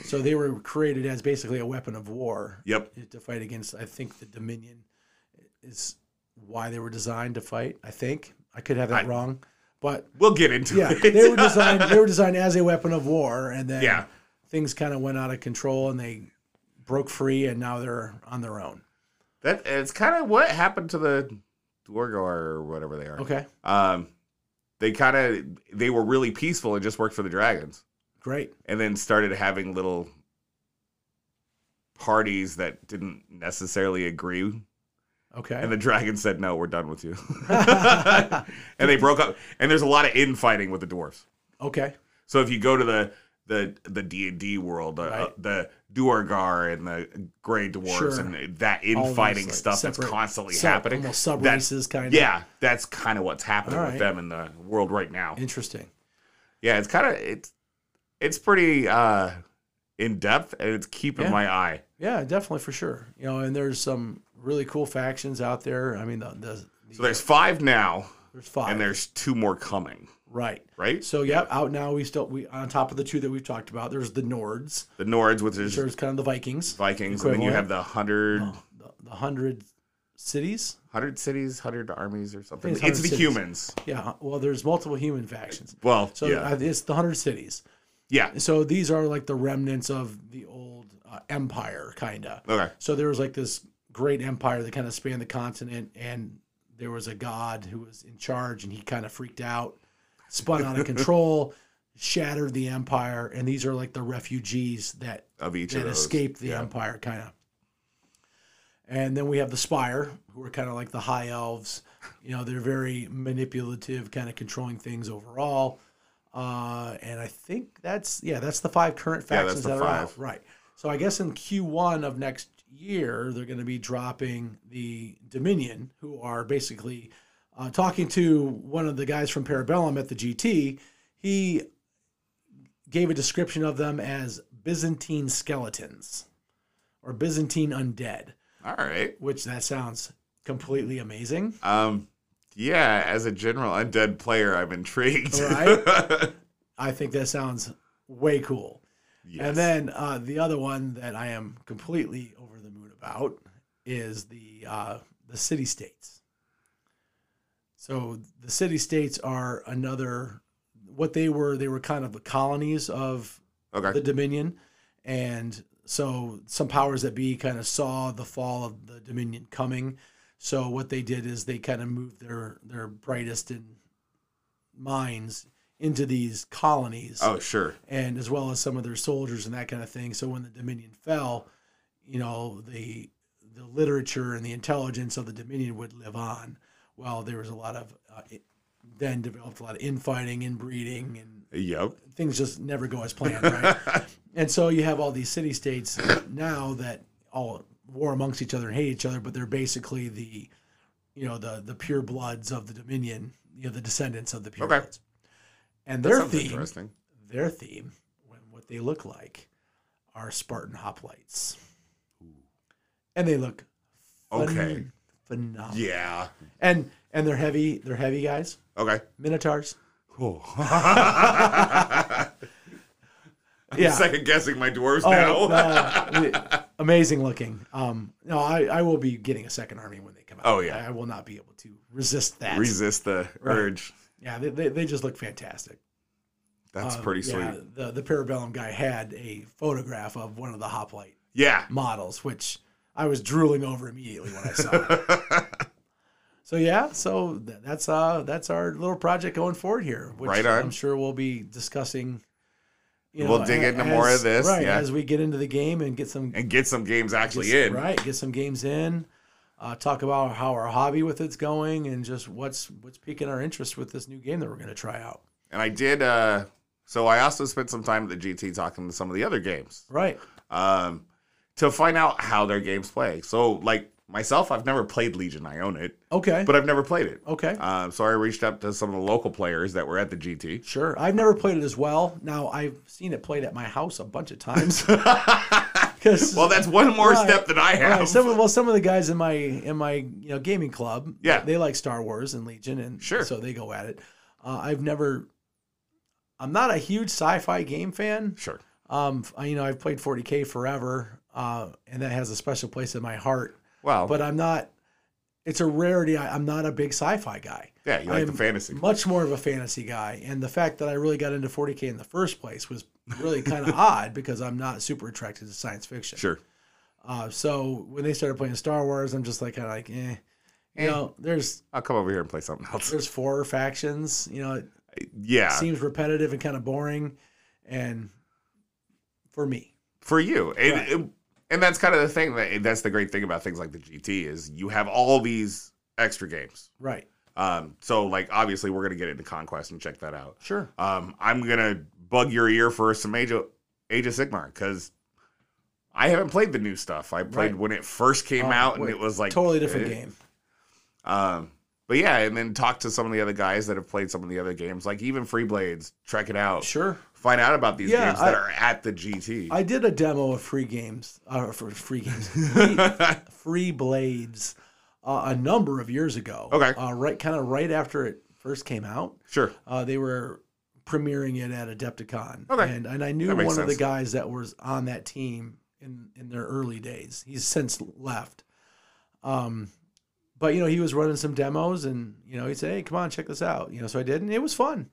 Speaker 2: so they were created as basically a weapon of war
Speaker 3: Yep.
Speaker 2: to fight against. I think the Dominion is why they were designed to fight. I think I could have that
Speaker 3: I-
Speaker 2: wrong, but
Speaker 3: We'll get into
Speaker 2: yeah,
Speaker 3: it.
Speaker 2: they were designed. They were designed as a weapon of war, and then
Speaker 3: Yeah.
Speaker 2: things kind of went out of control, and they broke free, and now they're on their own.
Speaker 3: that it's kind of what happened to the Dwargar or whatever they are.
Speaker 2: Okay,
Speaker 3: um, they kind of they were really peaceful and just worked for the dragons
Speaker 2: great.
Speaker 3: and then started having little parties that didn't necessarily agree
Speaker 2: Okay,
Speaker 3: and the dragon said no we're done with you and they broke up and there's a lot of infighting with the dwarves
Speaker 2: okay,
Speaker 3: so if you go to the the the D&D world uh,
Speaker 2: Right.
Speaker 3: the Duergar and the gray dwarves
Speaker 2: Sure.
Speaker 3: and that
Speaker 2: All those,
Speaker 3: infighting
Speaker 2: like,
Speaker 3: stuff that's
Speaker 2: separate-
Speaker 3: constantly
Speaker 2: sub-
Speaker 3: happening
Speaker 2: almost
Speaker 3: That-
Speaker 2: sub races kind of.
Speaker 3: yeah that's kind of what's happening
Speaker 2: All
Speaker 3: with
Speaker 2: right.
Speaker 3: them in the world right now
Speaker 2: interesting.
Speaker 3: yeah it's kind of it's it's pretty uh in depth and it's keeping
Speaker 2: Yeah.
Speaker 3: my eye
Speaker 2: Yeah, definitely for sure. You know, and there's some really cool factions out there. I mean, the, the,
Speaker 3: so there's five now
Speaker 2: there's five,
Speaker 3: and there's two more coming
Speaker 2: Right.
Speaker 3: right?
Speaker 2: So yeah, out now we still we on top of the two that we've talked about. There's the Nords,
Speaker 3: The Nords, which is
Speaker 2: which are kind of the Vikings,
Speaker 3: Vikings, and then you
Speaker 2: Equivalent. Oh.
Speaker 3: have the 100,
Speaker 2: the, the hundred cities.
Speaker 3: 100 cities, 100 armies, or something.
Speaker 2: it's
Speaker 3: It's,
Speaker 2: 100
Speaker 3: the
Speaker 2: cities.
Speaker 3: humans.
Speaker 2: Yeah. Well, there's multiple human factions.
Speaker 3: Well,
Speaker 2: So
Speaker 3: yeah.
Speaker 2: uh, it's the hundred cities.
Speaker 3: yeah.
Speaker 2: So these are like the remnants of the old uh, empire, kinda.
Speaker 3: Okay.
Speaker 2: So there was like this great empire that kind of spanned the continent, and there was a god who was in charge, and he kind of freaked out, spun out of control, shattered the empire, and these are like the refugees that
Speaker 3: Of each of
Speaker 2: that
Speaker 3: those.
Speaker 2: escaped the
Speaker 3: Yeah.
Speaker 2: empire, kind of. And then we have the Spire, who are kind of like the High Elves. You know, they're very manipulative, kind of controlling things overall. Uh, and I think that's yeah, that's the five current
Speaker 3: Yeah,
Speaker 2: factions
Speaker 3: that's the
Speaker 2: that are out.
Speaker 3: five.
Speaker 2: Right. So I guess in Q1 of next year, they're going to be dropping the Dominion, who are basically uh, talking to one of the guys from Parabellum at the GT. He gave a description of them as Byzantine skeletons or Byzantine undead,
Speaker 3: All right.
Speaker 2: which that sounds completely amazing.
Speaker 3: Um, yeah, as a general undead player, I'm intrigued.
Speaker 2: Right. I think that sounds way cool.
Speaker 3: Yes.
Speaker 2: And then uh, the other one that I am completely over the moon about is the uh, the city states. So the city states are another what they were they were kind of the colonies of
Speaker 3: okay.
Speaker 2: the Dominion, and so some powers that be kind of saw the fall of the Dominion coming. So what they did is they kind of moved their their brightest in minds into these colonies,
Speaker 3: oh, sure.
Speaker 2: and as well as some of their soldiers and that kind of thing. So when the Dominion fell, you know the the literature and the intelligence of the Dominion would live on. Well, there was a lot of uh, it then developed a lot of infighting, inbreeding, and
Speaker 3: Yep.
Speaker 2: things just never go as planned, right? and so you have all these city states now that all war amongst each other and hate each other, but they're basically the, you know, the the pure bloods of the Dominion, you know, the descendants of the pure
Speaker 3: Okay.
Speaker 2: bloods. And
Speaker 3: That
Speaker 2: their
Speaker 3: sounds
Speaker 2: theme,
Speaker 3: interesting.
Speaker 2: their theme, when what they look like, are Spartan hoplites, and they look phen-
Speaker 3: Okay.
Speaker 2: phenomenal,
Speaker 3: Yeah.
Speaker 2: and and they're heavy, they're heavy guys,
Speaker 3: Okay.
Speaker 2: minotaurs,
Speaker 3: I'm second guessing my dwarves
Speaker 2: Oh,
Speaker 3: now.
Speaker 2: uh, amazing looking. Um, no, I, I will be getting a second army when they come out.
Speaker 3: Oh, yeah.
Speaker 2: I, I will not be able to resist that.
Speaker 3: Resist the urge.
Speaker 2: yeah, they, they, they just look fantastic.
Speaker 3: That's
Speaker 2: Um,
Speaker 3: pretty sweet.
Speaker 2: yeah,
Speaker 3: Yeah.
Speaker 2: The the Parabellum guy had a photograph of one of the hoplite models, which I was drooling over immediately when I saw. it. so yeah, so th- that's uh that's our little project going forward here, which
Speaker 3: Right on.
Speaker 2: I'm sure we'll be discussing. You
Speaker 3: We'll dig
Speaker 2: a-
Speaker 3: into more of
Speaker 2: as-
Speaker 3: this,
Speaker 2: right
Speaker 3: yeah.
Speaker 2: as we get into the game and get some
Speaker 3: And get some games actually
Speaker 2: Just-
Speaker 3: in.
Speaker 2: Right, get some games in. Uh, talk about how our hobby with it's going, and just what's what's piquing our interest with this new game that we're going to try out.
Speaker 3: And I did. Uh, so I also spent some time at the GT talking to some of the other games
Speaker 2: Right,
Speaker 3: um, to find out how their games play. So, like myself, I've never played Legion. I own it,
Speaker 2: okay,
Speaker 3: but I've never played it.
Speaker 2: okay,
Speaker 3: Um, so I reached out to some of the local players that were at the GT.
Speaker 2: sure. I've never played it as well. Now I've seen it played at my house a bunch of times. 'Cause-
Speaker 3: Well, that's one more
Speaker 2: Right.
Speaker 3: step that I have.
Speaker 2: Right, some of, well, some of the guys in my in my you know gaming club,
Speaker 3: Yeah.
Speaker 2: they like Star Wars and Legion, and
Speaker 3: Sure.
Speaker 2: so they go at it. Uh, I've never, I'm not a huge sci-fi game fan.
Speaker 3: sure.
Speaker 2: Um, f- you know, I've played 40k forever, uh, and that has a special place in my heart.
Speaker 3: Well,
Speaker 2: But I'm not. It's a rarity. I, I'm not a big sci-fi guy.
Speaker 3: yeah, you like the
Speaker 2: I'm
Speaker 3: fantasy.
Speaker 2: Much more of a fantasy guy, and the fact that I really got into 40k in the first place was really kind of odd because I'm not super attracted to science fiction.
Speaker 3: Sure.
Speaker 2: Uh, so when they started playing Star Wars, I'm just like kind of like, eh. You know, there's
Speaker 3: I'll come over here and play something else.
Speaker 2: there's four factions. You know, it
Speaker 3: Yeah.
Speaker 2: seems repetitive and kind of boring, and for me,
Speaker 3: for you. And,
Speaker 2: Right.
Speaker 3: and- and that's kind of the thing that that's the great thing about things like the GT is you have all these extra games.
Speaker 2: right?
Speaker 3: Um, so like obviously we're gonna get into Conquest and check that out.
Speaker 2: Sure.
Speaker 3: Um, I'm gonna bug your ear for some Age of, Age of Sigmar because I haven't played the new stuff. I played
Speaker 2: Right.
Speaker 3: when it first came
Speaker 2: Oh,
Speaker 3: out and
Speaker 2: wait,
Speaker 3: it was like
Speaker 2: totally different
Speaker 3: eh.
Speaker 2: game.
Speaker 3: Um, but yeah, and then talk to some of the other guys that have played some of the other games, like even Free Blades. Check it out.
Speaker 2: Sure.
Speaker 3: Find out about these
Speaker 2: Yeah,
Speaker 3: games that
Speaker 2: I-
Speaker 3: are at the GT.
Speaker 2: I did a demo of free games, uh, for free games, free blades, uh, a number of years ago.
Speaker 3: Okay.
Speaker 2: Uh, right, kind of right after it first came out,
Speaker 3: Sure.
Speaker 2: uh, they were premiering it at Adepticon.
Speaker 3: Okay.
Speaker 2: And and I knew
Speaker 3: That
Speaker 2: one
Speaker 3: makes
Speaker 2: of the
Speaker 3: sense.
Speaker 2: guys that was on that team in in their early days. He's since left. Um but you know, he was running some demos and you know, he said, "Hey, come on, check this out." You know, so I did and it was fun.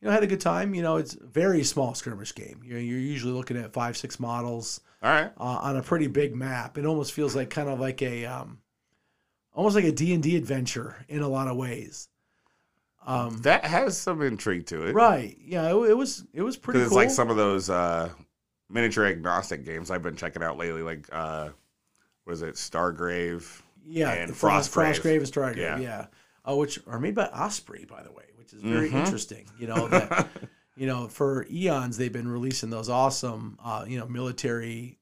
Speaker 2: You know, I had a good time. You know, it's a very small skirmish game. You know, you're usually looking at 5 6 models
Speaker 3: All right.
Speaker 2: uh, on a pretty big map. It almost feels like kind of like a um almost like a D&D adventure in a lot of ways. Um
Speaker 3: That has some intrigue to it.
Speaker 2: Right. Yeah, it, it was it was pretty
Speaker 3: Because
Speaker 2: cool.
Speaker 3: it's like some of those uh, miniature agnostic games I've been checking out lately, like uh, what is it, Stargrave?
Speaker 2: yeah,
Speaker 3: and
Speaker 2: the Fro-
Speaker 3: Frostgrave.
Speaker 2: Frostgrave and Stargrave. Yeah.
Speaker 3: Yeah.
Speaker 2: Uh, which are made by Osprey, by the way, which is very
Speaker 3: Mhm.
Speaker 2: interesting. You know that you know for eons they've been releasing those awesome uh, you know military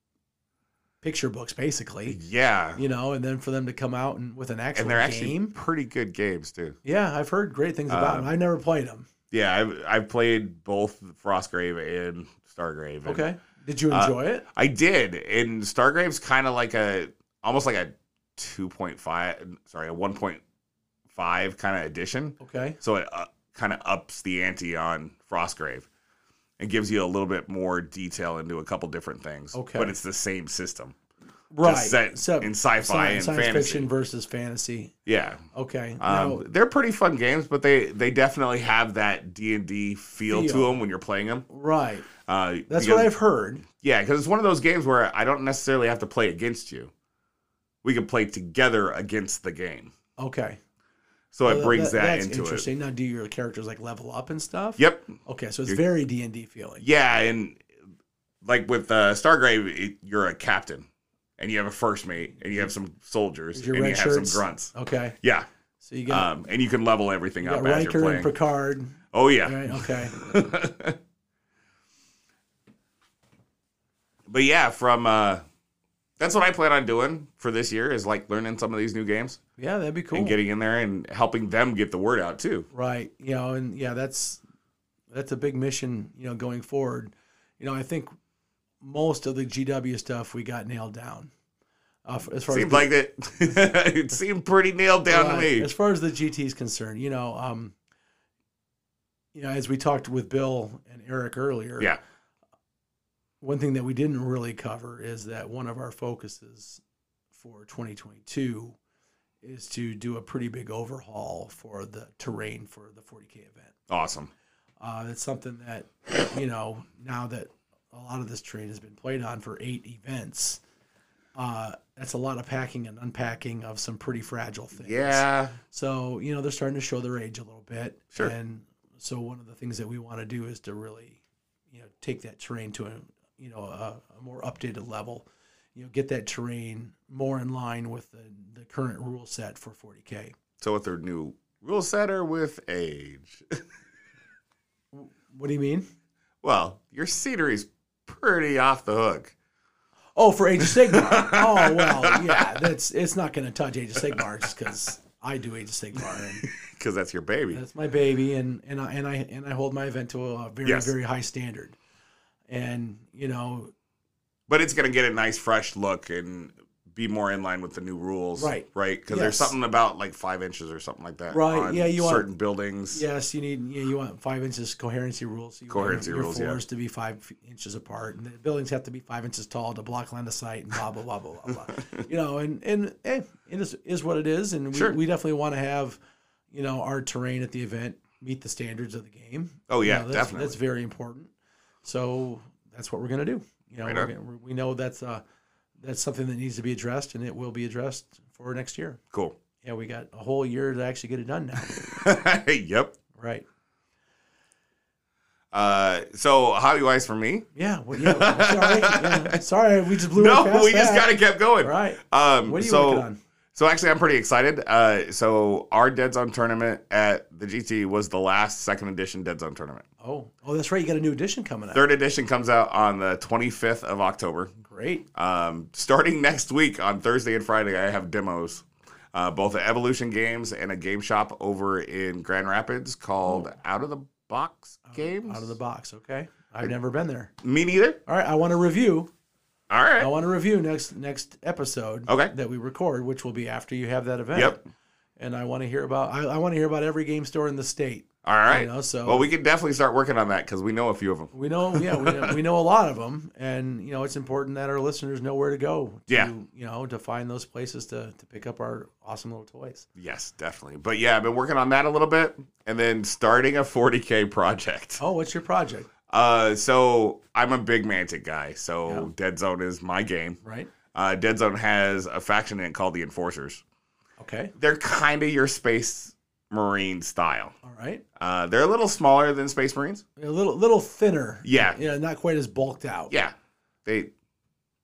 Speaker 2: picture books, basically.
Speaker 3: Yeah.
Speaker 2: You know, and then for them to come out and with an actual
Speaker 3: and they're actually
Speaker 2: game.
Speaker 3: pretty good games too.
Speaker 2: yeah, I've heard great things about
Speaker 3: Uh,
Speaker 2: them. I've never played them.
Speaker 3: Yeah, I've I've played both Frostgrave and Stargrave. and
Speaker 2: Okay. Did you
Speaker 3: uh,
Speaker 2: enjoy it?
Speaker 3: I did. And Stargrave's kind of like a almost like a 2.5, sorry, a 1.5 kind of edition.
Speaker 2: Okay.
Speaker 3: So it uh, kind of ups the ante on Frostgrave and gives you a little bit more detail into a couple different things.
Speaker 2: Okay.
Speaker 3: But it's the same system.
Speaker 2: Right.
Speaker 3: set
Speaker 2: Except
Speaker 3: in sci-fi
Speaker 2: sci-
Speaker 3: and
Speaker 2: science
Speaker 3: fantasy.
Speaker 2: fiction versus fantasy.
Speaker 3: Yeah.
Speaker 2: Okay.
Speaker 3: Um,
Speaker 2: now,
Speaker 3: They're pretty fun games, but they, they definitely have that D&D feel, to
Speaker 2: Feel.
Speaker 3: them when you're playing them.
Speaker 2: right.
Speaker 3: Uh,
Speaker 2: That's
Speaker 3: because-
Speaker 2: what I've heard.
Speaker 3: Yeah, because it's one of those games where I don't necessarily have to play against you. We can play together against the game.
Speaker 2: Okay.
Speaker 3: So
Speaker 2: Well,
Speaker 3: it brings
Speaker 2: that-
Speaker 3: that,
Speaker 2: that's
Speaker 3: into it.
Speaker 2: interesting. Now, do your characters like level up and stuff?
Speaker 3: Yep.
Speaker 2: Okay, so it's
Speaker 3: You're-
Speaker 2: very D and D feeling.
Speaker 3: Yeah, and like with uh, Stargrave, it, you're a captain, and you have a first mate, and you have some soldiers,
Speaker 2: Your
Speaker 3: and you
Speaker 2: red
Speaker 3: have some
Speaker 2: shirts.
Speaker 3: grunts.
Speaker 2: Okay,
Speaker 3: Yeah,
Speaker 2: so you got,
Speaker 3: um, and you can level everything
Speaker 2: you
Speaker 3: up
Speaker 2: got
Speaker 3: as you're
Speaker 2: Riker and
Speaker 3: playing.
Speaker 2: Picard.
Speaker 3: oh yeah.
Speaker 2: All right. Okay.
Speaker 3: but yeah, from uh, that's what I plan on doing for this year is like learning some of these new games
Speaker 2: Yeah, that'd be cool.
Speaker 3: and getting in there and helping them get the word out too.
Speaker 2: right. You know, and yeah, that's that's a big mission. You know, going forward. You know, I think most of the GW stuff we got nailed down. Uh, f- as far as
Speaker 3: Seemed like it. it seemed pretty nailed down
Speaker 2: Right.
Speaker 3: to me.
Speaker 2: As far as the GT is concerned, you know, um, you know, as we talked with Bill and Eric earlier,
Speaker 3: Yeah.
Speaker 2: One thing that we didn't really cover is that one of our focuses for 2022 is to do a pretty big overhaul for the terrain for the 40k event.
Speaker 3: Awesome.
Speaker 2: Uh, it's something that you know now that a lot of this terrain has been played on for eight events. Uh, that's a lot of packing and unpacking of some pretty fragile things.
Speaker 3: Yeah.
Speaker 2: So, you know, they're starting to show their age a little bit.
Speaker 3: Sure.
Speaker 2: And so one of the things that we want to do is to really, you know, take that terrain to a, you know, a, a more updated level, you know, get that terrain more in line with the, the current rule set for 40K.
Speaker 3: So with their new rule setter with age.
Speaker 2: What do you mean?
Speaker 3: Well, your scenery's pretty off the hook.
Speaker 2: Oh, for Age of Sigmar. oh, well, yeah, that's, it's not going to touch Age of Sigmar just because I do Age of Sigmar and
Speaker 3: Because that's your baby.
Speaker 2: That's my baby, and and I and I and I hold my event to a very
Speaker 3: Yes.
Speaker 2: very high standard, and you know
Speaker 3: But it's gonna get a nice fresh look and be more in line with the new rules.
Speaker 2: Right.
Speaker 3: Right? Because there's
Speaker 2: Yes.
Speaker 3: something about like five inches or something like that.
Speaker 2: Right,
Speaker 3: on
Speaker 2: yeah, you want-
Speaker 3: certain buildings.
Speaker 2: Yes, you need you, you want five inches coherency rules. You want
Speaker 3: Coherency
Speaker 2: your
Speaker 3: rules, yeah.
Speaker 2: floors to be five f- inches apart, and the buildings have to be five inches tall to block line of sight, and blah blah blah blah blah. blah. you know, and and eh, it is is what it is, and we,
Speaker 3: Sure.
Speaker 2: we definitely want to have, you know, our terrain at the event meet the standards of the game.
Speaker 3: Oh,
Speaker 2: You
Speaker 3: yeah,
Speaker 2: know, that's,
Speaker 3: definitely.
Speaker 2: That's very important. So that's what we're gonna do. You know,
Speaker 3: Right
Speaker 2: we're
Speaker 3: on.
Speaker 2: gonna, we know that's uh that's something that needs to be addressed, and it will be addressed for next year.
Speaker 3: Cool.
Speaker 2: Yeah, we got a whole year to actually get it done now.
Speaker 3: yep.
Speaker 2: right.
Speaker 3: Uh, so hobby wise for me.
Speaker 2: Yeah, well, yeah. well, sorry, yeah. sorry, we just blew it
Speaker 3: no,
Speaker 2: past
Speaker 3: we just
Speaker 2: that.
Speaker 3: gotta kept going.
Speaker 2: Right.
Speaker 3: Um,
Speaker 2: What are you
Speaker 3: so,
Speaker 2: working on?
Speaker 3: So actually, I'm pretty excited. Uh, so our Dead Zone tournament at the GT was the last second edition Dead Zone tournament.
Speaker 2: Oh, oh, that's right. You got a new edition coming out.
Speaker 3: Third edition comes out on the 25th of October.
Speaker 2: Great.
Speaker 3: Um, starting next week on Thursday and Friday, I have demos, uh, both at Evolution Games and a game shop over in Grand Rapids called Out of the Box Games.
Speaker 2: Oh. Out of the box. Okay. I've never been there.
Speaker 3: Me neither.
Speaker 2: All right. I want to review.
Speaker 3: All right.
Speaker 2: I want to review next next episode.
Speaker 3: Okay.
Speaker 2: That we record, which will be after you have that event.
Speaker 3: Yep.
Speaker 2: and I want to hear about I, I want to hear about every game store in the state.
Speaker 3: All right.
Speaker 2: You know, so
Speaker 3: Well, we can definitely start working on that because we know a few of them.
Speaker 2: we know yeah we know, we know a lot of them, and you know it's important that our listeners know where to go. To,
Speaker 3: Yeah.
Speaker 2: You know to find those places to to pick up our awesome little toys.
Speaker 3: Yes, definitely. But yeah, I've been working on that a little bit and then starting a 40K project.
Speaker 2: Oh, what's your project?
Speaker 3: Uh, so I'm a big Mantic guy. So Dead Zone is my game.
Speaker 2: Right.
Speaker 3: Uh, Dead Zone has a faction in it called the Enforcers.
Speaker 2: Okay.
Speaker 3: They're kind of your Space Marine style.
Speaker 2: All right.
Speaker 3: Uh, they're a little smaller than Space Marines.
Speaker 2: A little little thinner.
Speaker 3: Yeah.
Speaker 2: Yeah. Not quite as bulked out.
Speaker 3: Yeah. They,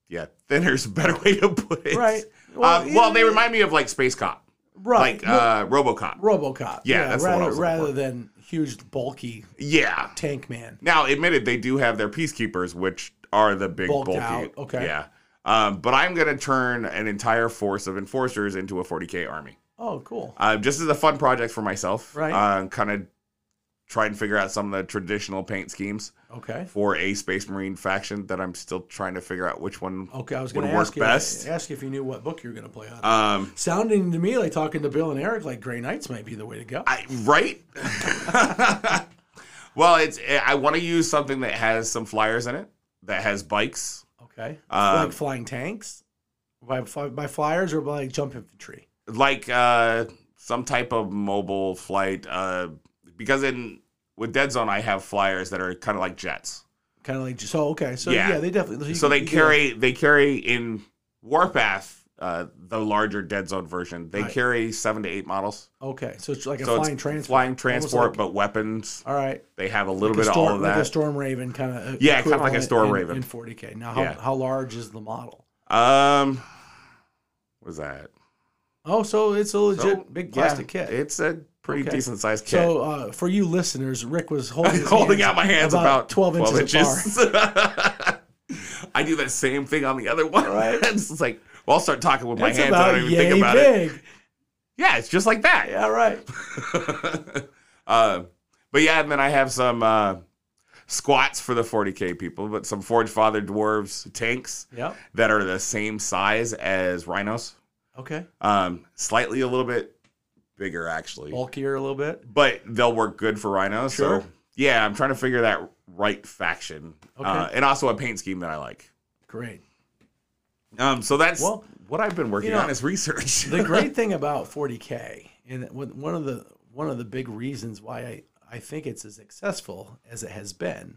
Speaker 3: yeah, thinner's a better way to put it.
Speaker 2: Right.
Speaker 3: uh, Well,
Speaker 2: yeah,
Speaker 3: well they remind me of like Space Cop,
Speaker 2: right.
Speaker 3: like uh, Robocop.
Speaker 2: RoboCop.
Speaker 3: Yeah, that's the one I
Speaker 2: rather,
Speaker 3: was looking
Speaker 2: rather
Speaker 3: for.
Speaker 2: than huge bulky
Speaker 3: yeah.
Speaker 2: tank man.
Speaker 3: Now, admitted, they do have their peacekeepers, which are the big
Speaker 2: Bulked
Speaker 3: bulky.
Speaker 2: out, okay.
Speaker 3: Yeah. Um, but I'm going to turn an entire force of enforcers into a 40k army.
Speaker 2: Oh, cool.
Speaker 3: Uh, just as a fun project for myself.
Speaker 2: Right.
Speaker 3: Uh, kind of try and figure out some of the traditional paint schemes
Speaker 2: Okay.
Speaker 3: for a Space Marine faction that I'm still trying to figure out which one.
Speaker 2: Okay, I was
Speaker 3: would
Speaker 2: going to
Speaker 3: work
Speaker 2: ask you
Speaker 3: best.
Speaker 2: ask you if you knew what book you were going to play on.
Speaker 3: Um,
Speaker 2: Sounding to me like talking to Bill and Eric, like Grey Knights might be the way to go.
Speaker 3: I, right? well, it's I want to use something that has some flyers in it, that has bikes,
Speaker 2: okay,
Speaker 3: Um,
Speaker 2: like flying tanks, by fly- by flyers or by jump infantry.
Speaker 3: like uh, some type of mobile flight. Uh, because in with Dead Zone, I have flyers that are kind of like jets,
Speaker 2: Kind of like so. Okay, so
Speaker 3: Yeah.
Speaker 2: yeah, they definitely. you
Speaker 3: so
Speaker 2: can-
Speaker 3: they
Speaker 2: you can-
Speaker 3: carry they carry in Warpath, uh, the larger Dead Zone version. They
Speaker 2: Right.
Speaker 3: carry seven to eight models.
Speaker 2: Okay, so it's like a
Speaker 3: so
Speaker 2: flying
Speaker 3: it's
Speaker 2: transport.
Speaker 3: flying
Speaker 2: almost
Speaker 3: transport,
Speaker 2: like-
Speaker 3: but weapons.
Speaker 2: all right,
Speaker 3: They have a little
Speaker 2: like
Speaker 3: bit
Speaker 2: a storm,
Speaker 3: of all of
Speaker 2: like a
Speaker 3: that.
Speaker 2: storm raven kind of.
Speaker 3: Yeah, kinda like a storm raven.
Speaker 2: in 40k. Now, how,
Speaker 3: Yeah.
Speaker 2: how large is the model?
Speaker 3: um, what was that?
Speaker 2: Oh, so it's a legit big
Speaker 3: yeah,
Speaker 2: plastic kit.
Speaker 3: It's a pretty
Speaker 2: Okay.
Speaker 3: decent sized kit.
Speaker 2: So uh, for you listeners, Rick was holding, his
Speaker 3: Holding
Speaker 2: hands
Speaker 3: out my hands about, 12 inches.
Speaker 2: apart.
Speaker 3: I do that same thing on the other one.
Speaker 2: Right.
Speaker 3: it's just like, well, I'll start talking with my
Speaker 2: It's
Speaker 3: hands.
Speaker 2: about
Speaker 3: I don't even
Speaker 2: yay
Speaker 3: think about it.
Speaker 2: big.
Speaker 3: Yeah, it's just like that.
Speaker 2: Yeah, right.
Speaker 3: uh, but yeah, and then I have some uh, squats for the 40K people, but some Forge Father Dwarves tanks
Speaker 2: Yep.
Speaker 3: that are the same size as rhinos.
Speaker 2: Okay.
Speaker 3: Um, slightly a little bit bigger, actually.
Speaker 2: Bulkier a little bit.
Speaker 3: but they'll work good for Rhino.
Speaker 2: Sure.
Speaker 3: So yeah, I'm trying to figure that right faction, uh,
Speaker 2: Okay.
Speaker 3: and also a paint scheme that I like.
Speaker 2: Great.
Speaker 3: Um, so that's
Speaker 2: Well,
Speaker 3: what I've been working
Speaker 2: you know,
Speaker 3: on is research.
Speaker 2: The great thing about 40k, and one one of the one of the big reasons why I, I think it's as successful as it has been,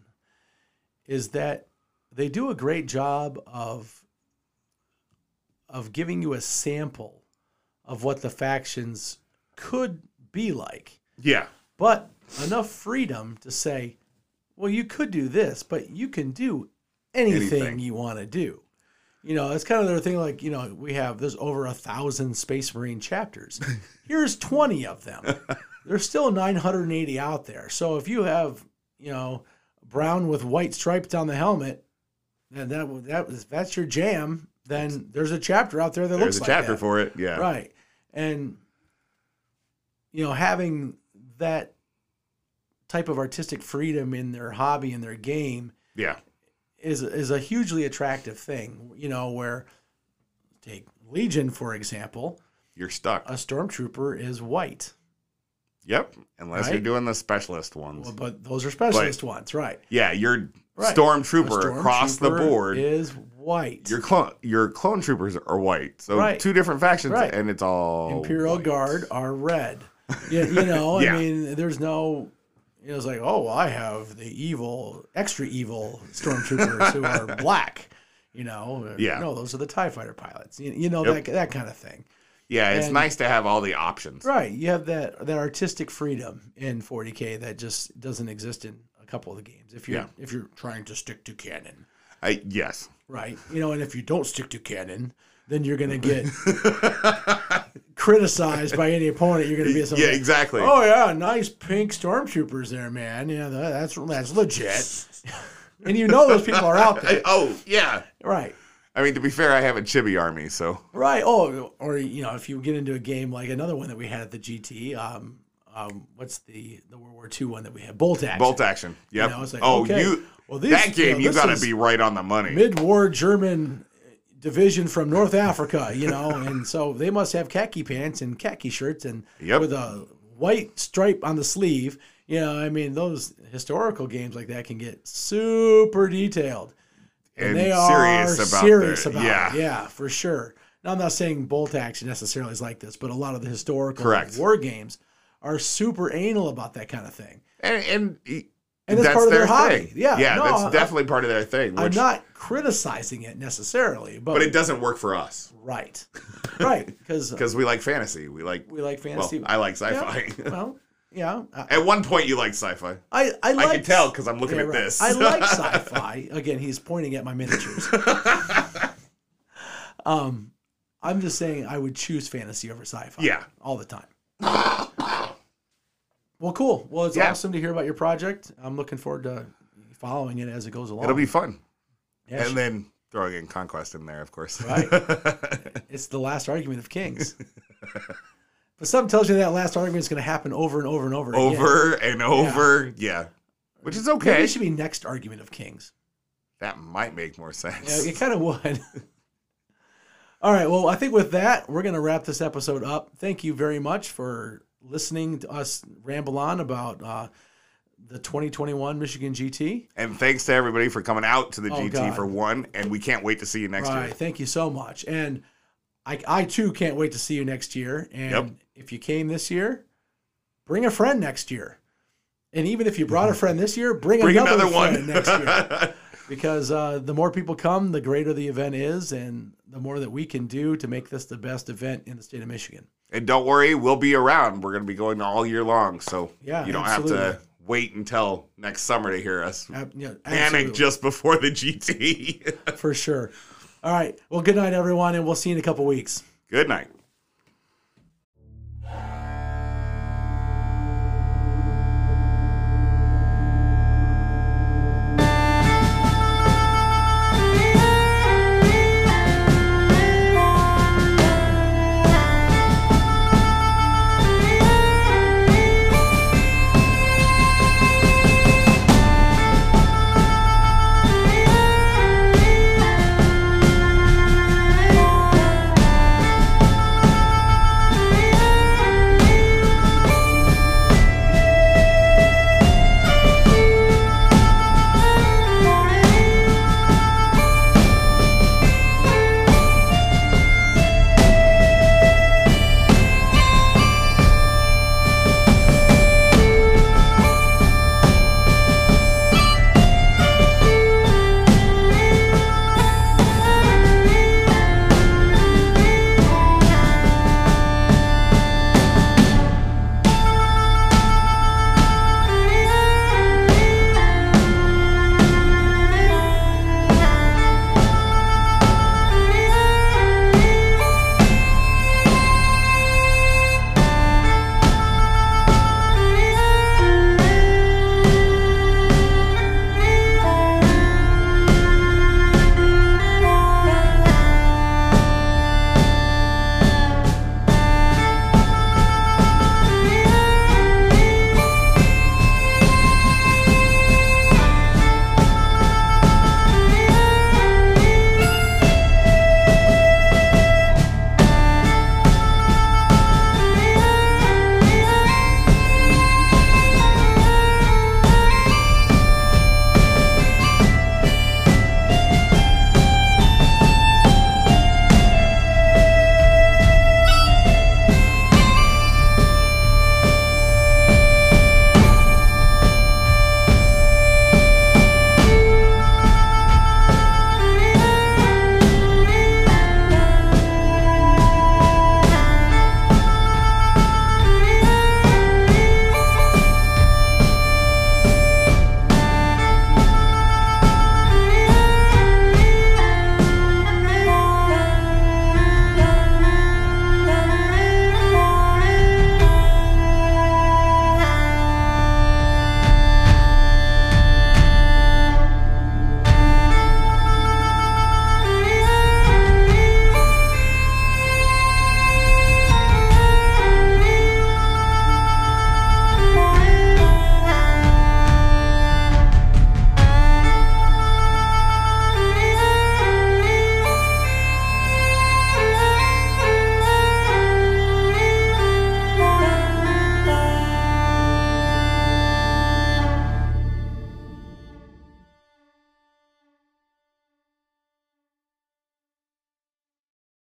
Speaker 2: is that they do a great job of of giving you a sample of what the factions could be like.
Speaker 3: yeah,
Speaker 2: but enough freedom to say, well, you could do this, but you can do anything,
Speaker 3: Anything.
Speaker 2: you want to do. You know, it's kind of their thing. Like, you know, we have there's over a thousand Space Marine chapters. Here's twenty of them. There's still 980 out there. So if you have, you know, brown with white stripes on the helmet, and that that was that's your jam. Then there's a chapter out there that
Speaker 3: there's
Speaker 2: looks
Speaker 3: a
Speaker 2: like
Speaker 3: chapter
Speaker 2: that.
Speaker 3: for it. Yeah,
Speaker 2: Right. And you know, having that type of artistic freedom in their hobby and their game
Speaker 3: yeah,
Speaker 2: is is a hugely attractive thing, you know, where take Legion for example,
Speaker 3: you're stuck.
Speaker 2: a stormtrooper is white.
Speaker 3: yep, unless
Speaker 2: Right.
Speaker 3: you're doing the specialist ones.
Speaker 2: Well, but those are specialist ones, right?
Speaker 3: yeah, you're
Speaker 2: Right. A
Speaker 3: stormtrooper across the
Speaker 2: stormtrooper
Speaker 3: board.
Speaker 2: is white.
Speaker 3: your clone, your clone troopers are white, so
Speaker 2: Right.
Speaker 3: two different factions,
Speaker 2: Right.
Speaker 3: and it's all
Speaker 2: Imperial
Speaker 3: white.
Speaker 2: Guard are red. You, you know,
Speaker 3: Yeah.
Speaker 2: I mean, there's no. You know, it's like, oh, I have the evil, extra evil stormtroopers who are black. You know,
Speaker 3: Yeah.
Speaker 2: No, those are the Tie Fighter pilots. You, you know
Speaker 3: Yep.
Speaker 2: that that kind of thing,
Speaker 3: Yeah, it's
Speaker 2: and-
Speaker 3: nice to have all the options.
Speaker 2: right? You have that that artistic freedom in 40k that just doesn't exist in a couple of the games. If you're
Speaker 3: Yeah.
Speaker 2: if you're trying to stick to canon,
Speaker 3: I, yes,
Speaker 2: right? You know, and if you don't stick to canon, then you're gonna get criticized by any opponent. You're gonna be something
Speaker 3: yeah, exactly.
Speaker 2: Oh yeah, nice pink stormtroopers there, man. Yeah, tha- that's that's legit. and you know those people are out
Speaker 3: I-
Speaker 2: there,
Speaker 3: oh yeah.
Speaker 2: right?
Speaker 3: I mean, to be fair, I have a chibi army, so
Speaker 2: Right. Oh, or you know, if you get into a game like another one that we had at the GT, um, um, what's the the World War II one that we had? Bolt action.
Speaker 3: bolt action. Yep.
Speaker 2: know, it's like,
Speaker 3: oh,
Speaker 2: okay,
Speaker 3: you.
Speaker 2: well, these-
Speaker 3: that
Speaker 2: you
Speaker 3: game,
Speaker 2: know,
Speaker 3: you
Speaker 2: this
Speaker 3: got to
Speaker 2: is
Speaker 3: be right on the money.
Speaker 2: Mid-war German division from North Africa, you know, and so they must have khaki pants and khaki shirts and
Speaker 3: Yep.
Speaker 2: with a white stripe on the sleeve. You know, I mean, those historical games like that can get super detailed.
Speaker 3: And serious about their-
Speaker 2: serious about
Speaker 3: yeah.
Speaker 2: it. Yeah, for sure. Now, I'm not saying bolt action necessarily is like this, but a lot of the historical
Speaker 3: Correct.
Speaker 2: war games are super anal about that kind of thing.
Speaker 3: and and, he-
Speaker 2: And that's part of their hobby.
Speaker 3: thing.
Speaker 2: Yeah,
Speaker 3: yeah,
Speaker 2: no,
Speaker 3: that's
Speaker 2: I-
Speaker 3: definitely part of their thing.
Speaker 2: I'm
Speaker 3: Which,
Speaker 2: not criticizing it necessarily, but,
Speaker 3: but it doesn't work for us
Speaker 2: right, right, because
Speaker 3: because we like fantasy. We like
Speaker 2: we like
Speaker 3: well,
Speaker 2: fantasy.
Speaker 3: I like sci-fi.
Speaker 2: Yeah, well, yeah, I
Speaker 3: At one point, you like sci-fi.
Speaker 2: I, I,
Speaker 3: I can
Speaker 2: liked-
Speaker 3: tell because I'm looking
Speaker 2: Yeah,
Speaker 3: at
Speaker 2: right.
Speaker 3: this.
Speaker 2: I like sci-fi. Again, he's pointing at my miniatures. um, I'm just saying I would choose fantasy over sci-fi.
Speaker 3: Yeah.
Speaker 2: all the time. well, cool. Well, it's
Speaker 3: Yeah.
Speaker 2: awesome to hear about your project. I'm looking forward to following it as it goes along.
Speaker 3: It'll be fun.
Speaker 2: Yeah,
Speaker 3: and then throwing in conquest in there, of course.
Speaker 2: Right. It's the last argument of kings. but something tells you that last argument is going to happen over and over and over. again.
Speaker 3: over and over, yeah. Which is
Speaker 2: Maybe
Speaker 3: okay.
Speaker 2: it should be next argument of kings.
Speaker 3: That might make more
Speaker 2: Yeah,
Speaker 3: sense.
Speaker 2: it kind of would. All right. Well, I think with that, we're going to wrap this episode up. Thank you very much for listening to us ramble on about uh, the 2021 Michigan GT.
Speaker 3: And thanks to everybody for coming out to the
Speaker 2: Oh,
Speaker 3: GT
Speaker 2: God.
Speaker 3: for one, and we can't wait to see you next
Speaker 2: All right.
Speaker 3: year.
Speaker 2: Thank you so much. And I, I too can't wait to see you next year. And
Speaker 3: Yep.
Speaker 2: if you came this year, bring a friend next year. And even if you brought a friend this year, bring,
Speaker 3: Mm-hmm. Bring
Speaker 2: another,
Speaker 3: another one
Speaker 2: friend next year. Because uh, the more people come, the greater the event is, and the more that we can do to make this the best event in the state of Michigan.
Speaker 3: And don't worry, we'll be around. We're going to be going all year long, so
Speaker 2: Yeah,
Speaker 3: you don't have to
Speaker 2: absolutely.
Speaker 3: wait until next summer to hear us
Speaker 2: Ab- yeah, absolutely,
Speaker 3: panic just before the GT.
Speaker 2: for sure. All right. Well, good night, everyone, and we'll see you in a couple weeks.
Speaker 3: Good night.